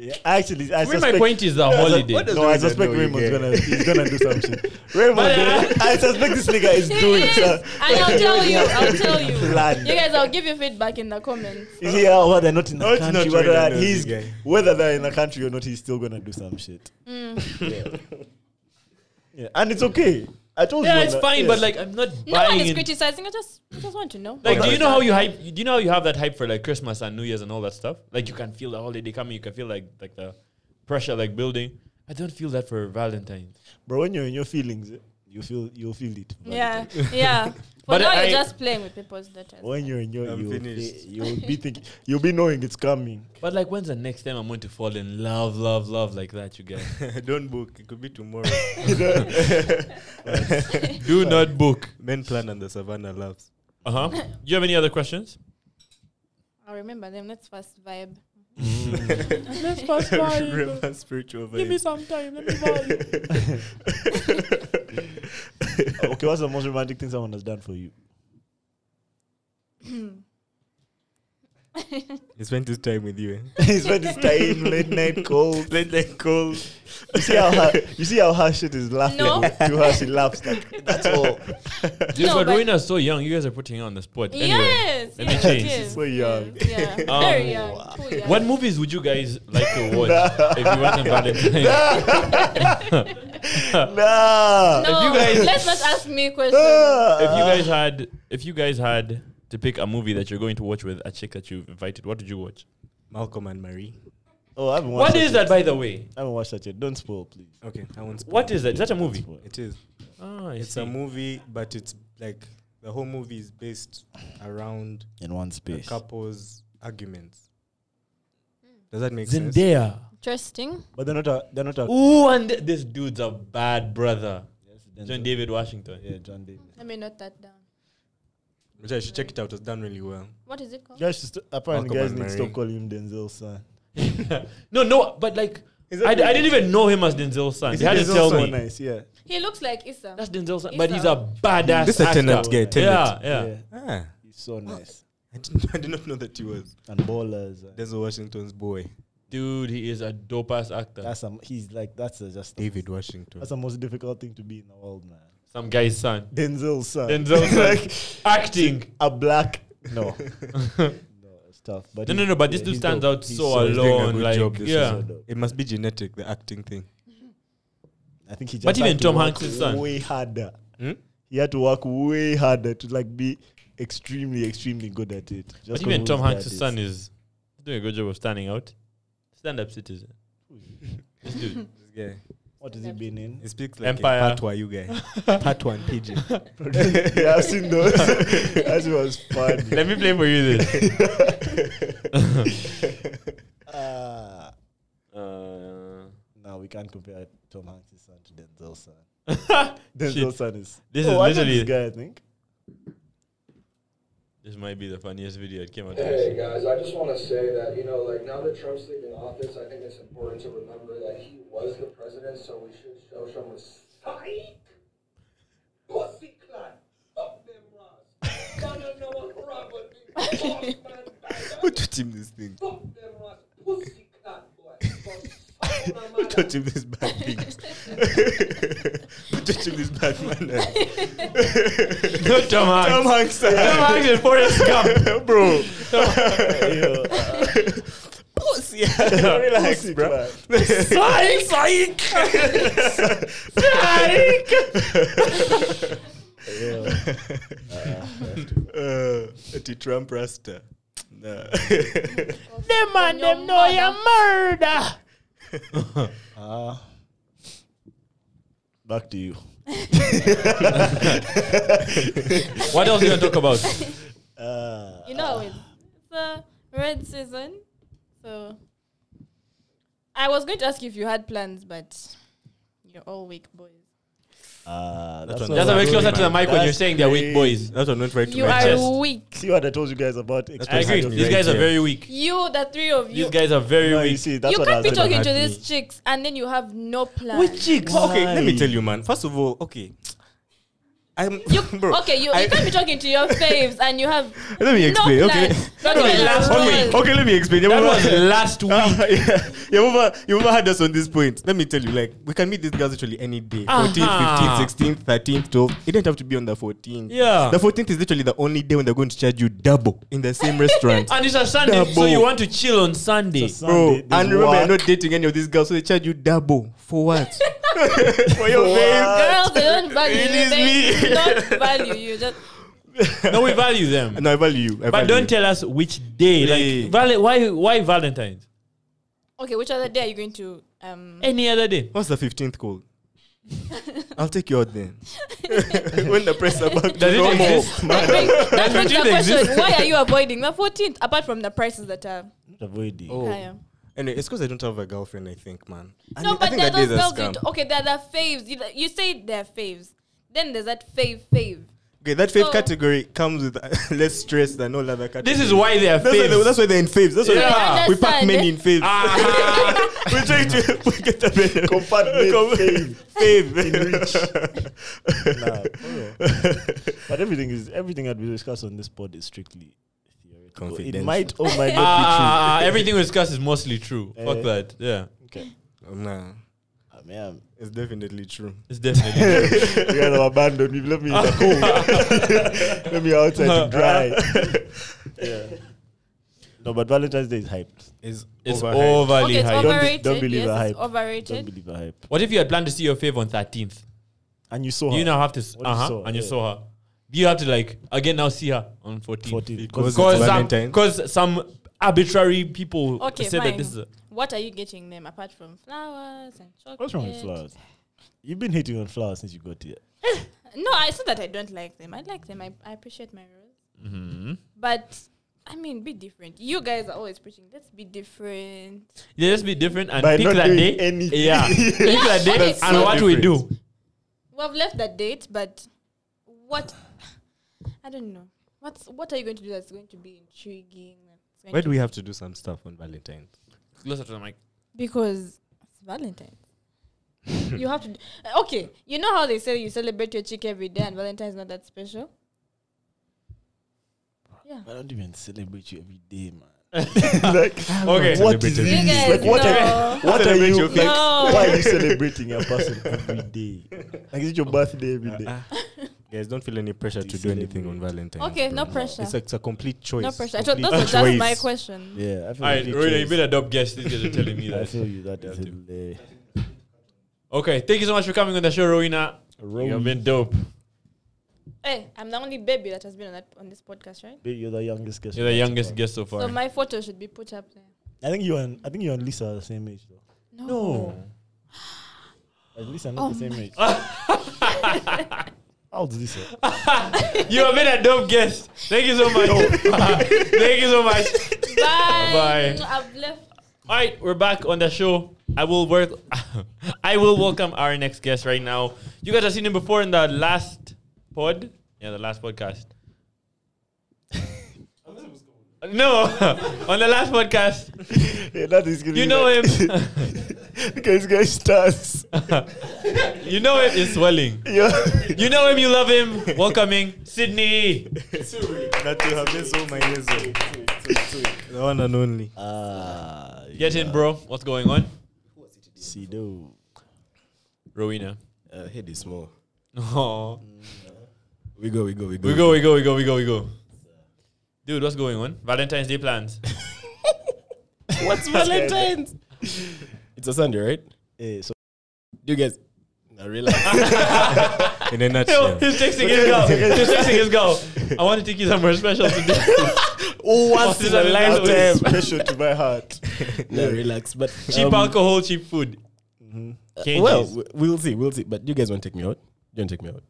Yeah, actually, I I mean, suspect. my point is the holiday. no, I suspect Raymond's gonna he's gonna do some shit. Raymond, uh, I- I suspect this nigga is doing. Yes, some- and I'll tell you, I'll tell you. [laughs] [laughs] Plan. You guys, I'll give you feedback in the comments. Is he out or they're not in the Oh, it's country? not whether Raymond, no, he's this guy. whether they're in the country or not, he's still gonna do some shit. Mm. Yeah. yeah, and it's okay. I told you. Yeah, on it's the- fine, yes. but like, I'm not No one buying is it. criticizing. I just, I just want to know. Like, do Alright. you know how you hype? Do you know how you have that hype for like Christmas and New Year's and all that stuff? Like, you can feel the holiday coming. You can feel like like the pressure like building. I don't feel that for Valentine's. bro, when you're in your feelings, eh, you feel you feel it. [laughs] yeah, [laughs] yeah. For But now, I- you're just playing with people's daughters. When you're in your, I'm you'll, finished. be- you'll be thinking, you'll be knowing it's coming. But like, when's the next time I'm going to fall in love, love, love like that? You guys don't book. It could be tomorrow. [laughs] do not book. Men plan and the savannah laughs. Uh huh. Do you have any other questions? I'll remember them. Let's first vibe. Let's pass [laughs] Remember spiritual vibes. some time. Let me vibe. [laughs] okay, what's the most romantic thing someone has done for [laughs] you? He spent his time with [laughs] you. Eh? he spent his time late night calls. Let them call. You see how her, you see how her shit is laughing [laughs] No. to her. She laughs like that's [laughs] all. Dude, No, but but- Rowena's so young. You guys are putting her on the spot. Anyway, yes, let me yes, change. yes, She's so [laughs] young. yes, yeah, Um, very young. Too young. what movies would you guys like to watch if you want a Valentine? Nah. No, you guys- let's not ask me questions. Ah. if you guys had, if you guys had to pick a movie that you're going to watch with a chick that you've invited, what did you watch? Malcolm and Marie. oh, I haven't watched What that is yet. that, by the way? I haven't watched that yet. Don't spoil, please. Okay, I won't. Spoil. What is that? Is that a movie? Spoil. It is. Ah, I It's see. a movie, but it's like the whole movie is based around In one the space. couple's arguments. Does that make sense? Zendaya. Interesting. But they're not a. They're not a. Ooh, and th- this dude's a bad brother. Yes, then- John David Washington. [laughs] Yeah, John David. Let me note that down. Which I should check it out. It's done really well. What is it called? Guys, should st- apparently Malcolm guys and need to Mary. stop calling him Denzel's son. no, no, but like, Is I, d- I didn't even know him as Denzel's son. Is They had to Denzel's tell so me. nice, yeah. He looks like Issa. That's Denzel's son, He's but he's a- a badass This is a actor. tenant guy. Tenant. Yeah, yeah. Ah, He's so nice. I didn't. [laughs] I did not know that he was And ballers. uh, and Denzel Washington's boy, Dude, he is a dope ass actor. That's a, he's like that's a, just David Washington. That's the most difficult thing to be in the world, man. Some guy's son. Denzel's son. Denzel's Uh, [laughs] like son. [laughs] Acting. a black. [laughs] No. [laughs] no, it's tough. But No, he- no, no, but this yeah, dude he's stands dope. out He's so he's doing a alone. good Like, job this yeah. so dope. It must be genetic, the acting thing. I think he just But had even to Tom work Hanks' son. way harder. Hmm? He had to work way harder to like be extremely, extremely good at it. Just But 'cause even he Tom was Hanks' bad at son is doing a good job of standing out. Stand up [laughs] citizen. This dude. This guy. What has he been in? He speaks like Empire. a Patwa, you [laughs] guy. Patwa [laughs] and Pigeon. yeah, I've seen those. that was fun. Let me play for you this. Ah, Uh, no, we can't compare Tom Hanks' son to Denzel's [laughs] son. Denzel's son is. This oh, is I know literally- this guy. I think. this might be the funniest video that came out. Hey [laughs] guys, I just want to say that you know, like now that Trump's leaving office, I think it's important to remember that he was the president, so we should show some respect. Pussy clan, up them Ross. Man, I know what Robert be. Boss man, Who taught him this thing? fuck them Ross, pussy clan boy. Fuck my Who mother. taught him [laughs] this bad [laughs] things? Who taught him this bad [laughs] manners? No, Tom Hanks. [laughs] Tom Hanks. Tom Hanks and Forrest Gump. [laughs] Bro. Yo, uh, [laughs] Pussy. Relax, pussy bro. clap. [laughs] Psych, psych, psych. Yeah. Uh, Anti-Trump [laughs] Rasta. Nah. Them and them know you murder. Ah. Back to you. [laughs] [laughs] [laughs] What else you gonna talk about? Uh, You know, it's the red season. So I was going to ask you if you had plans, but you're all weak boys. uh, that's one- what Just a I'm bit very doing, closer to the man. mic when you're That's saying they're weak crazy. boys. That one went right to You my are chest. weak. See what I told you guys about. I agree. Right These guys are here. very weak. You, the three of you. These guys are very No, you weak. see, that's you what can't I be was saying. talking to had these me. chicks and then you have no plan. chicks? Well, okay, let me Why? tell you, man. First of all, okay, I'm You, [laughs] bro. okay, you, I- you can't be talking [laughs] to your faves and you have Let me no explain. okay, plan. [laughs] Not was even a last role. week. okay, let me explain. That was Yehova- last week. [laughs] Ah, yeah, Yehova- Yehova had us on this point. Let me tell you, like, we can meet these girls literally any day 14th, Uh-huh. 15th, 16th, 13th, 12th. It didn't have to be on the 14th. Yeah. The 14th is literally the only day when they're going to charge you double in the same [laughs] restaurant. And it's a Sunday, so Double. you want to chill on Sunday. It's a Bro, Sunday, there's and remember, you're work. not dating any of these girls, so they charge you double. [laughs] For what? For your What? Girls, they don't value [laughs] It you. is They me. [laughs] don't value you. Just No, we value them. No, I value you. I But value don't you. tell us which day. Yeah. Like, val- why, why Valentine's? okay. Which other day are you going to? Um, Any other day. What's the 15th called? I'll take you out then. [laughs] when the press about Does it exist? man. that brings, [laughs] that brings the 14th question: exists. Why are you avoiding the 14th? Apart from the prices that are Avoid it. higher. Anyway, it's because I don't have a girlfriend, I think, man. Oh. I No, mean, I but think there are that day those is a girls. You scam. d- okay, there are the faves. You, you say they're faves. Then there's that fave fave. Okay, that fave So- category comes with [laughs] less stress than all other categories. This is why they are That's why, they, that's faves. why they're in faves. That's Yeah. why we pack Understand, men eh? in faves. Ah, [laughs] we try to we get the men. Compartment Com- [laughs] fave. fave. [laughs] Nah, for real. [laughs] but everything is everything that we discuss on this pod is strictly theoretical. It Confidential. might or might not ah, ah, everything we discuss is mostly true. Fuck Eh. that. Yeah, be true. Okay. [laughs] nah, I [laughs] mean, I'm- it's definitely true. it's definitely. [laughs] true. you guys have abandoned me. Let me in [laughs] the cold. Let me outside to dry. yeah. No, but Valentine's Day is hyped. It's, It's overhyped. overly okay, it's high. be- don't overrated. believe yes, the it's hype. Don't overrated. believe the hype. What if you had planned to see your fave on 13th? And you saw her. You now have to, What you uh huh, saw, and you yeah. saw her. Do you have to like again now see her on 14th? 14. Because- Because some, Valentine's. because some arbitrary people Okay, said fine. that this is. A, What are you getting them apart from flowers and chocolate? What's wrong with flowers? You've been hating on flowers since you got here. Mm-hmm. No, I said that I don't like them. I like them. I, I appreciate my rose. But I mean, be different. You guys are always preaching. Let's be different. Yeah, just be different and By pick not that doing day. anything. [laughs] Yeah, pick that day That's and so what we different. do. We've left that date, but what? I don't know. What's what are you going to do that's going to be intriguing? that's going Why to do we have to do some stuff on Valentine's? Closer to the mic. Because it's Valentine's. you have to. [laughs] d- uh, Okay, you know how they say you celebrate your chick every day and Valentine's not that special? Yeah. I don't even celebrate you every day, man. like, Okay. what is You Celebrate this? guys Like, what, know. are, what are Celebrate you? your Like, No. Why are you celebrating a person every day? Like, is it your birthday every day? Guys, don't feel any pressure to do Celebrate. anything on Valentine's. [laughs] Okay, no bro. pressure. It's a, it's a complete choice. No pressure. I thought Complete those are just choice. my question. Yeah, I feel All right, like Rina, you been a dope guest. These guys are telling [laughs] me I that. feel you. That You is have to. hilarious. Okay, thank you so much for coming on the show, Rowena. You've been dope. Hey, I'm the only baby that has been on that on this podcast, right? Babe, You're the youngest guest. You're the so youngest far. guest so far. So my photo should be put up there. I think you and I think you and Lisa are the same age though. No. Like, Lisa not Oh the same my age. How old [laughs] is Lisa? you have been a dope guest. Thank you so much. [laughs] Thank you so much. Bye. Bye. I've left. All right, we're back on the show. I will work. [laughs] I will welcome our next guest right now. You guys have seen him before in the last pod. Yeah, the last podcast. [laughs] no, [laughs] on the last podcast, [laughs] yeah, that is gonna you be know like- him. [laughs] Because guys stars. you know him is swelling. Yeah. You know him. You love him. Welcoming Sydney. That you have been so my years old. The one and only. Ah, Get in, bro. What's going on, [laughs] See, though. Rowena? Uh, head is small. Oh, We go, we go, we go. we go, we go, we go, we go, we go. Dude, what's going on? Valentine's Day [laughs] plans. What's Valentine's? [laughs] it's a Sunday, right? Eh, so Do you guys? I realize. In a [laughs] Yo, nutshell. He's texting his girl. He's texting his girl. I want to take you somewhere special [laughs] today. what's in a lifetime? special to my heart? no, relax. But cheap um, Mm-hmm. alcohol, cheap food. Changes. Well, w- we'll see, we'll see. But you guys won't take me out. You don't take me out,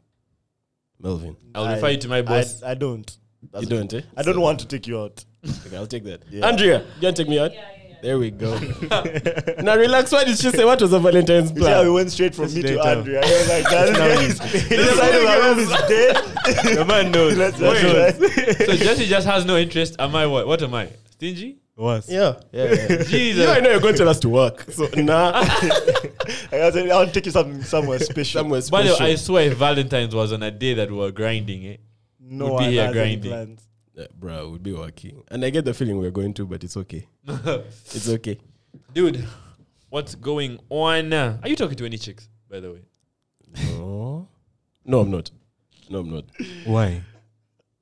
Melvin. I'll refer you to my I, [laughs] boss. I don't. That's you don't. Eh? I don't want to take you out. Okay, I'll take that. Yeah. Andrea, you don't take me out. There we go. now relax. Why did she say what was a Valentine's You see how we plan? went straight from Just me to later. Andrea. I was like, that is [laughs] This side of our room is dead. The man [laughs] knows. Let's Wait. let's try. so Jesse just has no interest. Am I what? What am I? Stingy? Was. Yeah, yeah. yeah. Jesus. [laughs] you know, I know you're going to tell us to work. So nah, I was like, I'll take you something somewhere special. somewhere By the special. way, I swear if Valentine's was on a day that we were grinding it. no would be one here has any grinding. plans. Yeah, bro, we'll be working. And I get the feeling we're going to, but it's okay. eh? [laughs] it's okay. Dude, what's going on? Are you talking to any chicks, by the way? No. No, I'm not. No, I'm not. Why?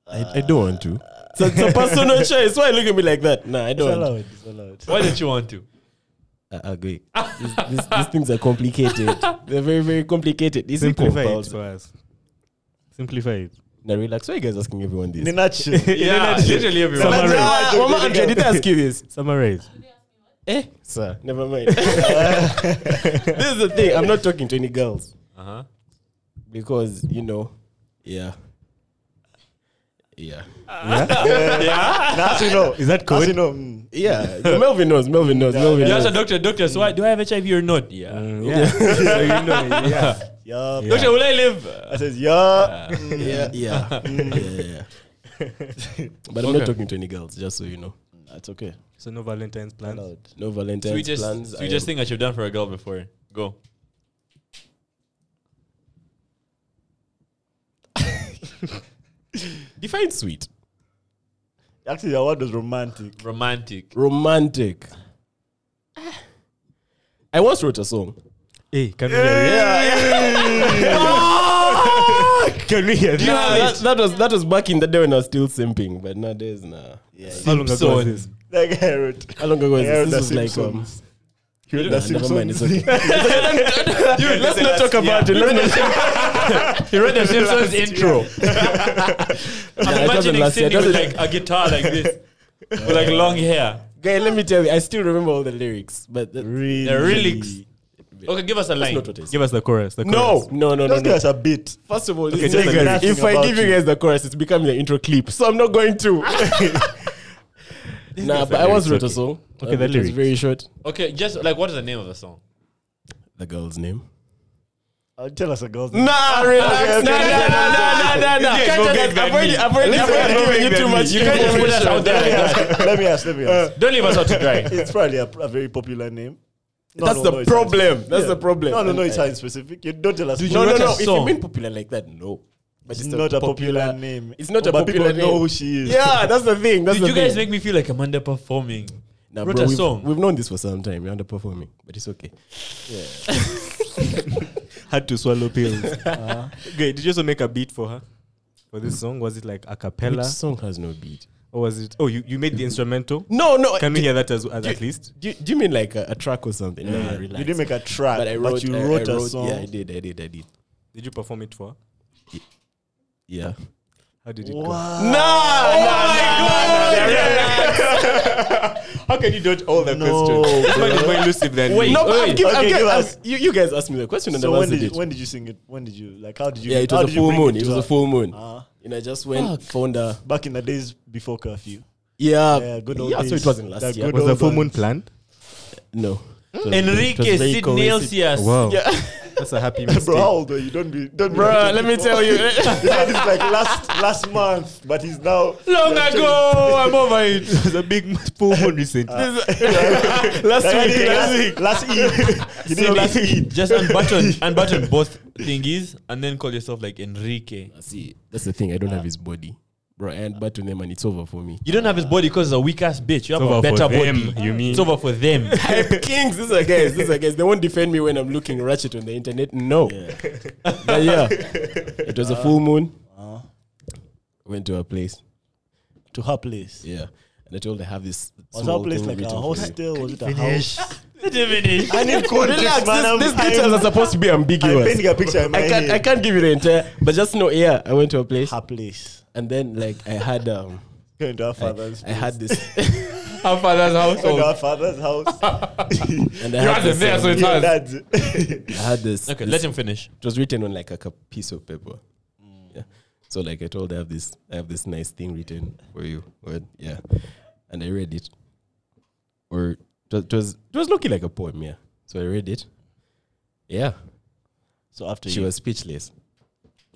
I, I don't want to. It's a, it's a personal choice. Why look at me like that? Nah, I It's don't. allowed. It's allowed. Why don't you want to? [laughs] I agree. these, these, these things are complicated. They're very, very complicated. It's equal Simplify it pals. for us. Simplify it. Now relax. Why are you guys asking everyone In a this? nutshell. Yeah, literally everyone. Someone- All Ah, Why Mama don't you Andrea, did I ask you this? Summarize. Eh, sir, never mind. [laughs] this is the thing. I'm not talking to any girls Uh-huh. because you know, yeah, yeah. Now you know. Is that Now code? you know. mm. Yeah, Melvin knows. Melvin knows. Melvin You knows. ask a doctor, doctor, so I, do I have HIV or not? Yeah. Mm, yeah. [laughs] so you [laughs] know. Yeah. Yup. Yeah. Doctor, will I live? Uh, I says, yup. yeah, yeah, yeah, yeah. yeah. but I'm Okay. not talking to any girls, just so you know. That's okay. So no Valentine's plans. Allowed. No Valentine's sweetest, plans. I sweetest am- thing that you've done for a girl before. Go. Define sweet. Actually, the word was romantic. Romantic. Romantic. I once wrote a song. Hey, can we hear it? Can we hear you this? have That, it? that was that was back in the day when I was still simping, but nowadays, nah. Yeah. How long ago was Simpson. this? Like I wrote. How long ago I was wrote this? the This was like um, Simpsons. You nah, wrote the never mind. Simpsons. It's okay. Dude, let's not talk about it. Let's not He read [laughs] the Simpsons intro. Yeah, I'm it doesn't imagining last year. It Sydney with like doesn't- a guitar like this, with like long hair. Guy, let me tell you, I still remember all the lyrics, but the, Really. The relics. Okay, give us a line. not what it is. Give us the chorus. The no, chorus. no, no, no, Just no. give us a bit. First of all, Okay, this just nigga, like nothing if I about give you you. [laughs] guys the chorus, it's becoming an intro clip, so I'm not going to. Nah, but I once wrote a song. Okay, um, the it was lyrics. very short. Okay, just like what is the name of the song? The girl's name. Uh, tell us a girl's name. Nah, relax. Nah, nah, nah, nah, nah, nah. You guys go gig than I've already, me. I've already, I've already given you too much. You guys just put us information. out there like that. let me ask. Let me ask. Don't leave us out to dry. it's probably a, a very popular name. No, That's no, the no, it's not. problem. That's Yeah. the problem. No, no, no. And It's I- not specific. You don't tell us. Dude, No, No, you wrote a no, no. If you song. mean popular like that, no. But it's a not a popular name. It's not a but popular people know name. who she is. Yeah, that's the thing. That's Did the you guys thing. make me feel like I'm underperforming? Nah, wrote bro, a we've, song? We've known this for some time. You're underperforming, but it's okay. Had to [laughs] swallow pills. Okay, did you also make a beat for her? For this song? Was it like a Which cappella? song has no beat? Or was it. Oh, you, you Mm-hmm. made the instrumental? No, no. Can we do, hear that as, as do- at least? Do, do you mean like a, a track or something? Nah, relax. You didn't make a track, but but, I wrote. you I- I wrote, a wrote- song. Yeah, I did. I did. I did. Did you perform it for her? Yeah. How did it Wow. Nah, oh go? [laughs] How can you dodge all the No, questions? This man is more elusive than me. No, but I'm wait. giving, Okay, I'm give giving, us- I'm, you, you guys asked me the question and So I when answered did you, it. when did you sing it? When did you like? How did you? yeah, it how was a did you full bring moon. It to was a her? full moon. Uh-huh. And I just went, found a. back in the days before [laughs] curfew. Yeah, Yeah, good old yeah so days. it wasn't The last year. good Was the old full moon ones. planned? No. It was- it was Enrique very Sid coincident- Nelsias. Wow. That's a happy [laughs] mistake. Bro, how old are you? Don't be, don't be. Bruh, let [laughs] me [laughs] tell you. He said it's like last last month, but he's now Long Yeah, ago, I'm over it. it was a big full moon recently. Uh, [laughs] Like, last I week, did last last week. Last [laughs] Eid. He did last [laughs] Eid. Just unbutton, unbutton both thingies, and then call yourself like Enrique. See, that's the thing. I don't have his body. Bro, Ah. and but to them and it's over for me. You don't have his body because it's a weak ass bitch. You have a better body. You mean? It's over for them. Hype [laughs] kings, these are guys. These are guys. They won't defend me when I'm looking ratchet on the internet. No. [laughs] But yeah, it was a full moon. Uh-huh. Went to a place. To her place. Yeah. And I told her I have this. Was her small place like thing a written for me. hostel? Was it [laughs] a house? Finish. I need context, Relax. man. I'm, These, these I'm- details are supposed to be I'm ambiguous. painting a picture in my I can't, I head. can't give you the entire, but just know, yeah, I went to a place Her place. and then like I had, um, Going to her I, father's. I had this, Her father's Oh. Going household. to her father's [laughs] house. and I had this, um, it's Your hers. dad's. I had this, Okay, this- let him finish. it was written on like a, ca- piece of paper. Yeah. So like I told her, I have this, I have this nice thing written for you. Or, yeah. And I read it. Or it was, it was, it was looking like a poem. Yeah. So I read it. Yeah. So after She you. [laughs] was speechless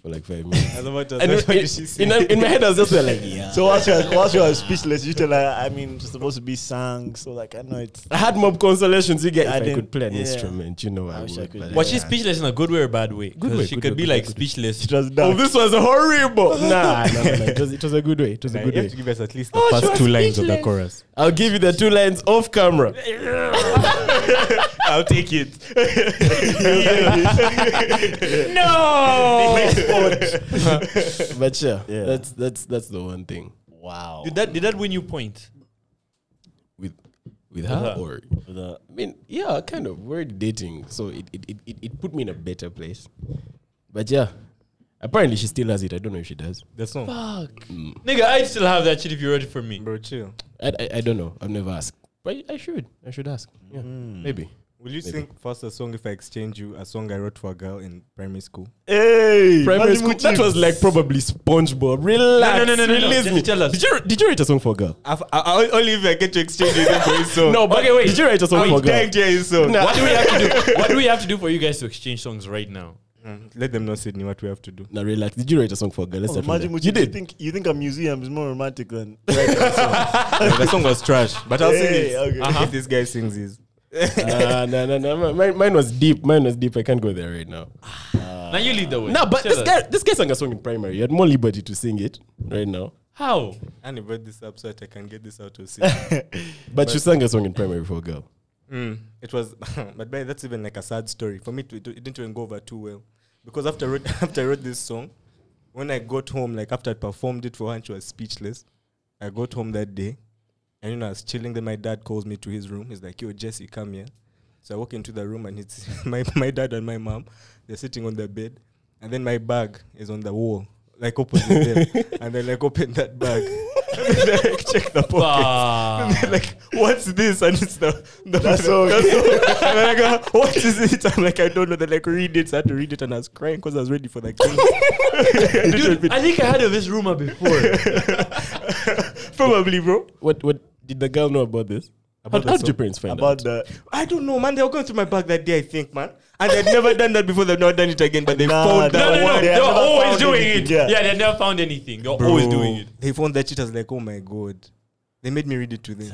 for like five minutes. [laughs] I love what does- And what did [laughs] she in, in, in my head, I was just like, [laughs] yeah. So while she was, while she was speechless, you tell her, I mean, it's supposed to be sang, so like, I know [laughs] it's. I had mob consolations. You get I if I didn't- could play an yeah. instrument, you know, I, I would. wish I could. but Yeah. Was [laughs] she speechless in a good way or bad way? Good 'Cause way, She good could way, be good like way, good way. speechless. It was Oh, dark. this was horrible. [laughs] [laughs] [laughs] nah, nah, nah, nah. It, was, it was a good way. It was a Nah, good you have to way. give us at least the Oh, she first was two lines of the speechless. chorus. I'll give you the two lines off camera. I'll take [laughs] it. [laughs] But sure, Yeah. that's that's that's the one thing wow. [laughs] Did that did that win you points? with with her. her. Or The- Uh-huh. I mean, yeah, kind of. We're dating, so it it, it, it it put me in a better place. But yeah, apparently she still has it. I don't know if she does. Mm. The song. Nigga, I'd still have that shit if you wrote it for me. Bro, chill. I I, I don't know. I've never asked, but I should. I should ask. Yeah, maybe. Will you sing first a song if I exchange you a song I wrote for a girl in primary school? Hey, primary Mazimu school. That chips. was like probably SpongeBob. Relax. No, no, no, no, no, no. Release Just me. tell us. Did you did you write a song for a girl? I've, I, I, only if I get to exchange with him for his song. [laughs] No, but Did Oh, you write a song for a I'm girl? dying to hear his song. Nah. What do we have to [laughs] do? What do we have to do for you guys to exchange songs right now? Mm, Let them know, Sydney, what we have to do. [laughs] No, relax. Did you write a song for a girl? Let's Oh, start from Mazimu there. chips. You You did. think you think a museum is more romantic [laughs] than? Yeah, the song was trash, but I'll sing Hey, it okay. if this guy sings his. Ah, no, no, no. Mine, mine was deep. Mine was deep. I can't go there right now. now you lead the way. No, but Tell this us. guy, this guy sang a song in primary. You had more liberty to sing it right now. How? And he brought this up so that I can get this out of Sydney. But, you sang a song in primary for a girl. Mm, it was, [laughs] but by that's even like a sad story for me. It, it didn't even go over too well because after I wrote, [laughs] after I wrote this song, when I got home, like after I performed it for her, and she was speechless. I got home that day, and you know I was chilling. Then my dad calls me to his room. He's like, "Yo, Jesse, come here." So I walk into the room, and it's [laughs] my my dad and my mom. They're sitting on the bed, and then my bag is on the wall, like opposite them, and then like open that bag. [laughs] like, check the pocket. Ah. [laughs] And they're [laughs] like, what's this? And it's the, the That's the- all. that's all. And I go, what is it? I'm like, I don't know. They're like, read it. So I had to read it, and I was crying because I was ready for the king. Dude, I think I heard of this rumor before. Probably, bro. What? What? Did the girl know about this? About how the how did song? your parents find About out? the I don't know, man. They were going through my bag that day, I think, man. And they'd never done that before. They've never done it again, but they Nah, found they No, that no, one. no. They They're have never always found doing anything, it. yeah. Yeah. they never found anything. They're always doing it. They found that shit. I was like, oh my god. They made me read it to them.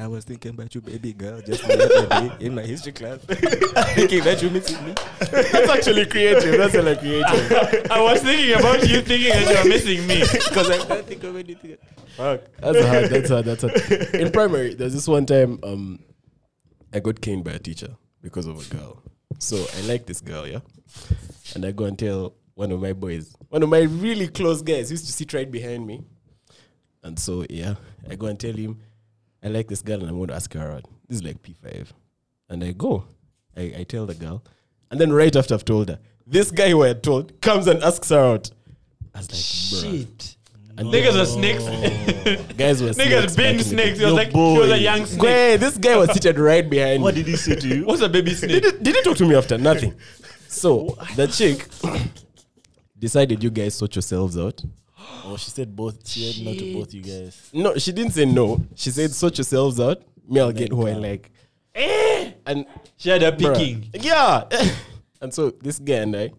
I was thinking about you, baby girl, just the other day in my history class. [laughs] thinking that you missing me. That's actually creative. That's actually creative. I was thinking about you thinking that you're missing [laughs] me. Because I can't think of anything. Fuck. That's hard. That's hard. That's hard. In primary, there's this one time um, I got caned by a teacher because of a girl. So I like this girl, yeah? And I go and tell one of my boys, one of my really close guys, who used to sit right behind me. And so, yeah, I go and tell him, I like this girl and I'm going to ask her out. This is like P5. And I go, I, I tell the girl. And then right after I've told her, this guy who I had told comes and asks her out. I was like, bruh. And Niggas are snakes. guys [laughs] were Niggas back been in the day. snakes. He was No like, he was a boy. young snake. Wait, this guy was seated right behind what me. did he say to you? What's a baby snake? Did he, did he talk to me after? [laughs] Nothing. So the chick decided you guys sort yourselves out. Oh, she said both. She had not to both you guys. No, she didn't say no. She said sort yourselves out. Me, I'll get who I like. Eh, And She had a bruh. picking. Yeah. [laughs] and so this guy and I,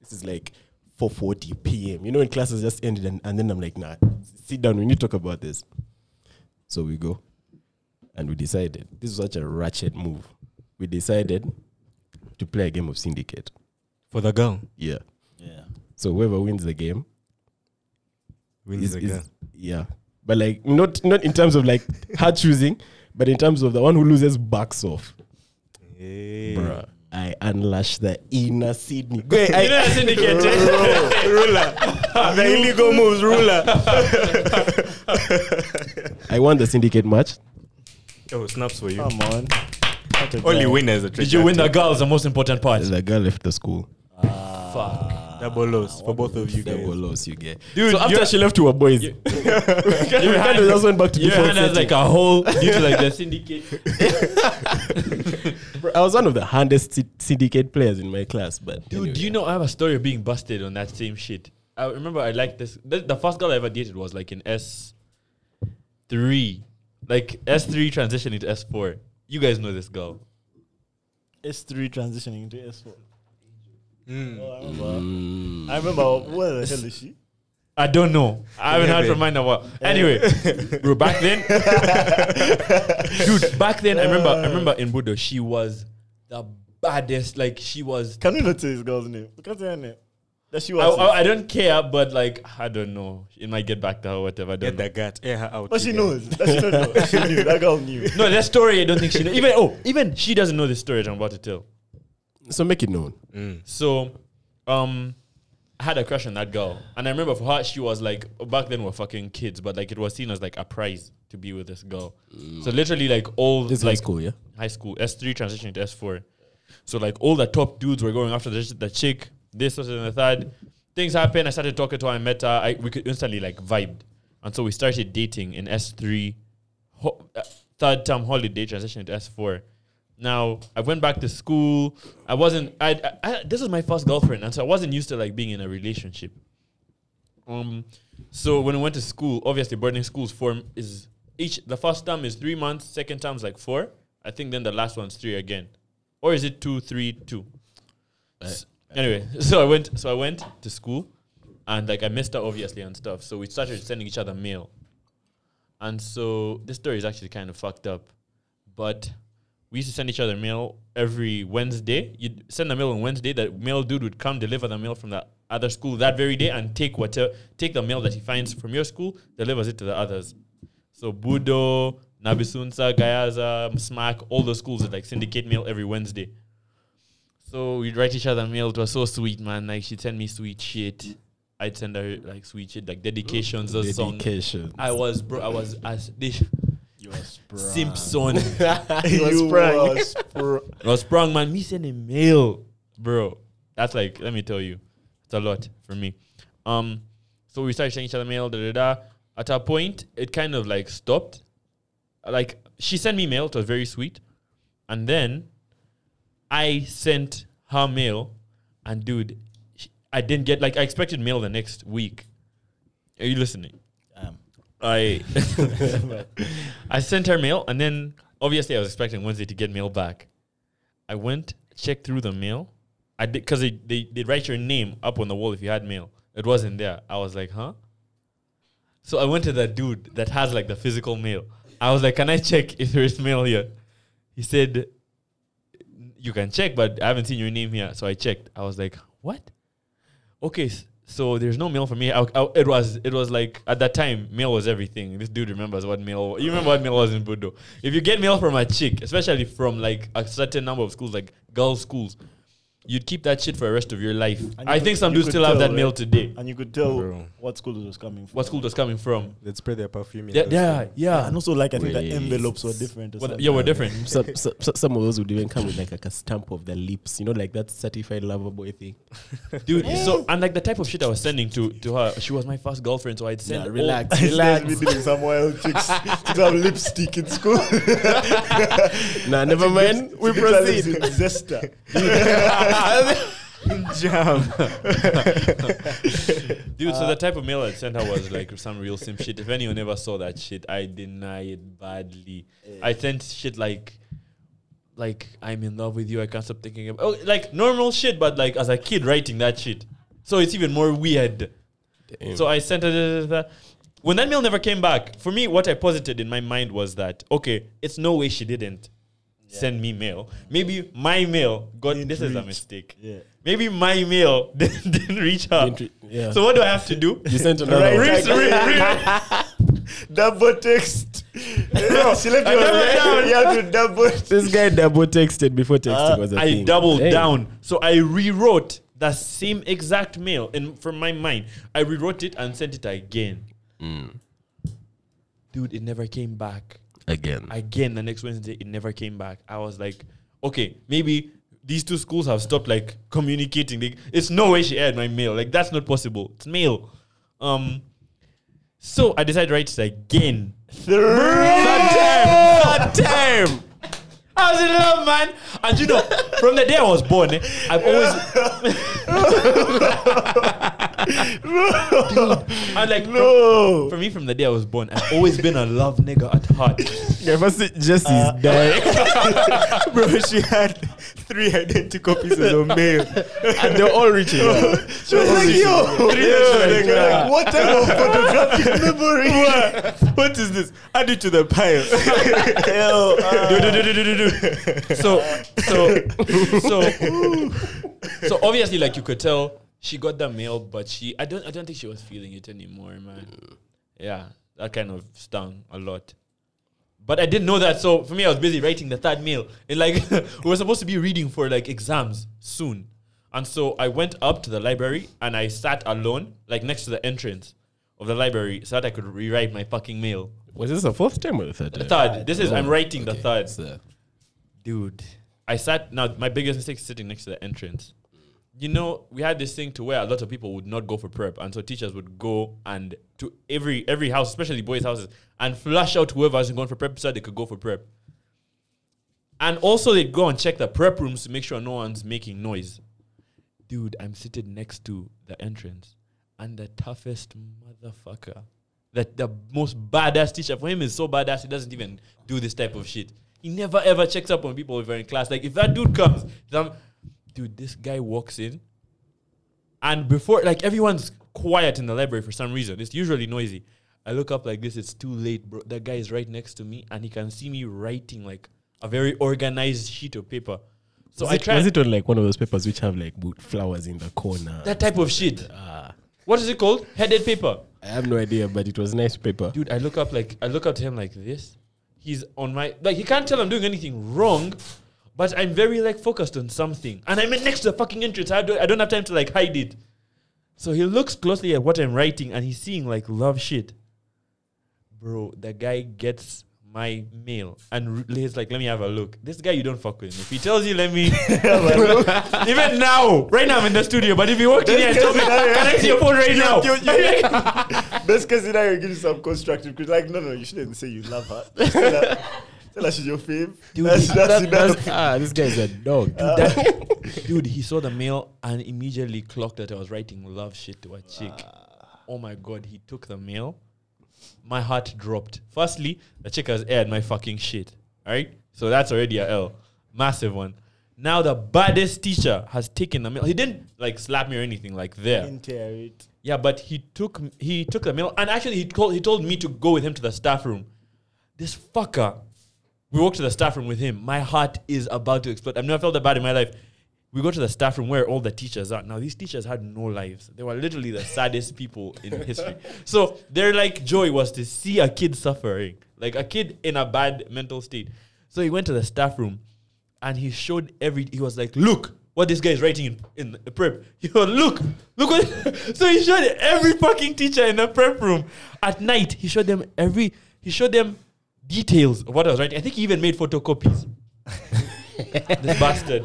this is like 4:40 p.m. You know, when classes just ended, and, and then I'm like, nah, sit down. We need to talk about this. So we go, and we decided this was such a ratchet move. We decided to play a game of syndicate. For the girl. Yeah. Yeah. So whoever wins the game Wins the is- girl. yeah. But like not not in terms of like [laughs] her choosing, but in terms of the one who loses backs off. Yeah. Bruh. I unlashed the inner Sydney. Go ahead, I- You know a syndicate. eh? [laughs] ruler. the illegal moves, ruler. I won the syndicate match. Oh, snaps for you. Come on. What a Only guy. winners are Did you win the girls? The most important part. The girl left the school. Fuck. Double loss for both of you guys. Double loss you get. Dude, so after you're- [laughs] she left, we were boys. you- we Your [laughs] kind of just went back to your default hand has like setting. a hole due to like the syndicate. Bro, I was one of the hardest sy- syndicate players in my class, but Dude, anyway. do you know I have a story of being busted on that same shit? I remember I liked this. The, the first girl I ever dated was like in S three, like S three transition into S four. You guys know this girl. S3 transitioning into S4. Mm. Hmm. Oh, I remember. Hmm. I remember. Where the hell is she? I don't know. I haven't heard from mine in a while. Anyway, bro, back then, dude, back then I remember. I remember in Budo, she was the baddest. Like she was. Can we not say this girl's name? We can't say her name. That she I, was. I, I don't care, but like I don't know. It might get back to her, whatever. I don't Get know. the gut. Air her out. but she you knows. That she don't know. She knew. That girl knew. No, that story I don't think she knows. even. Oh, even she doesn't know the story that I'm about to tell. So make it known. guys. Mm. So, um, I had a crush on that girl, and I remember for her, she was like back then we are fucking kids, but like it was seen as like a prize to be with this girl. So literally, like all This is like high school, yeah? high school S three transition to S four. So like all the top dudes were going after the, the chick. This was in the third. Things happened. I started talking to her. I met her. I, we could instantly like vibed, and so we started dating in S three, ho- uh, third term holiday transition to S four. Now I went back to school. I wasn't. I, I, I this was my first girlfriend, and so I wasn't used to like being in a relationship. Um, so when I went to school, obviously boarding schools form is each the first term is three months, second term is like four. I think then the last one's three again, or is it two, three, two? S- anyway, [laughs] so I went, so I went to school, and like I missed her obviously and stuff. So we started sending each other mail, and so this story is actually kind of fucked up, but we used to send each other mail every Wednesday. You'd send the mail on Wednesday. That mail dude would come deliver the mail from the other school that very day and take whatever take the mail that he finds from your school, delivers it to the others. So Budo, Nabisunsa, Gayaza, Smack, all those schools that like syndicate mail every Wednesday. So we'd write each other mail. It was so sweet, man. Like she'd send me sweet shit. I'd send her like sweet shit, like dedications, those songs. Dedication. I was bro. I was as this You were sprung. Simpson. You was sprung. were sprung. I was sprung, man. Me sending mail, bro. That's like, let me tell you, it's a lot for me. Um, so we started sending each other mail. Da da da. At a point, it kind of like stopped. Like she sent me mail. It was very sweet, and then I sent her mail, and dude, sh I didn't get like I expected mail the next week. Are you listening? Um, I [laughs] I sent her mail, and then obviously I was expecting Wednesday to get mail back. I went checked through the mail. I did because they, they they write your name up on the wall if you had mail. It wasn't there. I was like, huh. So I went to that dude that has like the physical mail. I was like, can I check if there is mail here? He said, you can check, but I haven't seen your name here. So I checked. I was like, what? Okay, s- so there's no mail for me. I, I- it was it was like at that time, mail was everything. This dude remembers what mail. wa- You remember what mail was in Budo. If you get mail from a chick, especially from like a certain number of schools, like girls' schools, you'd keep that shit for the rest of your life. And I you think could- some you dudes could still have tell, that right? mail today. And you could tell Bro. what school it was coming from. What school was coming from? They'd spray their perfume. in Yeah, those yeah, things. yeah. And also, like, I think Wait. the envelopes were different. or What- something. yeah, we're [laughs] different. some, some, some of those would even come with like a stamp of their lips, you know, like that certified lover boy thing. dude. So and like the type of shit I was sending to to her, she was my first girlfriend, so I'd send Nah, all- [laughs] relax, It's like me relax. doing some wild chicks to have lipstick in school. nah, never mind. We proceed. Zester. Jam. [laughs] dude. so Uh, the type of mail I'd sent her was like some real sim shit. If anyone ever saw that shit, I deny it badly. I sent shit like. Like I'm in love with you, I can't stop thinking about oh, like normal shit, but like as a kid writing that shit, so it's even more weird. So I sent it. When that mail never came back, for me, what I posited in my mind was that okay, it's no way she didn't send me mail. Maybe my mail got Didn't this is a reach. mistake. Yeah. Maybe my mail [laughs] didn't, didn't reach her. Didn't re- yeah. So what do I have to do? you sent another Right, one. Reach- Like- re- re- Double [laughs] text. No, she left I you never on down. red. You have to double. This guy double texted before texting was a Uh, I thing. doubled Hey. down. So I rewrote the same exact mail and from my mind. I rewrote it and sent it again. Dude, it never came back. again. again the next Wednesday, it never came back. I was like, okay, maybe these two schools have stopped like communicating. Like, it's no way she aired my mail. Like that's not possible. It's mail. Um, so I decided to write it again. Third time. Third time. I was in love, man. And you know, from the day I was born, eh, I've always. Dude, I'm like, Oh. no. For me, from the day I was born, I've always been a love nigga at heart. Never see just Uh, is dying. [laughs] Bro, she had three identical pieces of mail. And they're all reaching. [laughs] out. She was like, yo. Yeah. You're like, what type of photographic memory? [laughs] What is this? Add it to the [laughs] pile. Yo, uh, do, do, do, do, do, do. So, so, so, so obviously, like you could tell, she got the mail, but she, I don't, I don't think she was feeling it anymore, man. Yeah, that kind of stung a lot. But I didn't know that, so for me, I was busy writing the third mail, and like [laughs] we were supposed to be reading for like exams soon, and so I went up to the library and I sat alone, like next to the entrance of the library, so that I could rewrite my fucking mail. Was this the fourth time or the third The time? third, this is I'm writing the third It's the- dude. I sat now. My biggest mistake is sitting next to the entrance. You know, we had this thing to where a lot of people would not go for prep, and so teachers would go and to every every house, especially boys' houses, and flush out whoever hasn't gone for prep so that they could go for prep. And also, they'd go and check the prep rooms to make sure no one's making noise. Dude, I'm seated next to the entrance, and the toughest motherfucker, that the most badass teacher for him is so badass he doesn't even do this type of shit. He never ever checks up on people if they're in class. Like if that dude comes, then I'm- dude, this guy walks in, and before like everyone's quiet in the library for some reason. It's usually noisy. I look up like this. It's too late, bro. That guy is right next to me, and he can see me writing like a very organized sheet of paper. So was, I it, try was it on like one of those papers which have like bo- flowers in the corner? that type of shit. Ah, What is it called? Headed paper. I have no idea, but it was nice paper. dude i look up like i look up to him like this he's on my like he can't tell i'm doing anything wrong but i'm very like focused on something and i'm next to the fucking entrance i don't, I don't have time to like hide it so he looks closely at what i'm writing and he's seeing like love shit bro the guy gets my mail and re- he's like let me have a look this guy you don't fuck with if he tells you let me [laughs] even now right now i'm in the studio but if he walked in here and told me can i see your phone right now you- [laughs] Best case scenario, give you some constructive criticism. Like, no, no, you shouldn't say you love her. [laughs] Just Tell her, tell her she's your fave. that's, that's, That- enough. that's- Uh. ah, this guy's a dog. that dude, he saw the mail and immediately clocked that I was writing love shit to a chick. oh my god, he took the mail, my heart dropped. Firstly, the chick has aired my fucking shit. All right, so that's already a L, massive one. Now the baddest teacher has taken the mail. He didn't like slap me or anything like there. Tear it. Yeah, but he took he took the mail, and actually he told he told me to go with him to the staff room. This fucker. We walked to the staff room with him. My heart is about to explode. I've never felt that bad in my life. We go to the staff room where all the teachers are. Now these teachers had no lives. They were literally the saddest [laughs] people in history. So their like joy was to see a kid suffering, like a kid in a bad mental state. So he went to the staff room and he showed every he was like look what this guy is writing in, in the prep [laughs] he was look look what [laughs] so he showed every fucking teacher in the prep room at night he showed them every he showed them details of what i was writing i think he even made photocopies [laughs] this bastard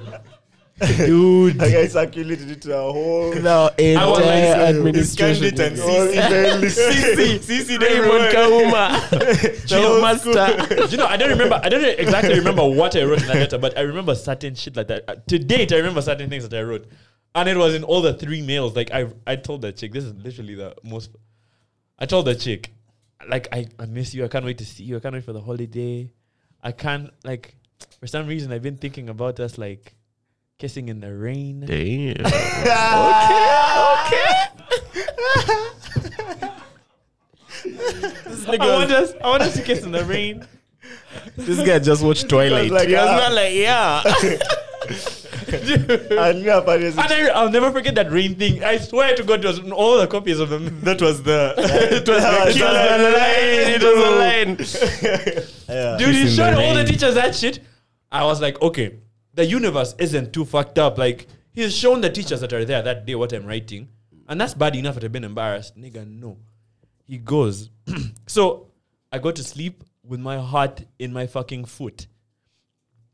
Dude. I circulated it to a whole. Now, I was like, entire "Scanned administration. it and [laughs] CC. CC [laughs] Raymond Kauma. whole Master. you know i don't remember i don't exactly remember what i wrote in that letter but i remember certain shit like that Uh, to date i remember certain things that i wrote and it was in all the three mails like i i told that chick this is literally the most i told the chick like I, I miss you i can't wait to see you i can't wait for the holiday i can't like for some reason i've been thinking about us like kissing in the rain Damn. i want us i want us to kiss in the [laughs] rain This guy just watched Twilight. Like, he was ah. not like, yeah. I knew I parted And I, I'll never forget that rain thing. I swear to God, it was in all the copies of them. That was the. [laughs] it was the It killer. was a line. It was a line. Dude, he It's in showed the all the rain. teachers that shit. I was like, okay, the universe isn't too fucked up. Like, he's shown the teachers that are there that day what I'm writing. And that's bad enough that I've been embarrassed. Nigga, no. He goes. [clears throat] so I go to sleep with my heart in my fucking foot.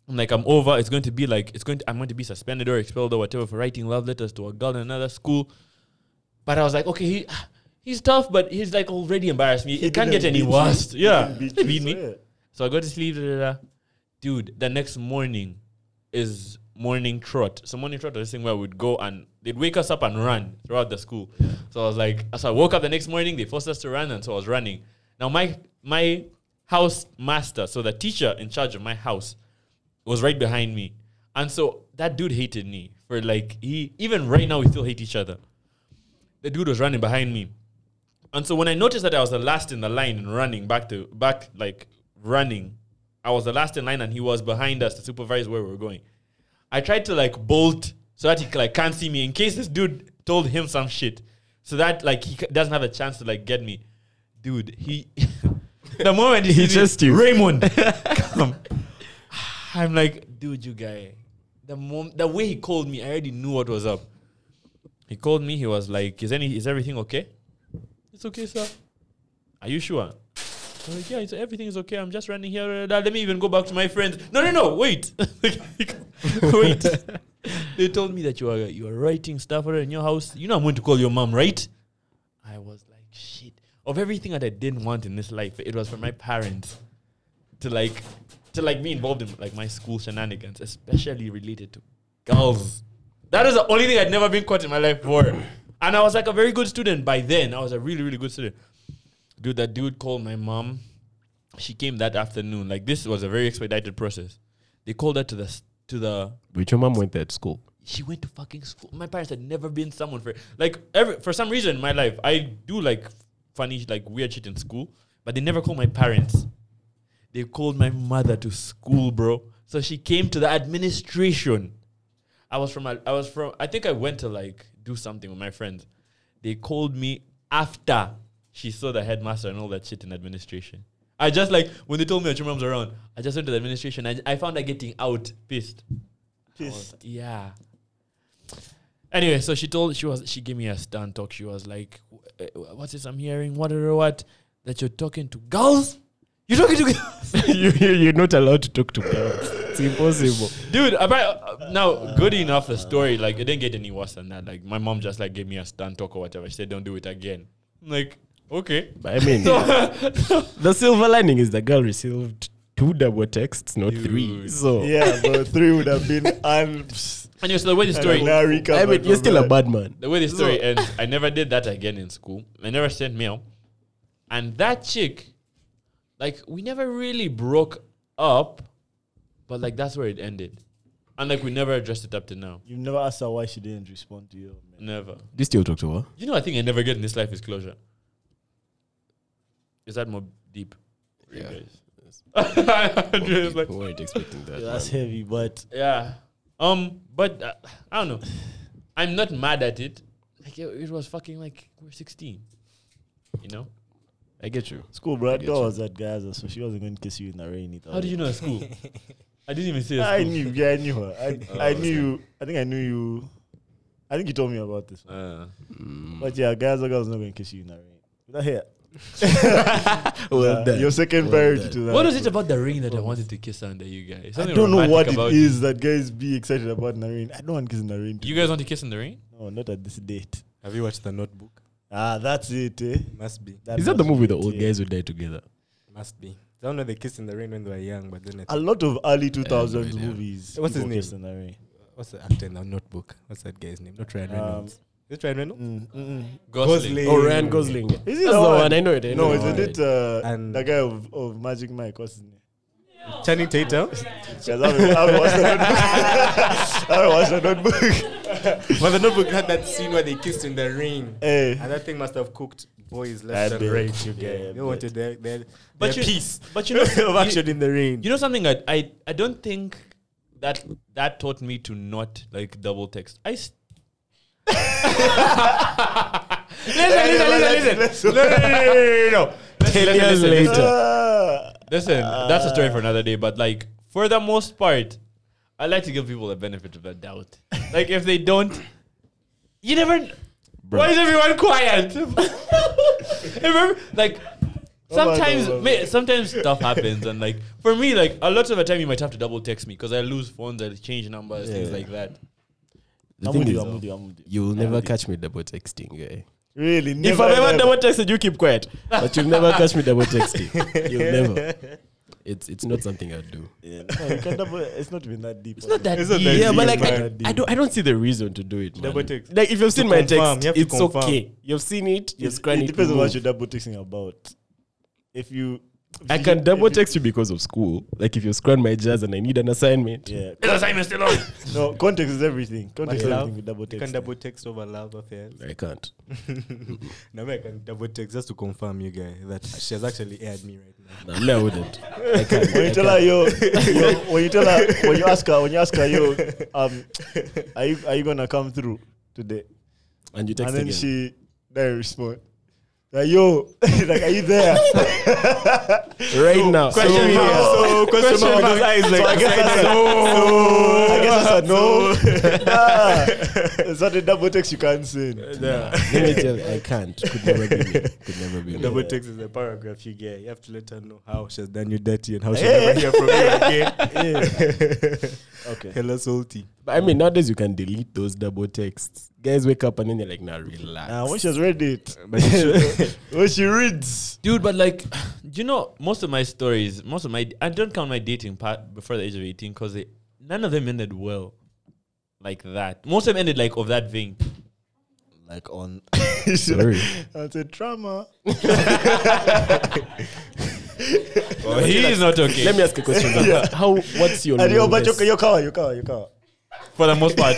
I'm like, I'm over. It's going to be like, it's going to, I'm going to be suspended or expelled or whatever for writing love letters to a girl in another school. But I was like, okay, he, [sighs] he's tough, but he's like already embarrassed me. it can't get any worse. Yeah. He Beat beat me. So I go to sleep. da, da, da. Dude, the next morning is morning trot. So morning trot was this thing where we'd go and they'd wake us up and run throughout the school. So I was like, so I woke up the next morning. They forced us to run, and so I was running. Now my my house master, so the teacher in charge of my house, was right behind me, and so that dude hated me for like he even right now we still hate each other. The dude was running behind me. And so when I noticed that I was the last in the line and running back to back, like running, I was the last in line and he was behind us to supervise where we were going. I tried to like bolt so that he like can't see me in case this dude told him some shit, so that like he c- doesn't have a chance to like get me. Dude, he [laughs] the moment he, He sees me, just you. [laughs] Raymond. come. I'm like, dude, you guy. The mom, the way he called me, I already knew what was up. He called me. He was like, "Is any is everything okay?" It's okay, sir. Are you sure? I'm like, yeah, it's, everything is okay. I'm just running here. uh, Let me even go back to my friends. No, no, no. Wait, [laughs] wait. [laughs] they told me that you are you are writing stuff in your house. You know, I'm going to call your mom, right? I was like, shit. Of everything that I didn't want in this life, it was for my parents to like to like be involved in like my school shenanigans, especially related to girls. That is the only thing I'd never been caught in my life for. And I was like a very good student by then. I was a really, really good student. Dude, that dude called my mom. She came that afternoon. Like this was a very expedited process. They called her to the s- to the Which your mom went to that school? [laughs] she went to fucking school. My parents had never been someone for like every for some reason in my life I do like funny sh- like weird shit in school, but they never called my parents. They called my mother to school, bro. So she came to the administration. I was from a- I was from I think I went to like do something with my friends. They called me after she saw the headmaster and all that shit in administration. I just like when they told me that your mom's around, I just went to the administration. I, I found her getting out pissed. I was- Yeah. Anyway, so she told she was she gave me a stand talk. She was like, "Wh- uh, "What's this I'm hearing? What what what? That you're talking to girls? You're talking to girls, [laughs] you, you, you're not allowed to talk to girls. It's impossible. dude?" About, uh, now, good enough the story. Like it didn't get any worse than that. Like my mom just like gave me a stand talk or whatever. She said, "Don't do it again." I'm like, okay. [laughs] But I mean, the silver lining is the girl received two double texts, not three. Dude. So Yeah, but three would have been un- Anyway, so the way the story an American I mean, you're still a overnight. bad man. the way the story ends, I never did that again in school. I never sent mail. And that chick, like, we never really broke up, but like that's where it ended. And like we never addressed it up to now. You've never asked her why she didn't respond to you. Man. Never. Do you still talk to her? You know, I think I never get in this life is closure. Is that more deep? for you Yeah. guys? [laughs] Yes. Andrew is like, People weren't expecting that. Yeah, that's man. heavy, but yeah. Um, but uh, I don't know. I'm not mad at it. Like it, it was fucking like we're 16. You know? I get you. it's cool, bro. I That get girl you. was at Gaza, so she wasn't going to kiss you in the rain. either. How do you know at school? I didn't even see [laughs] I a knew. Yeah, I knew her. I, [laughs] Oh, I okay. knew you. I think I knew you. I think you told me about this. school. Uh, Mm. But yeah, Gaza girl's not going to kiss you in the rain. With her hair. well, Yeah, done. your second [laughs] Well priority done. to that. what was it about the ring that I wanted to kiss under you guys? I Something don't know romantic what it about is that guys be excited about in the rain. I don't want kissing in the rain. You guys want to kiss in the ring? No, not at this date. Have you watched The Notebook? Ah, that's it. Eh? Must be. Is that the must movie be the it, old eh. guys who die together? Must be. I don't know they kissed in the rain when they were young, but then A I lot of early 2000s idea. movies. What's his people name? kiss in the rain. what's the actor in the notebook? What's that guy's name? Not Ryan Um, Reynolds. is it Ryan Reynolds? Mm, mm, Gosling. Gosling. Oh, Ryan Gosling. mm. Is it That's the one. I know it. I No, know isn't it uh, And- the guy of, of Magic Mike? What's his name? Channing Tatum. 'Cause I haven't- I haven't watched the notebook. I haven't watched [laughs] the notebook. but the notebook had that scene where they kissed in the rain. Hey, And that thing must have cooked boys left I and bet. right, you Yeah, I guys. They bet. wanted their, their, But their you- peace [laughs] But [laughs] you know, of you- action in the rain. You know something? I, I I don't think that that taught me to not like double text. I. [laughs] St- listen, listen, [laughs] listen, listen. No, no, no, no, no, no, no. Listen, listen, listen, listen. Ah. uh, Listen, that's a story for another day. But like, for the most part, I like to give people the benefit of the doubt. Like, if they don't, you never. Why is everyone [laughs] quiet? Remember, like. Sometimes, oh my ma- sometimes stuff happens, and like for me, like a lot of the time, you might have to double text me because I lose phones, I change numbers, things Yeah. like that. The I'm thing with you. is, I'm with you. I'm with you. You'll never catch me double texting, eh? guy. Really? If I've ever double texted, you keep quiet. But you'll never catch me double texting. You'll never. It's it's not something I'd do. Yeah, [laughs] no, you can double. It's not even that deep. It's not that It's not deep. that yeah, deep, but like I, man. I don't I don't see the reason to do it. Man. Double text. Like if you've seen my confirm, you have text, to it's confirm. okay. You've seen it. You've It's, scanned it it. depends on what move. you're double texting about. If you, if I you- can double if you- text you because of school. Like if you scrum my jazz and I need an assignment. Yeah. This assignment still on. No, context is everything. Context is love, everything with double you text. can double text over love affairs. I can't. [laughs] no, I can double text just to confirm you guys that she has actually aired me right now. No, me, I wouldn't. I can't. when I you tell her can't. yo, yo when you tell her when you ask her when you ask her yo um are you are you gonna come through today and you text and then again. she then respond like yo [laughs] like are you [laughs] there right now. question so, mark. so question mark on his eyes like so I guess that's a, so, I guess that's a [laughs] no [laughs] nah, it's not a double text you can't send Nah, [laughs] let me tell you, I can't. Could never be me. Could never be me. Double text is a paragraph you get. You have to let her know how she has done you dirty and how she'll Hey. never hear from you yeah. again. okay Hello, [laughs] salty. But I mean, nowadays you can delete those double texts. Guys wake up and then they're like, nah, relax. now [laughs] when she has read it But you should- when she reads dude but like [sighs] do you know most of my stories most of my i don't count my dating part before the age of 18 because none of them ended well like that most of them ended like of that vein like on Sorry. that's a trauma Oh, he is not okay Let me ask a question. [laughs] Yeah. How? What's your and yo but longest- you're you're covered you're covered you're covered for the most [laughs] part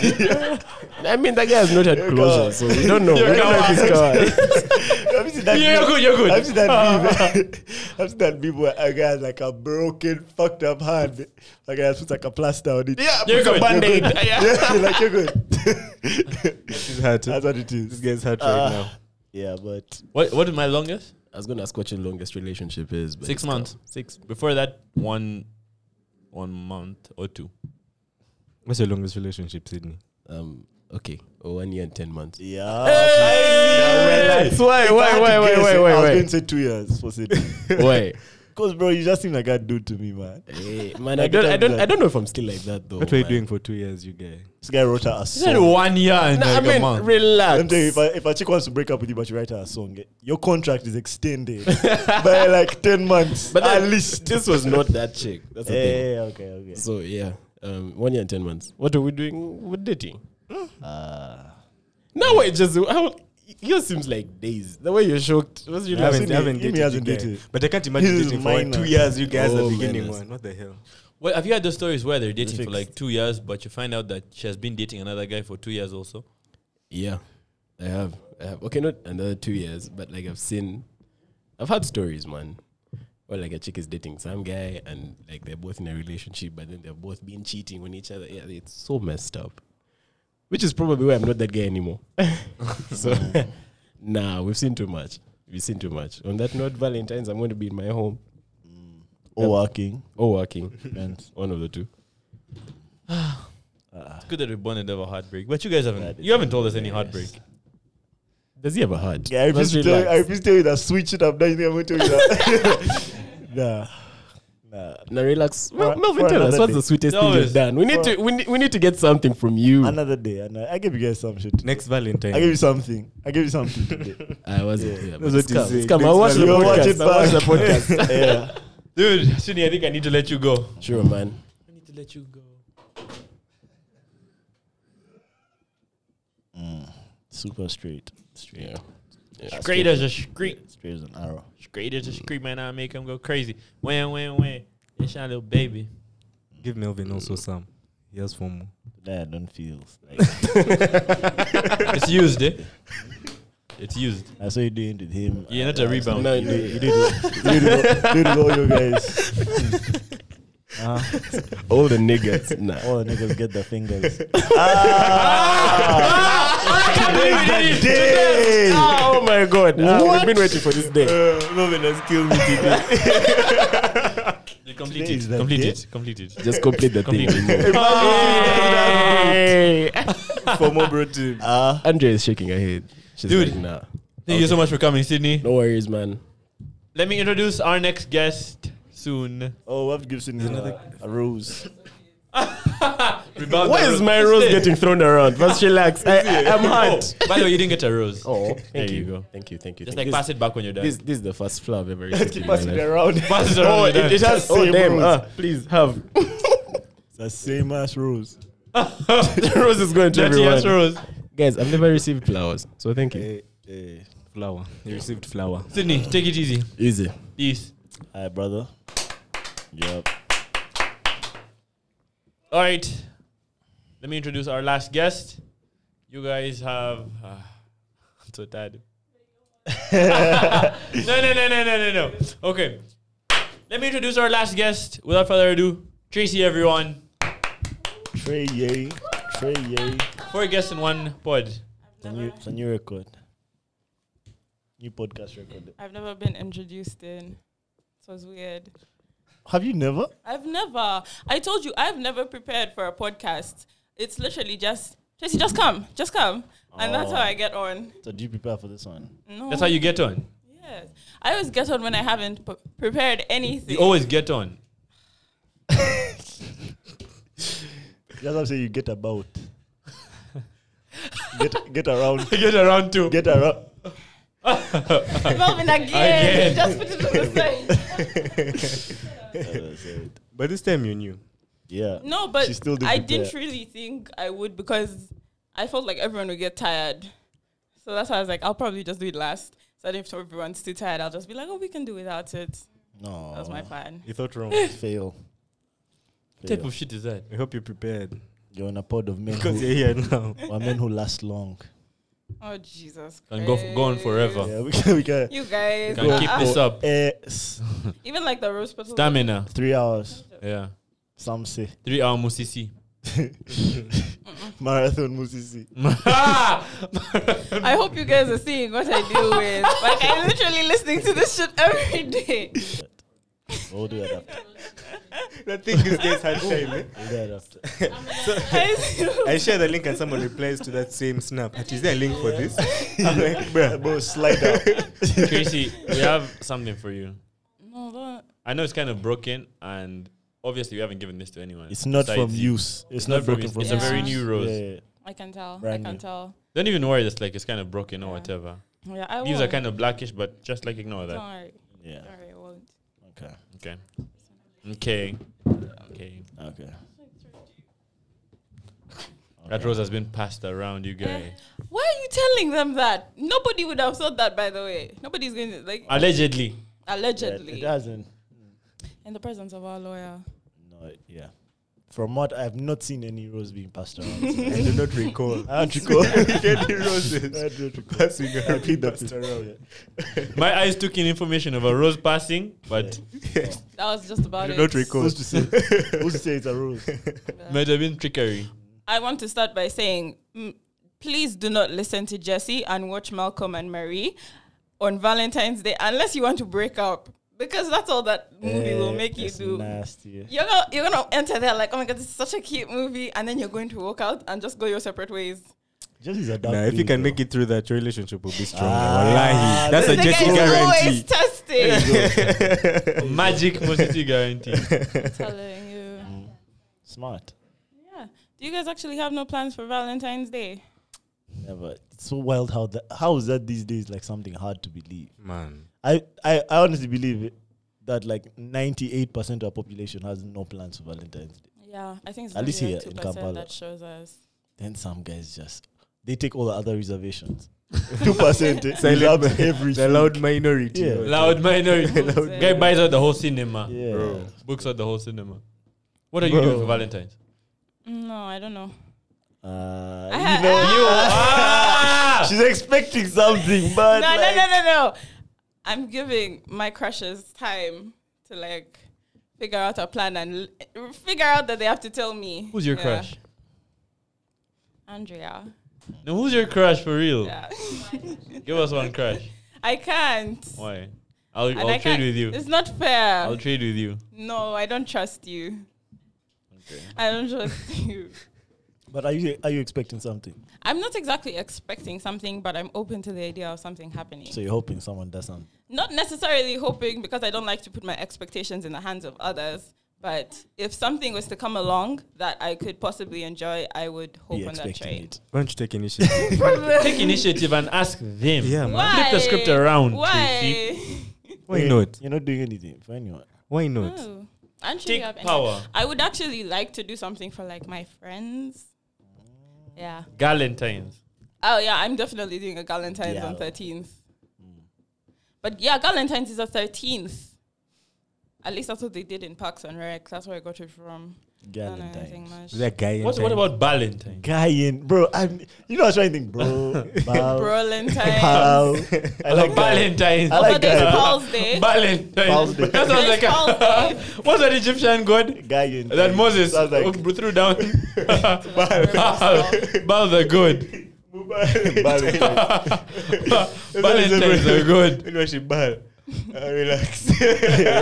I mean, that guy has not had You're closure, God. so [laughs] we don't know. We You're don't know if he's God. I've seen that Yeah, you're meme. good, you're good. I've seen that [laughs] meme. I've seen that meme where a guy has like a broken, fucked up hand. Like I puts like a plaster on it. Yeah, You're puts a good. Band-Aid. yeah, like you're [laughs] good. She's hurt. That's what it This is. guy's hurt Ah. right now. Yeah, but what what is my longest I was gonna ask what your longest relationship is, but six it's months six before that one one month or two What's your longest relationship, Sydney? Oh, not- Um, okay, oh, one year and [laughs] ten months. yeah. That's why, why, why, why, why, I was why, going to say two years for [laughs] Sydney. why, why. Because bro, you just seem like that dude to me, man. Hey, Eh, man, Like, I don't, I that's don't, like- I don't know if I'm still like that though. what were you man. doing for two years, you guy? This guy wrote her a He said song. one year and No, like I a mean, month Let me relax. tell you, if, I, if a chick wants to break up with you, but you write her a song, eh, your contract is extended [laughs] by like 10 months. but at then least. this was not that chick. That's the thing. Eh. Hey, okay, okay. So yeah, um, one year and Uh. ten months. What are we doing with dating? Ah. Now I just how yours seems like days. The way you're shocked. Because you I haven't, haven't- I haven't Give me dated, as a you date. guys. But I can't imagine This is dating for like two minus. years. You guys Oh, are beginning minus. one. What the hell? Well, have you had those stories where they're dating for fixed. like two years, but you find out that she has been dating another guy for two years also? Yeah, I have. I have. Okay, not another two years, but like I've seen, I've had stories, man. Where like a chick is dating some guy and like they're both in a relationship, but then they've both been cheating on each other. Yeah, it's so messed up. Which is probably why I'm not that guy anymore. [laughs] so, [laughs] nah, we've seen too much. We've seen too much. On that note, Valentine's, I'm going to be in my home Or working. [laughs] or working. Friends. One of the two. Uh, It's good that we bonded over heartbreak, but you guys haven't. That is You haven't told us any hilarious. heartbreak. Does he have a heart? yeah, I refuse Let's to tell you, I relax. refuse to tell you that switch it up. Now you think I'm going to tell you [laughs] that. [laughs] nah. Nah. Now relax. Mel- For- Melvin, for tell us another what's day. the sweetest No, thing it's- you've done. We need for- to we need, we need to get something from you. Another day. And I, I give you guys some shit. Next I give Valentine. you something. I give you something [laughs] today. I wasn't Yeah. here. That's but what it's he come. said. It's come. I Next watched the value. You'll watch podcast. I watched the [laughs] podcast. it back. [laughs] yeah. Dude, Suni, I think I need to let you go. Sure, man. I need to let you go. Super straight. Straight. Yeah. Yeah. Straight as a street. Straight as an arrow. Straight as a street, man. I make him go crazy. Wham, wham, wham. It's your little baby. Give Melvin also Mm. some. He has four [laughs] more. Today I don't feel. Like, [laughs] It's used, eh? It's used. I saw you doing it with him. You're Uh, not a last rebound. night. No, You, no. you did [laughs] it. You did it. all- You did it all you [laughs] guys. Ah, All the niggas. [laughs] Nah. All the niggas get their fingers. I can't believe we did it. Hey! Oh my god. Ah, What? We've been waiting for this day. Uh, Melvin has killed me today. [laughs] You Complete Today it. is the Complete day. it. Complete it. Just complete the thing. Complete. and move. Ah! for more bro team. Ah, [laughs] Andrea is shaking her head. She's Dude. like, nah. Thank you so much for coming, Sydney. No worries, man. Let me introduce our next guest soon. [laughs] oh, what Gibson is another [laughs] a rose. Rebound Why the is ro- my rose Stay. getting thrown around? [laughs] Just relax. I, I, I'm Oh, hot. by the way, you didn't get a rose. Oh, There thank you you. go. Thank you. Thank you. Just thank like you. pass it back when you're done. This, [laughs] this is the first flower I've ever received in my Pass it life. around. Pass it around Oh, when it, you're done. it has. Same Oh, damn. rose. Ah, please have. It's the same as rose. the rose is going to Dirty [laughs] everyone. ass rose. Eh, Guys, I've never received flowers, so thank you. Flower. You received flower. Sydney, take it easy. Easy. Peace. All right, brother. Yep. All right. Let me introduce our last guest. You guys have. [sighs] Uh, I'm so tired. [laughs] no, no, no, no, no, no, no. Okay. Let me introduce our last guest. Without further ado, Tracy, everyone. Trey Yay. Trey Yay. Four guests in one pod. It's a new, it's a new record. New podcast record. I've never been introduced in. It was weird. Have you never? I've never. I told you I've never prepared for a podcast. It's literally just Tracy, just come, just come, and that's how I get on. Oh. So do you prepare for this one? No, That's how you get on. Yes, I always get on when I haven't p- prepared anything. You Oh. [laughs] always get on. [laughs] That's what I'm saying. You get [laughs] about. get get around. get around too. [laughs] Get around. [laughs] Melvin again. [laughs] Just put it to the side. But this time you knew. Yeah. No, but She still didn't I didn't prepare. really think I would because I felt like everyone would get tired. So that's why I was like, I'll probably just do it last. So I didn't if everyone's too tired, I'll just be like, oh, we can do without it. No. That was my plan. You thought wrong. fail. What type fail. of shit is that? We hope you're prepared. You're on a pod of men Because who, you're here [laughs] now. are men who last long. Oh Jesus! And go f- go on forever. Christ. Yeah, [laughs] we can, we can. You guys, Can keep uh-uh. this up. Eh, s- even like the rose petals. Stamina. three hours. Yeah. Some say Three hour musisi. marathon musisi. I hope you guys are seeing what I [laughs] do with. Like I'm literally listening to this shit every day. We'll do that after. the thing is, guys had time. eh? We'll do that after. I see- [laughs] I share the link and someone replies to that same snap. "But Is there a link for this? I'm like, Bruh, bruh. bro, slide out. Tracy, we have something for you. no, don't. I know it's kind of broken, and obviously we haven't given this to anyone. It's not besides from you. use. It's, not not, from broken use. from It's a very use. new rose. Yeah, yeah. I can tell. Brand I can new. tell. Don't even worry. That's like it's kind of broken or Yeah. whatever. Yeah, I Leaves will. are kind of blackish, but just like ignore Don't that. worry. yeah. Don't worry, I won't. Okay. Okay. Okay. Okay. Okay. That rose has been passed around, you guys. Eh. Why are you telling them that? Nobody would have thought that, by the way. Nobody's going to, like, Allegedly. allegedly. It doesn't. In the presence of our lawyer. No, yeah. From what I've not seen any rose being passed around. [laughs] I do not recall. I [laughs] don't recall. any roses. [laughs] I don't recall. Passing around. passed around. Yeah. My eyes took in information of a rose passing, but That was just about it. Who's to say? Who's to say it's a rose? might have been trickery. I want to start by saying, mm, please do not listen to Jesse and watch Malcolm and Marie on Valentine's Day unless you want to break up, because that's all that movie will Eh, make you it's do. Nasty. You're gonna you're gonna enter there like, oh my god, this is such a cute movie, and then you're going to walk out and just go your separate ways. Just is a dark. Nah, if you thing, can though. make it through that, your relationship will be strong. Ah, Wallahi. That's a This Jesse nigga is always guarantee. testing. Magic positive guarantee. [laughs] telling you. Mm. smart, Yeah. Do you guys actually have no plans for Valentine's Day? never. It's so wild how that how is that these days like something hard to believe. Man. I I, I honestly believe it, that like ninety eight percent of our population has no plans for Valentine's Day. Yeah, I think it's At least only here like in 2% Kampala. That shows us. Then some guys just they take all the other [laughs] reservations. Two percent love The everything. loud minority. Yeah. Loud minority. Guy buys out the whole cinema. Yeah. Books out the whole cinema. What are you doing for Valentine's? No, I don't know. Uh, I you [laughs] know, Ah! she's expecting something, but no, like, no, no, no, no. I'm giving my crushes time to like figure out a plan and l- figure out that they have to tell me. [laughs] Who's your Yeah. crush? Andrea. No, who's your crush for real? Yeah. [laughs] Give us one crush. I can't. Why? I'll, And I'll I trade can't- with you. It's not fair. I'll trade with you. no, I don't trust you. I don't trust [laughs] you. But are you are you expecting something? I'm not exactly expecting something, but I'm open to the idea of something happening. So you're hoping someone does something. not necessarily hoping because I don't like to put my expectations in the hands of others. But if something was to come along that I could possibly enjoy, I would hope Be on that expecting trade. it. Why don't you take [laughs] initiative? [laughs] Take initiative and ask them. yeah, man. Why? Flip the script around, Why? Why not? You're not doing anything for anyone. Why not? Oh, I don't really Take have any- power. I would actually like to do something for like my friends. Yeah. Galentine's. Oh yeah, I'm definitely doing a Galentine's Yeah. on 13th. But yeah, Galentine's is a 13th. At least that's what they did in Parks and Rec. That's where I got it from. I don't know anything Galentine. much. Is that guy in What, what time? about Valentine's? Guy in bro, I'm you know I was trying to think, [laughs] bro. Bow, Brolentine. pow. [laughs] I like that. Valentine's. I like But there's that. Paul's Day. Valentine's. Paul's Day. [laughs] That sounds There's like [laughs] Paul's a, Day. what's that Egyptian god Guy in that Moses Sounds like threw [laughs] down? [laughs] Baal the [laughs] good. [laughs] Valentine. Valentine's the good. Uh, Relax. [laughs]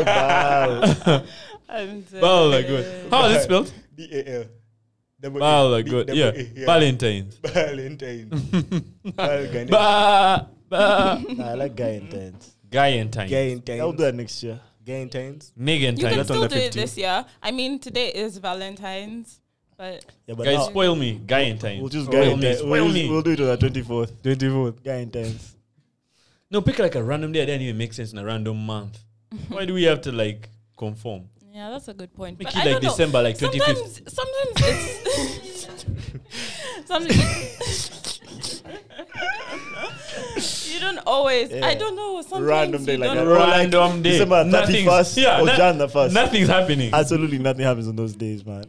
Bow. And, uh, Baal the good. How is it spelled? B A L. Baal the good. Yeah. Valentine's. [laughs] Ba ba. Nah, I like guy [laughs] in tents. Guy Guyentine. in time. I'll do that next year. Guy in time. You can Megantine. on still the do it 15th. this year. I mean, today is Valentine's, but Yeah, but Guys, now spoil me. Guyentine. we'll just guy spoil in me. tents. We'll, Spoil just- me. we'll do it on the twenty fourth. 24th. Guy in tents. [laughs] No, pick like a random day. That didn't even make sense in a random [laughs] month. Why do we have to like conform? yeah, that's a good point. Make But it I like don't know. December, like 25th. Sometimes, sometimes it's [laughs] sometimes [laughs] you don't always. I Yeah. don't know. Sometimes Random day you like don't that. Random day. December Nothing's- [laughs] 31st yeah, or no- Jan the 1st. Nothing's happening. Absolutely nothing happens on those days, man.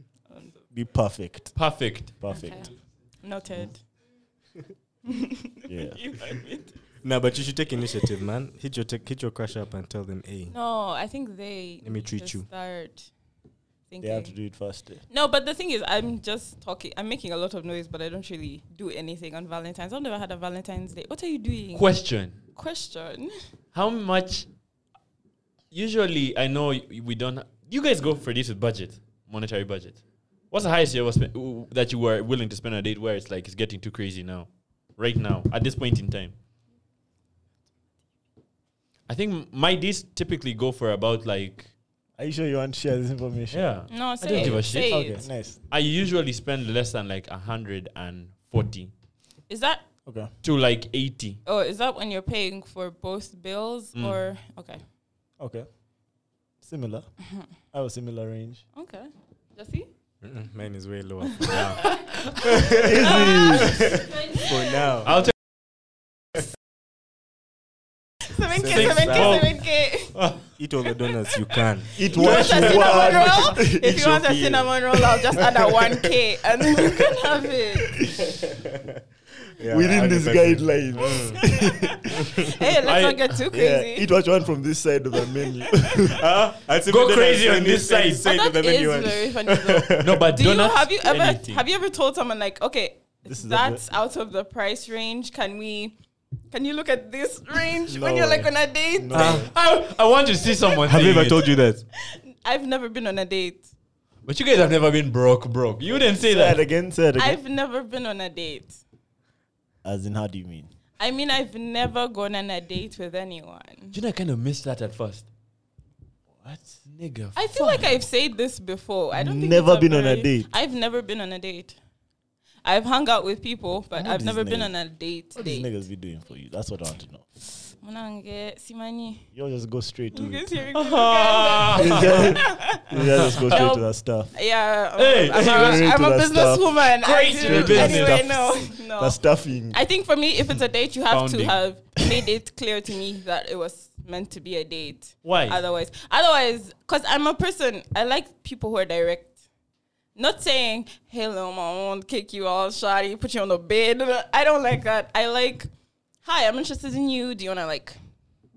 [laughs] Be perfect. Perfect. Perfect. Noted. Yeah. Nah, but you should take initiative, man. Hit your tech, hit your crush up and tell them, hey, No, I think they Let me need treat to you. Start thinking. They have to do it faster. No, but the thing is, I'm just talking. I'm making a lot of noise, but I don't really do anything on Valentine's. I've never had a Valentine's Day. What are you doing? Question. Question. How much? Usually, I know y- we don't. You guys go for this with budget, monetary budget. What's the highest you ever spent w- that you were willing to spend on a date where it's like it's getting too crazy now, right now at this point in time? I think m- my dates typically go for about like Are you sure you want to share this information? yeah. No, say don't it. give a say shit. Okay, it. nice. I usually spend less than like hundred and forty Is that Okay. to like eighty. oh? Is that when you're paying for both bills Mm. or okay? [laughs] Okay. Similar. I have a similar range. Okay. Jesse. Mm-mm, mine is way [laughs] lower. for now. For now. I'll take 7K, Six 7K, thousand. 7K. Eat all the donuts you [laughs] can. It You [laughs] want was a cinnamon roll? [laughs] If you want a okay. cinnamon roll, I'll just add a 1K and then you can have it. Yeah, within 100%. these guidelines. Hey, let's not get too Yeah, crazy. eat what you want from this side of [laughs] the menu. Huh? Uh-huh. I'd say Go better than crazy on any- this any side. But of the that menu is and- very funny though. no, but Do you donuts, have you ever anything. have you ever told someone like, okay, This is that's out of the price range? Can we can you look at this range when No you're way. like on a date? No. I, I want to see someone. Have you saying ever it. told you that? I've never been on a date. But you guys have never been broke, broke. You didn't say say it that. again. Say it again. I've never been on a date. As in, how do you mean? I mean, I've never gone on a date with anyone. Do you know I kind of missed that at first? What, nigga? I feel like I've said this before. I don't think Never it's been on a very- date. I've never been on a date. I've hung out with people, but I've these never been niggas- on a date. What these date. niggas be doing for you? That's what I want to know. Mwanange, simani. [laughs] You all just go straight to You it. guys hearing me? Look at you guys just go straight to No. that stuff. me. Yeah, I'm, Hey, I'm, hey, a, I'm to a that stuff. businesswoman. I Great do- to the business. Anyway, no, no. That stuffing. I think for me, if it's a date, you have Founding. to have made it clear to me that it was meant to be a date. Why? Otherwise, otherwise, because I'm a person, I like people who are direct. Not saying, hey, little mom, I won't kick you all shoddy, put you on the bed. I don't like that. I like, hi, I'm interested in you. Do you want to like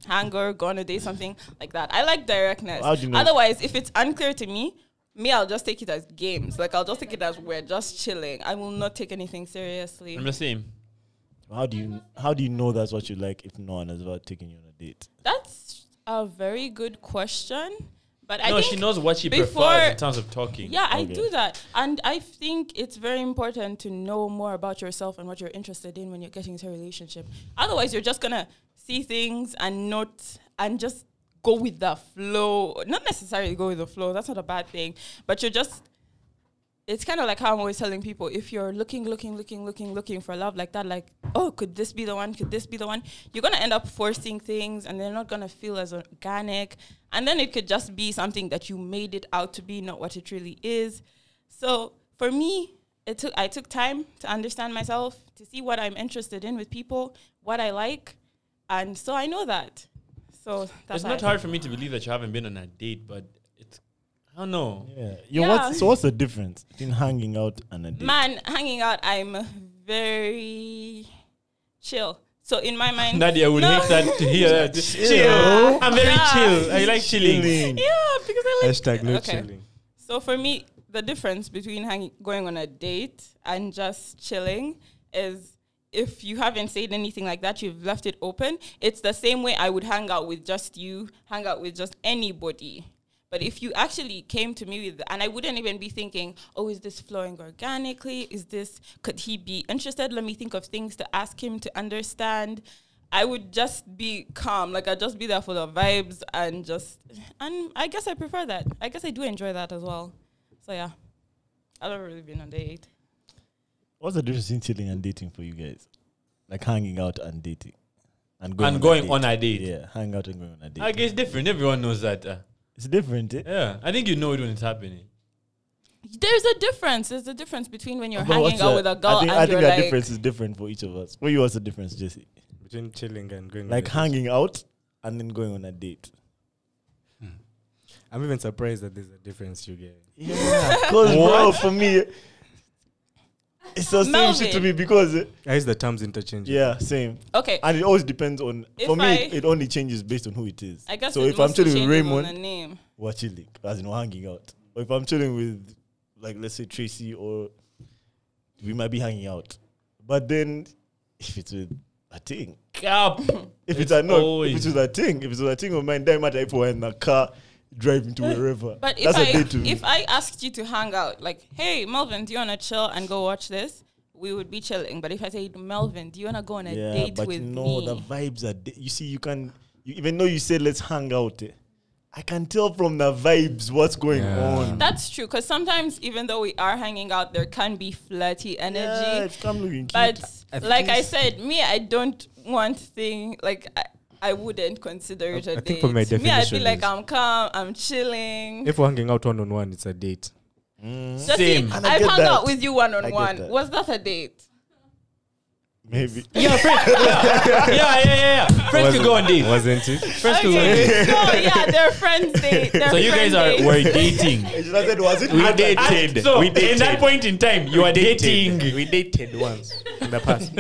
hang or go on a date, something like that? I like directness. How do you know- Otherwise, if it's unclear to me, me, I'll just take it as games. Like, I'll just take it as we're just chilling. I will not take anything seriously. I'm the same. How do you how do you know that's what you like if no one is about taking you on a date? That's a very good question. But I no, think she knows what she before- prefers in terms of talking. Yeah, I Okay. do that. And I think it's very important to know more about yourself and what you're interested in when you're getting into a relationship. Otherwise, you're just going to see things and not, and just go with the flow. Not necessarily go with the flow, that's not a bad thing. But you're just, it's kind of like how I'm always telling people if you're looking, looking, looking, looking, looking for love like that, like, oh, could this be the one? Could this be the one? You're going to end up forcing things and they're not going to feel as organic. And then it could just be something that you made it out to be, not what it really is. So for me, it took I took time to understand myself, to see what I'm interested in with people, what I like. And so I know that. So that's it's how not I- hard for me to believe that you haven't been on a date, but it's I don't know. Yeah. You Yeah. What's, so what's the difference between hanging out and a date? Man, hanging out, I'm very chill. So in my mind, Nadia would No. hate that to hear that. Yeah. Chill. I'm very Yeah. chill. I like chilling. Feeling. yeah, because I like Hashtag no Okay. chilling. So for me, the difference between hanging, going on a date and just chilling is if you haven't said anything like that, you've left it open. It's the same way I would hang out with just you, hang out with just anybody. But if you actually came to me with, and I wouldn't even be thinking, oh, is this flowing organically? Is this, could he be interested? Let me think of things to ask him to understand. I would just be calm. Like I'd just be there for the vibes and just and I guess I prefer that. I guess I do enjoy that as well. So yeah. I've never really been on date. What's the difference between chilling and dating for you guys? Like hanging out and dating. And And going on a date. Yeah, hang out and going on a date. I guess different. Everyone knows that. uh, It's different. Eh? yeah, I think you know it when it's happening. There's a difference. There's a difference between when you're But what's hanging out the- with a girl I think, and I think you're that like difference is different for each of us. For you, what's the difference, Jesse? Between chilling and going. on Like a date. hanging out and then going on a [laughs] date. I'm even surprised that there's a difference you get. Yeah, because bro, for me, it's the same shit to Melvin. me because eh, I use the terms interchangeable. yeah, same. okay. And it always depends on. If for me, I- it only changes based on who it is. I guess so. it If I'm mostly chilling with changes on Raymond, the name. we're chilling, as in we're hanging out. Or if I'm chilling with, like, let's say Tracy, or we might be hanging out. But then, if it's with a thing, Up. if it's, a no, if always- it's with a thing, if it's with a thing of mine, doesn't matter if we're in a car driving to wherever. But if That's I a date to me. if I asked you to hang out, like, hey Melvin, do you wanna chill and go watch this? We would be chilling. But if I said Melvin, do you wanna go on a date but with no, me? the vibes are. di- you see, you can. You, even though you say let's hang out, eh, I can tell from the vibes what's going on. That's true, because sometimes even though we are hanging out, there can be flirty energy. Yeah, if I'm looking cute. but I think like I it's- said, me, I don't want thing like I, I wouldn't consider it a I date. think for my me, I'd be definition like, is- I'm calm, I'm chilling. If we're hanging out one on one, it's a date. Same. And I I get hung that. out with you one I on get one. that. Was that a date? Maybe. [laughs] yeah, yeah, yeah, yeah. Friends could go on dates. Wasn't it? Friends could go on dates. Okay. no, yeah, they're [laughs] friends. They. They're So you guys are were dating. I should have said, was it? We dated. So We dated. in that point in time, you were dating. We dated once in the past.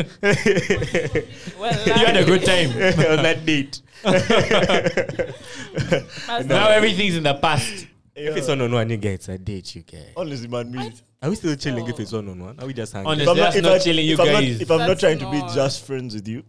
Well, You had a good time. [laughs] on that date. Now everything's in the past. If it's one on one, you get it's a date, you get. Honestly, man, me. Are we still chilling if it's one on one? Are we just hanging? Honestly. If I'm That's if not I- chilling, you if I'm not- guys. if I'm not That's trying to be not- just friends with you,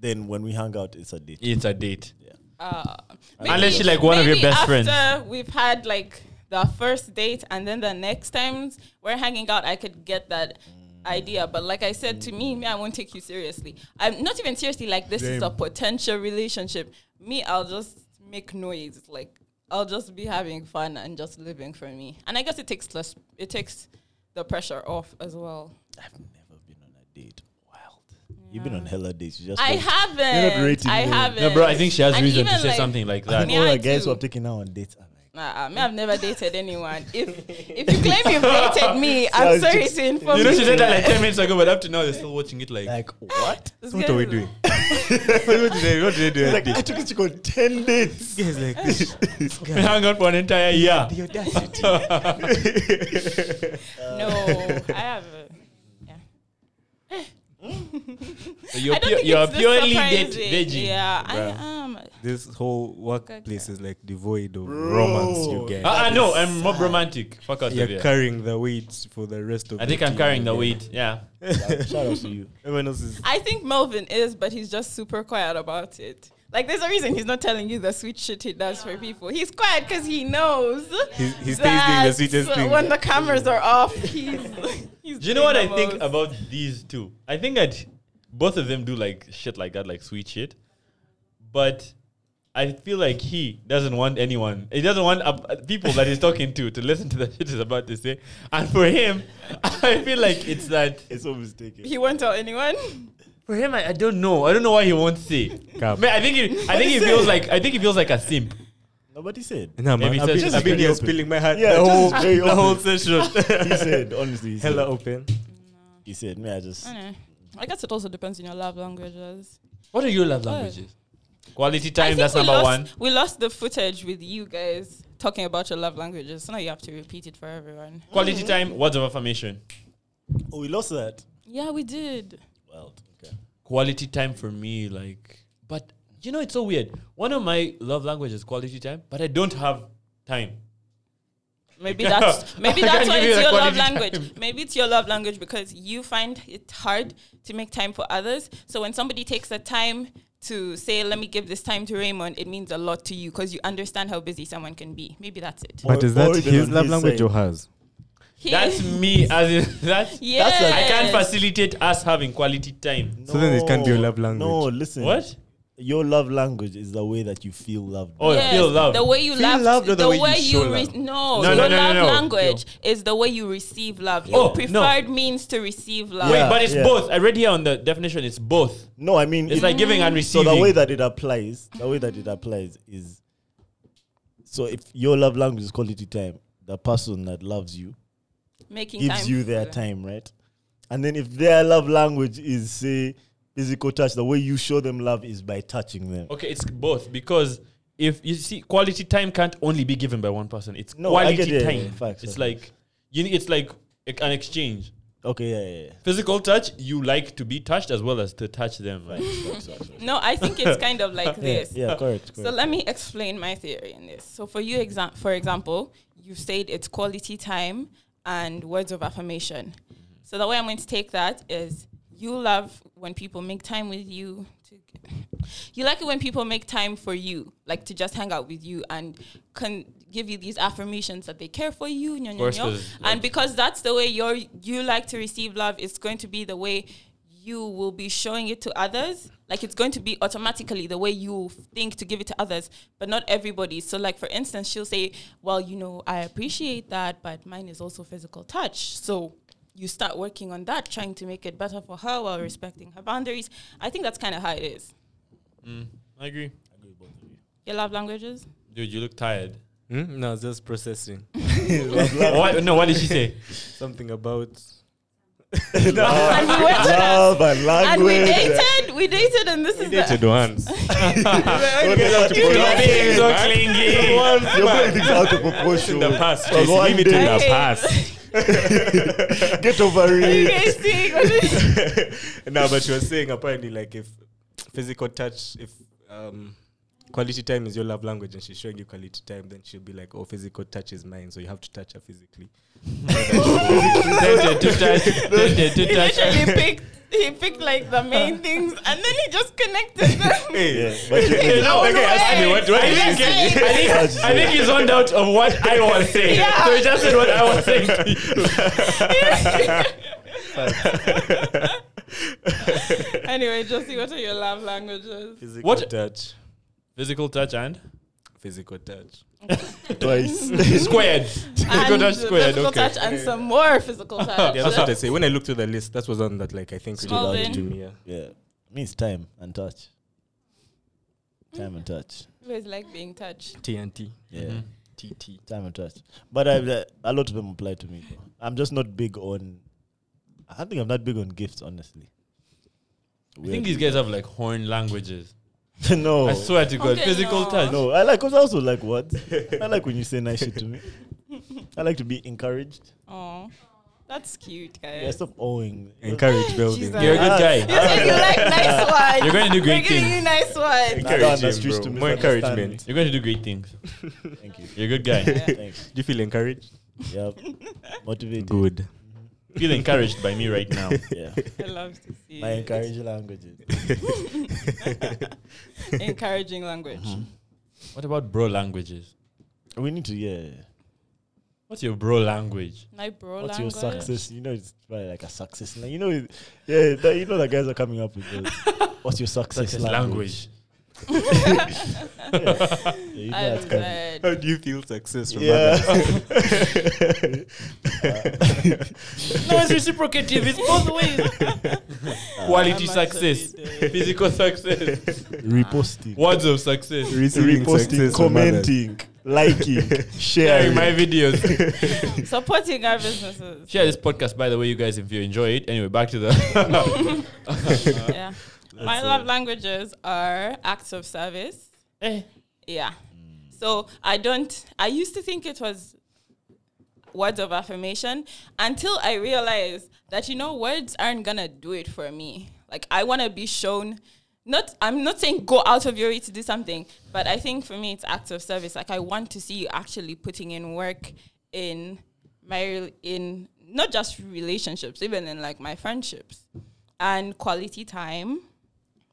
then when we hang out, it's a date. It's a date. Uh, Unless you're like one of your maybe best after friends. We've had like the first date, and then the next times we're hanging out, I could get that idea. But like I said, to me, me, I won't take you seriously. I'm not even seriously like this is a potential relationship. Me, I'll just make noise. Like I'll just be having fun and just living for me. And I guess it takes less. It takes the pressure off as well. I've never been on a date. Wild. You've been on hella dates. You just I don't- haven't. rating I me. haven't. No, bro, I think she has And reason to even, say like, something like Oh, I that. think Yeah, all I the guys who do. have taken out on dates are like, Nah, me, I've never dated anyone. If if you claim you've dated [laughs] me, I'm Sounds sorry just- to inform You you. know, she said that like 10 minutes ago, but up to now, they're still watching it like. [laughs] like what? This [laughs] What guy are we is- doing? what did they, what did they do? It's like I took this chick on ten dates. This guy's like, this [laughs] We hung out for an entire year. the audacity. No, I haven't. So [laughs] you're I don't pu- think you're it's this purely date surprising. veggie. Yeah, Bruh. I um, am. This whole workplace is like devoid of romance, you get. Ah, ah, no, I'm more romantic. Fuck out of You're here. carrying the weight for the rest of I the think I'm team, carrying you the get. weight. Yeah. Shout out to you. Everyone else is. I think Melvin is, but he's just super quiet about it. Like, there's a reason he's not telling you the sweet shit he does for people. He's quiet because he knows. He's, he stays doing the that sweetest thing. When the cameras are [laughs] off, he's. he's Do you know what I doing the think most. about these two? I think that both of them do like shit like that, like sweet shit. But I feel like he doesn't want anyone. He doesn't want uh, people that he's talking to to listen to the [laughs] shit he's about to say. And for him, [laughs] I feel like it's that. [laughs] It's so mistaken. He won't tell anyone. For him, I, I don't know. I don't know why he won't say. Cap. Man, I think it, I think he feels like I think he feels like a simp. Nobody said. [laughs] Nah, man, Maybe I've says- been, I've I've been been here open. spilling my heart Yeah, the, just whole, very the whole open. session. He said honestly. He [laughs] Hella said, open. he said, me I just I know. I guess it also depends on your love languages. What are your love What? languages? Quality I time. think That's we number lost, one. We lost the footage with you guys talking about your love languages. So now you have to repeat it for everyone. Quality time. Words of affirmation. oh we lost that. Yeah, we did. Well, okay. quality time for me like but you know it's so weird one of my love languages is quality time but i don't have time Maybe that's [laughs] maybe I that's can't why give you it's the your love quality time. language. Maybe it's your love language because you find it hard to make time for others. So when somebody takes the time to say, "Let me give this time to Raymond," it means a lot to you because you understand how busy someone can be. Maybe that's it. But is that his love language or hers? He- [laughs] that's me as in [laughs] that's yes. i can't facilitate us having quality time So then it can't be your love No, language. No, listen. what Your love language is the way that you feel loved. oh Yes, feel love The way you Feel love, loved or the, the way way, you show you, re- love? no, No, your no, no, no, love no. language is the way you receive love. Oh, Your no. preferred means to receive love. wait Yeah, but it's yeah. both i read here on the definition it's both No, I mean it's like giving and so receiving the way that it applies, the way that it applies is so if your love language is quality time, the person that loves you Making gives time you for their them. time, right? And then if their love language is say physical touch, the way you show them love is by touching them. okay it's both because if you see quality time can't only be given by one person it's No, I quality get it. time Yeah, facts, it's facts. like you need- it's like ec- an exchange Okay, yeah, yeah, yeah. physical touch you like to be touched as well as to touch them right No, I think it's kind of like Yeah, this. yeah, correct. correct. So let me explain my theory in this. So for you, exa- for example, you said it's quality time and words of affirmation. Mm-hmm. So the way I'm going to take that is you love when people make time with you. To you like it when people make time for you, like to just hang out with you and can give you these affirmations that they care for you. nyo, nyo, course, nyo. 'cause, And because that's the way you're, you like to receive love, it's going to be the way you will be showing it to others. Like it's going to be automatically the way you think to give it to others, but not everybody. So, like for instance, she'll say, "Well, you know, I appreciate that, but mine is also physical touch." So you start working on that, trying to make it better for her while respecting her boundaries. I think that's kind of how it is. i agree Your love languages. Dude, you look tired. Hmm? No, I was just processing. what, no, what did she [laughs] say? [laughs] Something about and we went on a- Love and and we language. dated, we dated, and this is [laughs] the. once. You know, being so [laughs] clingy. You're putting things out of proportion. past, Jason, One leave it in day. the past. [laughs] Get over Are you it. guys seeing what is- no, but you were saying apparently like if physical touch, if um, quality time is your love language, and she's showing you quality time, then she'll be like, "Oh, physical touch is mine, so you have to touch her physically." Tempted to touch, tempted to He touch. literally picked. He picked like the main things, and then he just connected them. Yeah, but [laughs] you You know, okay, ask me what- what do you I think it- [laughs] just like- I think- I think he zoned out of what I was saying. [laughs] Yeah. So he just said what I was saying. to [laughs] you. anyway, Josie, what are your love languages? Physical What- touch? Physical touch and Physical touch. twice. [laughs] squared. Physical And touch squared. Physical Okay. touch and some [laughs] more physical touch. Yeah, that's what I say. When I looked through the list, that was one that like I think stood Small out bin. to me. Yeah. Yeah. Me, it's time and touch. Time and touch. Always like being touched. TNT. Yeah. TT. Time and touch. But I, uh, a lot of them apply to me. though. I'm just not big on. I think I'm not big on gifts, honestly. I think these guys have like horn languages. [laughs] no. I swear to God, Okay, physical no. touch. No, I like because I also like what I like when you say nice shit to [laughs] me. I like to be encouraged. Oh, that's cute, guys. Yeah, stop owing. Encourage building. Jesus. You're a good guy. [laughs] You said you like nice ones. You're going to do We're great giving things. you nice ones. Nah, that one has reached to More misunderstand encouragement. You're going to do great [laughs] things. me. Thank you. You're a good guy. Thanks. [laughs] Do you feel encouraged? Yep. Motivated. Good. Feel encouraged by me right [laughs] now. Yeah. [laughs] I love to see My [laughs] it. encouraging languages. encouraging language. Mm-hmm. What about bro languages? We need to yeah. What's your bro language? My bro What's language. your success? You know, it's probably like a success. Like, you know, it- yeah, that, you know that guys are coming up with [laughs] those. What's your success, Success language. language? Yeah, you know I'm that's coming. red. How do you feel success from Yeah. [laughs] no, it's reciprocative. It's both ways. [laughs] Quality I'm success, actually dead. physical [laughs] success, Reposting, words of success. [laughs] Receiving reposting, success from others. commenting, liking, Sharing sharing. my videos. [laughs] Supporting our businesses. Share this podcast, by the way, you guys, if you enjoy it. Anyway, back to the. yeah. My love languages are acts of service. Yeah. So I don't, I used to think it was words of affirmation until I realized that, you know, words aren't going to do it for me. Like, I want to be shown. Not, I'm not saying go out of your way to do something, but I think for me it's acts of service. Like I want to see you actually putting in work in my rel- in not just relationships, even in like my friendships and quality time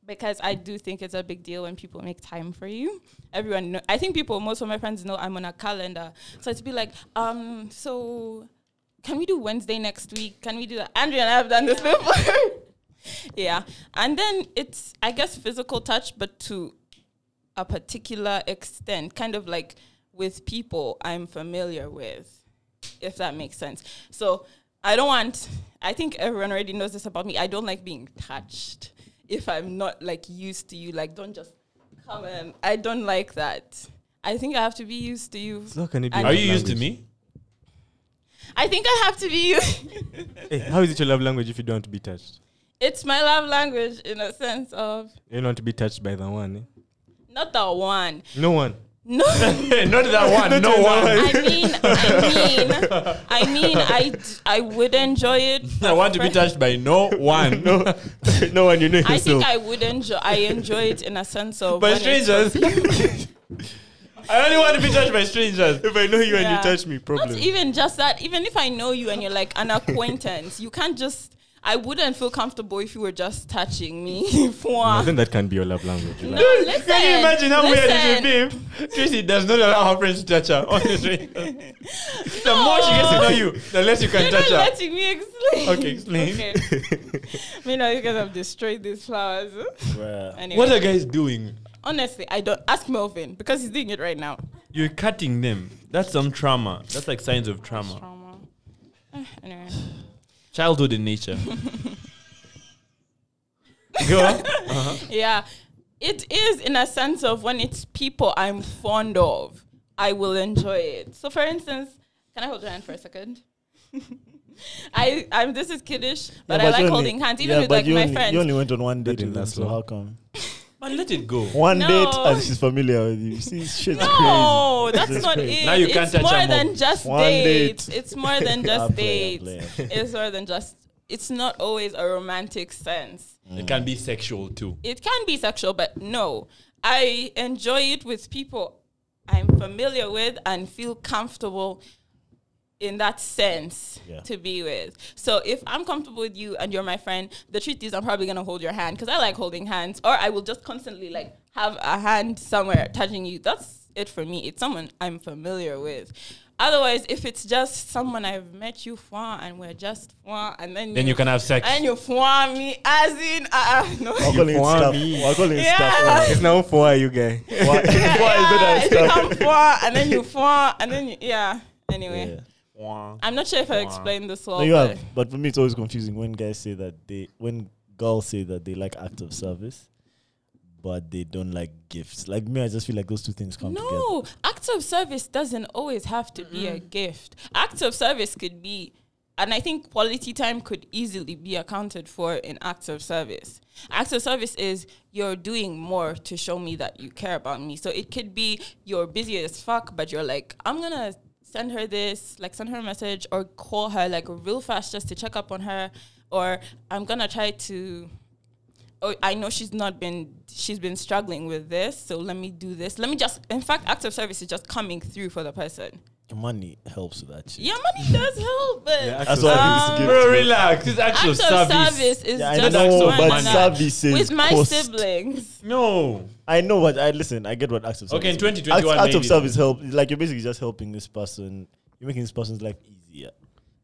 because I do think it's a big deal when people make time for you. Everyone, know, I think people, most of my friends know I'm on a calendar, so it's be like, um, so can we do Wednesday next week? Can we do that? Andrea and I have done this before. [laughs] yeah, and then it's I guess physical touch, but to a particular extent, kind of like with people I'm familiar with if that makes sense. So I don't want. I think everyone already knows this about me. I don't like being touched if I'm not like used to you. Like, don't just come and I don't like that. I think I have to be used to you. How can it be [laughs] Are Are love you used to language? me? I think I have to be [laughs] used. Hey, Eh, how is it your love language if you don't want to be touched? it's my love language in a sense of You don't want to be touched by the one. not the one. Eh? No one. [laughs] No, Not that [laughs] one. No one. I mean, I mean, I mean, I, d- I would enjoy [laughs] it. I want to be touched by no one. no, no one. You know I think I would enjoy. I enjoy it in a sense of. by when it's- strangers. [laughs] I only want to be touched by strangers. If I know you and you Yeah. touch me, Not even just that. Even if I know you and you're like an acquaintance, you can't just. I wouldn't feel comfortable if you were just touching me. [laughs] I For [laughs] think that can be your love language. you no, know? listen. Can you imagine how listen. weird it would be? if Tracy does not allow her friends to touch her. [laughs] Honestly, the more she gets to know you, the less you can You're touch not her. letting me explain. Okay, explain. Okay. [laughs] Meanwhile, you guys have destroyed these flowers. Bruh. Anyway, What are guys doing? honestly, I don't ask Melvin because he's doing it right now. You're cutting them. That's some trauma. That's like signs of trauma. Trauma. Eh, Anyway, Childhood in [laughs] nature. Go. on. yeah, it is in a sense of when it's people I'm fond of, I will enjoy it. So, for instance, Can I hold your hand for a second? [laughs] I, I'm. This is kiddish, but Yeah, I like you only- holding hands, even yeah, with but like you my only, friends. You only went on one date didn't with them, last so long. how come? But let it go. One date No. and she's familiar with you. See, shit's no, crazy. that's Shit's not crazy. it. Now you it's can't touch more them than all. just One dates. date. [laughs] It's more than I just play, I dates. play. It's more than just. It's not always a romantic sense. It can be sexual too. It can be sexual, but no. I enjoy it with people I'm familiar with and feel comfortable in that sense Yeah. to be with. So if I'm comfortable with you and you're my friend, the truth is I'm probably gonna hold your hand because I like holding hands, or I will just constantly like have a hand somewhere touching you. That's it for me. It's someone I'm familiar with. Otherwise, if it's just someone I've met you for and we're just for and then Then you can have sex. and you for me as in uh, [laughs] uh, no. We're calling it want stuff. me. We're calling it Yeah. stuff. [laughs] It's now for you guy. Why- why is yeah, it you that come stuff? for and then you for and then you, yeah. Anyway, Yeah. I'm not sure if I explained this well. No, you but- have, but for me, it's always confusing when guys say that they, when girls say that they like acts of service, but they don't like gifts. Like me, I just feel like those two things come together. No, acts of service doesn't always have to be a gift. Acts of service could be, and I think quality time could easily be accounted for in acts of service. Acts of service is you're doing more to show me that you care about me. So it could be you're busy as fuck, but you're like, I'm gonna send her this, like send her a message or call her like real fast just to check up on her, or I'm gonna try to oh, I know she's not been she's been struggling with this, so let me do this. Let me just in fact acts of service is just coming through for the person. Money helps with that shit. Yeah, money does help, but um, Yeah, That's why I think it's Bro, gifts. relax. It's acts actual of service. service, is Yeah, I just know, one but and a- services with my cost. siblings. No. I know what I listen. I get what acts of service. Okay, in is. 2021 acts, acts of maybe. service help. Like you're basically just helping this person. You're making this person's life easier.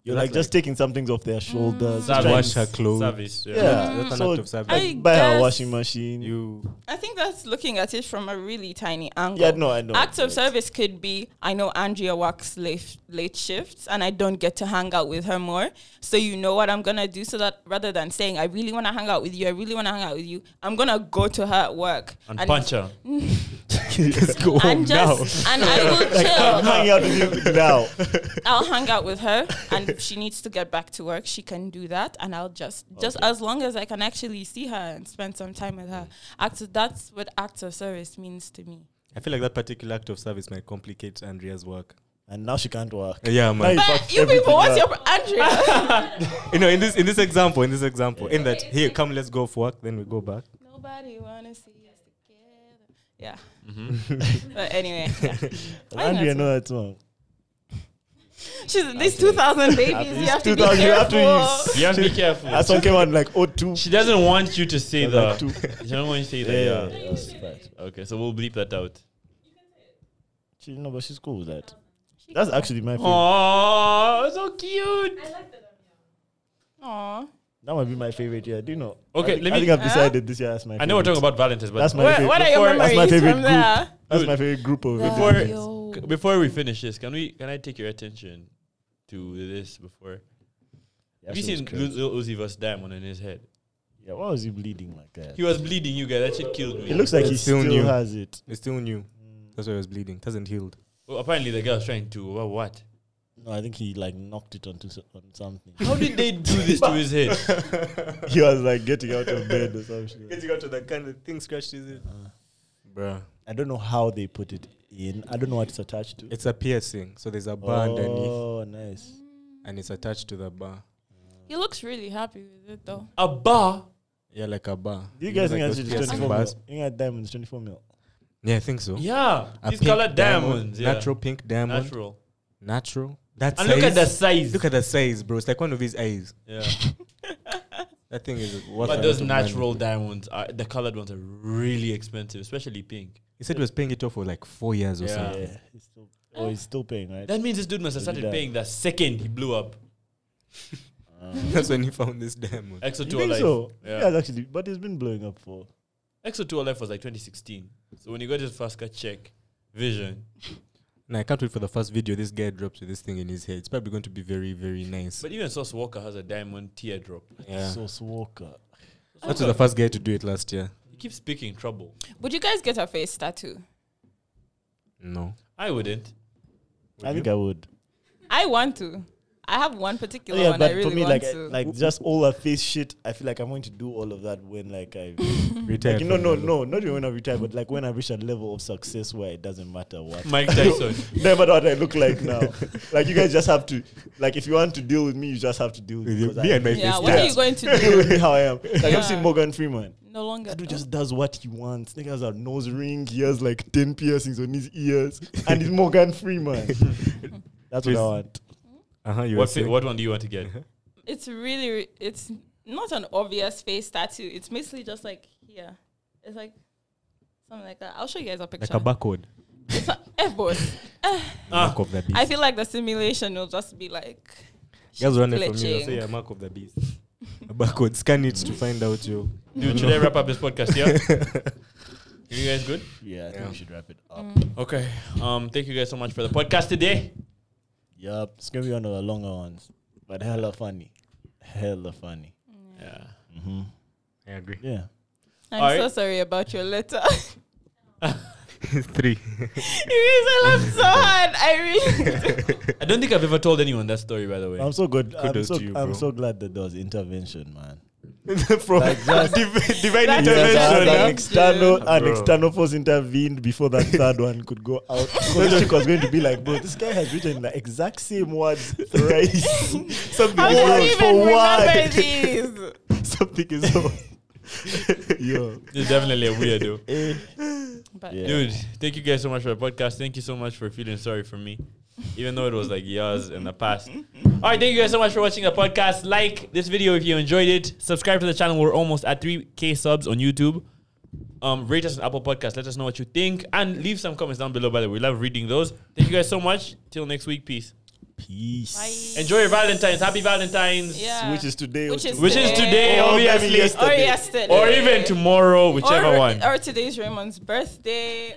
You're That's like just taking some things off their shoulders. Service. trying- Wash her clothes. Service. Yeah. Yeah, That's an so act of service. like, I buy her a guess- washing machine. [laughs] You I think that's looking at it from a really tiny angle. yeah, no, I know. Acts of but- service could be I know Andrea works late, late shifts and I don't get to hang out with her more. So you know what I'm going to do so that rather than saying I really want to hang out with you, I really want to hang out with you, I'm going to go to her at work And punch [laughs] her. let's go home and just and [laughs] I will Oh, I'm chill. hanging out with you now. I'll hang out with her and if she needs to get back to work, she can do that and I'll just just as long as I can actually see her and spend some time with her. Acts that's what acts of service means to me. I feel like that particular act of service might complicate Andrea's work. Eh, And now she can't work. Yeah, Now man. you But fucked you people, everything what's up. your Andrea? [laughs] you know, in this in this example, in this example, in that Okay, it's here, like- come, let's go for work, then we go back. Nobody wanna see us together. Yeah. but anyway, [laughs] yeah. I think Mm-hmm. Andrea that's- know that song. She's, these 2000 babies, you It's have to be 2000, you have to careful. You have to be careful. That song came out in like 02. She doesn't want you to say Or like that. two. She doesn't want you to say Yeah, that. yeah, yeah. yeah, that's facts. Okay, so we'll bleep that out. She, no, but she's cool with that. That's actually my favorite. Oh, so cute. Aw. That might be my favorite year. Do you know? Okay, I think, let I me- think I've Huh? decided this year as my. I know we're favorite. talking about Valentine's, but That's my What, favorite. what are your That's memories my favorite from there? That's Dude. my favorite group of Before- Yo. c- before we finish this, can we can I take your attention to this before? Have you seen Lu- Lil Uzi vs Diamond in his head? Yeah, why was he bleeding like that? He was bleeding, you guys. That shit killed me. It looks like he It's still still, new. has it. It's still new. Mm. That's why I was bleeding. It [laughs] hasn't healed. Well, apparently the girl's trying to. Well, what? No, I think he like knocked it onto so- on something. How did they [laughs] do this to his head? [laughs] he was like getting out of bed or something. Getting out of that kind of thing scratched is it? Uh-huh. Bruh. I don't know how they put it in. I don't know what it's attached to. It's a piercing. So there's a bar underneath oh, nice. and it's attached to the bar. He looks really happy with it though. A bar. Yeah, like a bar. Do you know, guys think like I those should piercing 24 mil? bars? You think I diamonds 24 mil? Yeah, I think so. Yeah, A these pink colored diamond, diamonds. Yeah. Natural pink diamond. Natural. Natural. That And look at the size. size. Look at the size, bro. It's like one of his eyes. yeah. That thing is worth a But lot those of money. natural diamonds, are, the colored ones, are really expensive, especially pink. He said he was paying it off for like four years or Yeah. something. [laughs] Yeah, he's still, oh, he's still paying, right? That means this dude must have Look at started that. paying the second he blew up. That's when he found this diamond. Exo you Tour think Life. so? Yeah. Yeah. actually, but it's been blowing up for. Exo Tour Life was like 2016. So when you got his first cut check, Vision. Now I can't wait for the first video this guy drops with this thing in his head. It's probably going to be very, very nice. But even Sauce Walker has a diamond teardrop. yeah. Sauce Walker. That was the first guy to do it last year. He keeps picking trouble. Would you guys get a face tattoo? No. I wouldn't. I think I would. I want to. I have one particular yeah, one but I really for me, want like, I- to. like just all her face shit, I feel like I'm going to do all of that when, like, I, Retire. like, no, from no, the- no, not even when I retire, but like when I reach a level of success where it doesn't matter what. Mike [laughs] Tyson. Never what I look like now. [laughs] like you guys just have to, like, if you want to deal with me, you just have to deal with me. With 'cause you- me I- and my yeah, face. what are tats. you going to [laughs] do? deal with me how I am. Like I've seen Yeah. Morgan Freeman. No longer. That dude just does what he wants. Nigga has a nose ring. He has like ten piercings on his ears, and he's Morgan [laughs] Freeman. That's what I want. Uh-huh, you were what, fa- saying. what one do you want to [laughs] get? It's really. re- It's not an obvious face tattoo. It's mostly just like here. It's like something like that. I'll show you guys a Like picture. a barcode. it's not [laughs] F boss. Ah. Mark of the beast. I feel like the simulation will just be like. Girls running from you. they'll glitching. Say, yeah, mark of the beast. a [laughs] barcode. Scan it to find out your. Dude, should I wrap up this podcast [laughs] here? you guys good? Yeah, I think we should wrap it up. Okay. Um, thank you guys so much for the podcast today. Yup, it's gonna be one of the longer ones, but hella funny, hella funny. Yeah. hmm I agree. Yeah. I'm Alright. so sorry about your letter. [laughs] Three. you guys, I [laughs] [laughs] laughed so hard. I really. I don't think I've ever told anyone that story, by the way. I'm so good. I'm Kudos so, to you, I'm bro. so glad that there was intervention, man. [laughs] from Like, just- div- divine That's You guys had intervention. yeah. an external, an Bro. external force intervened before that third one could go [laughs] out. Because the chick was going to be like, bro, this guy has written the exact same words thrice. Something [laughs] How is did wrong. I For even [laughs] remember what? these? Something is wrong. Yo. This is definitely a weirdo. [laughs] Eh, But yeah. Dude, thank you guys so much for the podcast. Thank you so much for feeling sorry for me. Even though it was like years in the [laughs] past. Alright, thank you guys so much for watching the podcast. Like this video if you enjoyed it. Subscribe to the channel. We're almost at 3k subs on YouTube. Um, rate us on Apple Podcasts. Let us know what you think. And leave some comments down below, by the way. We love reading those. Thank you guys so much. Till next week. Peace. Peace. Bye. Enjoy your Valentine's. Happy Valentine's. Yeah. Which is today. Which or is Which is today, Or maybe obviously. Oh, yesterday. or yesterday, Or even tomorrow, whichever or, one. or today's Raymond's birthday.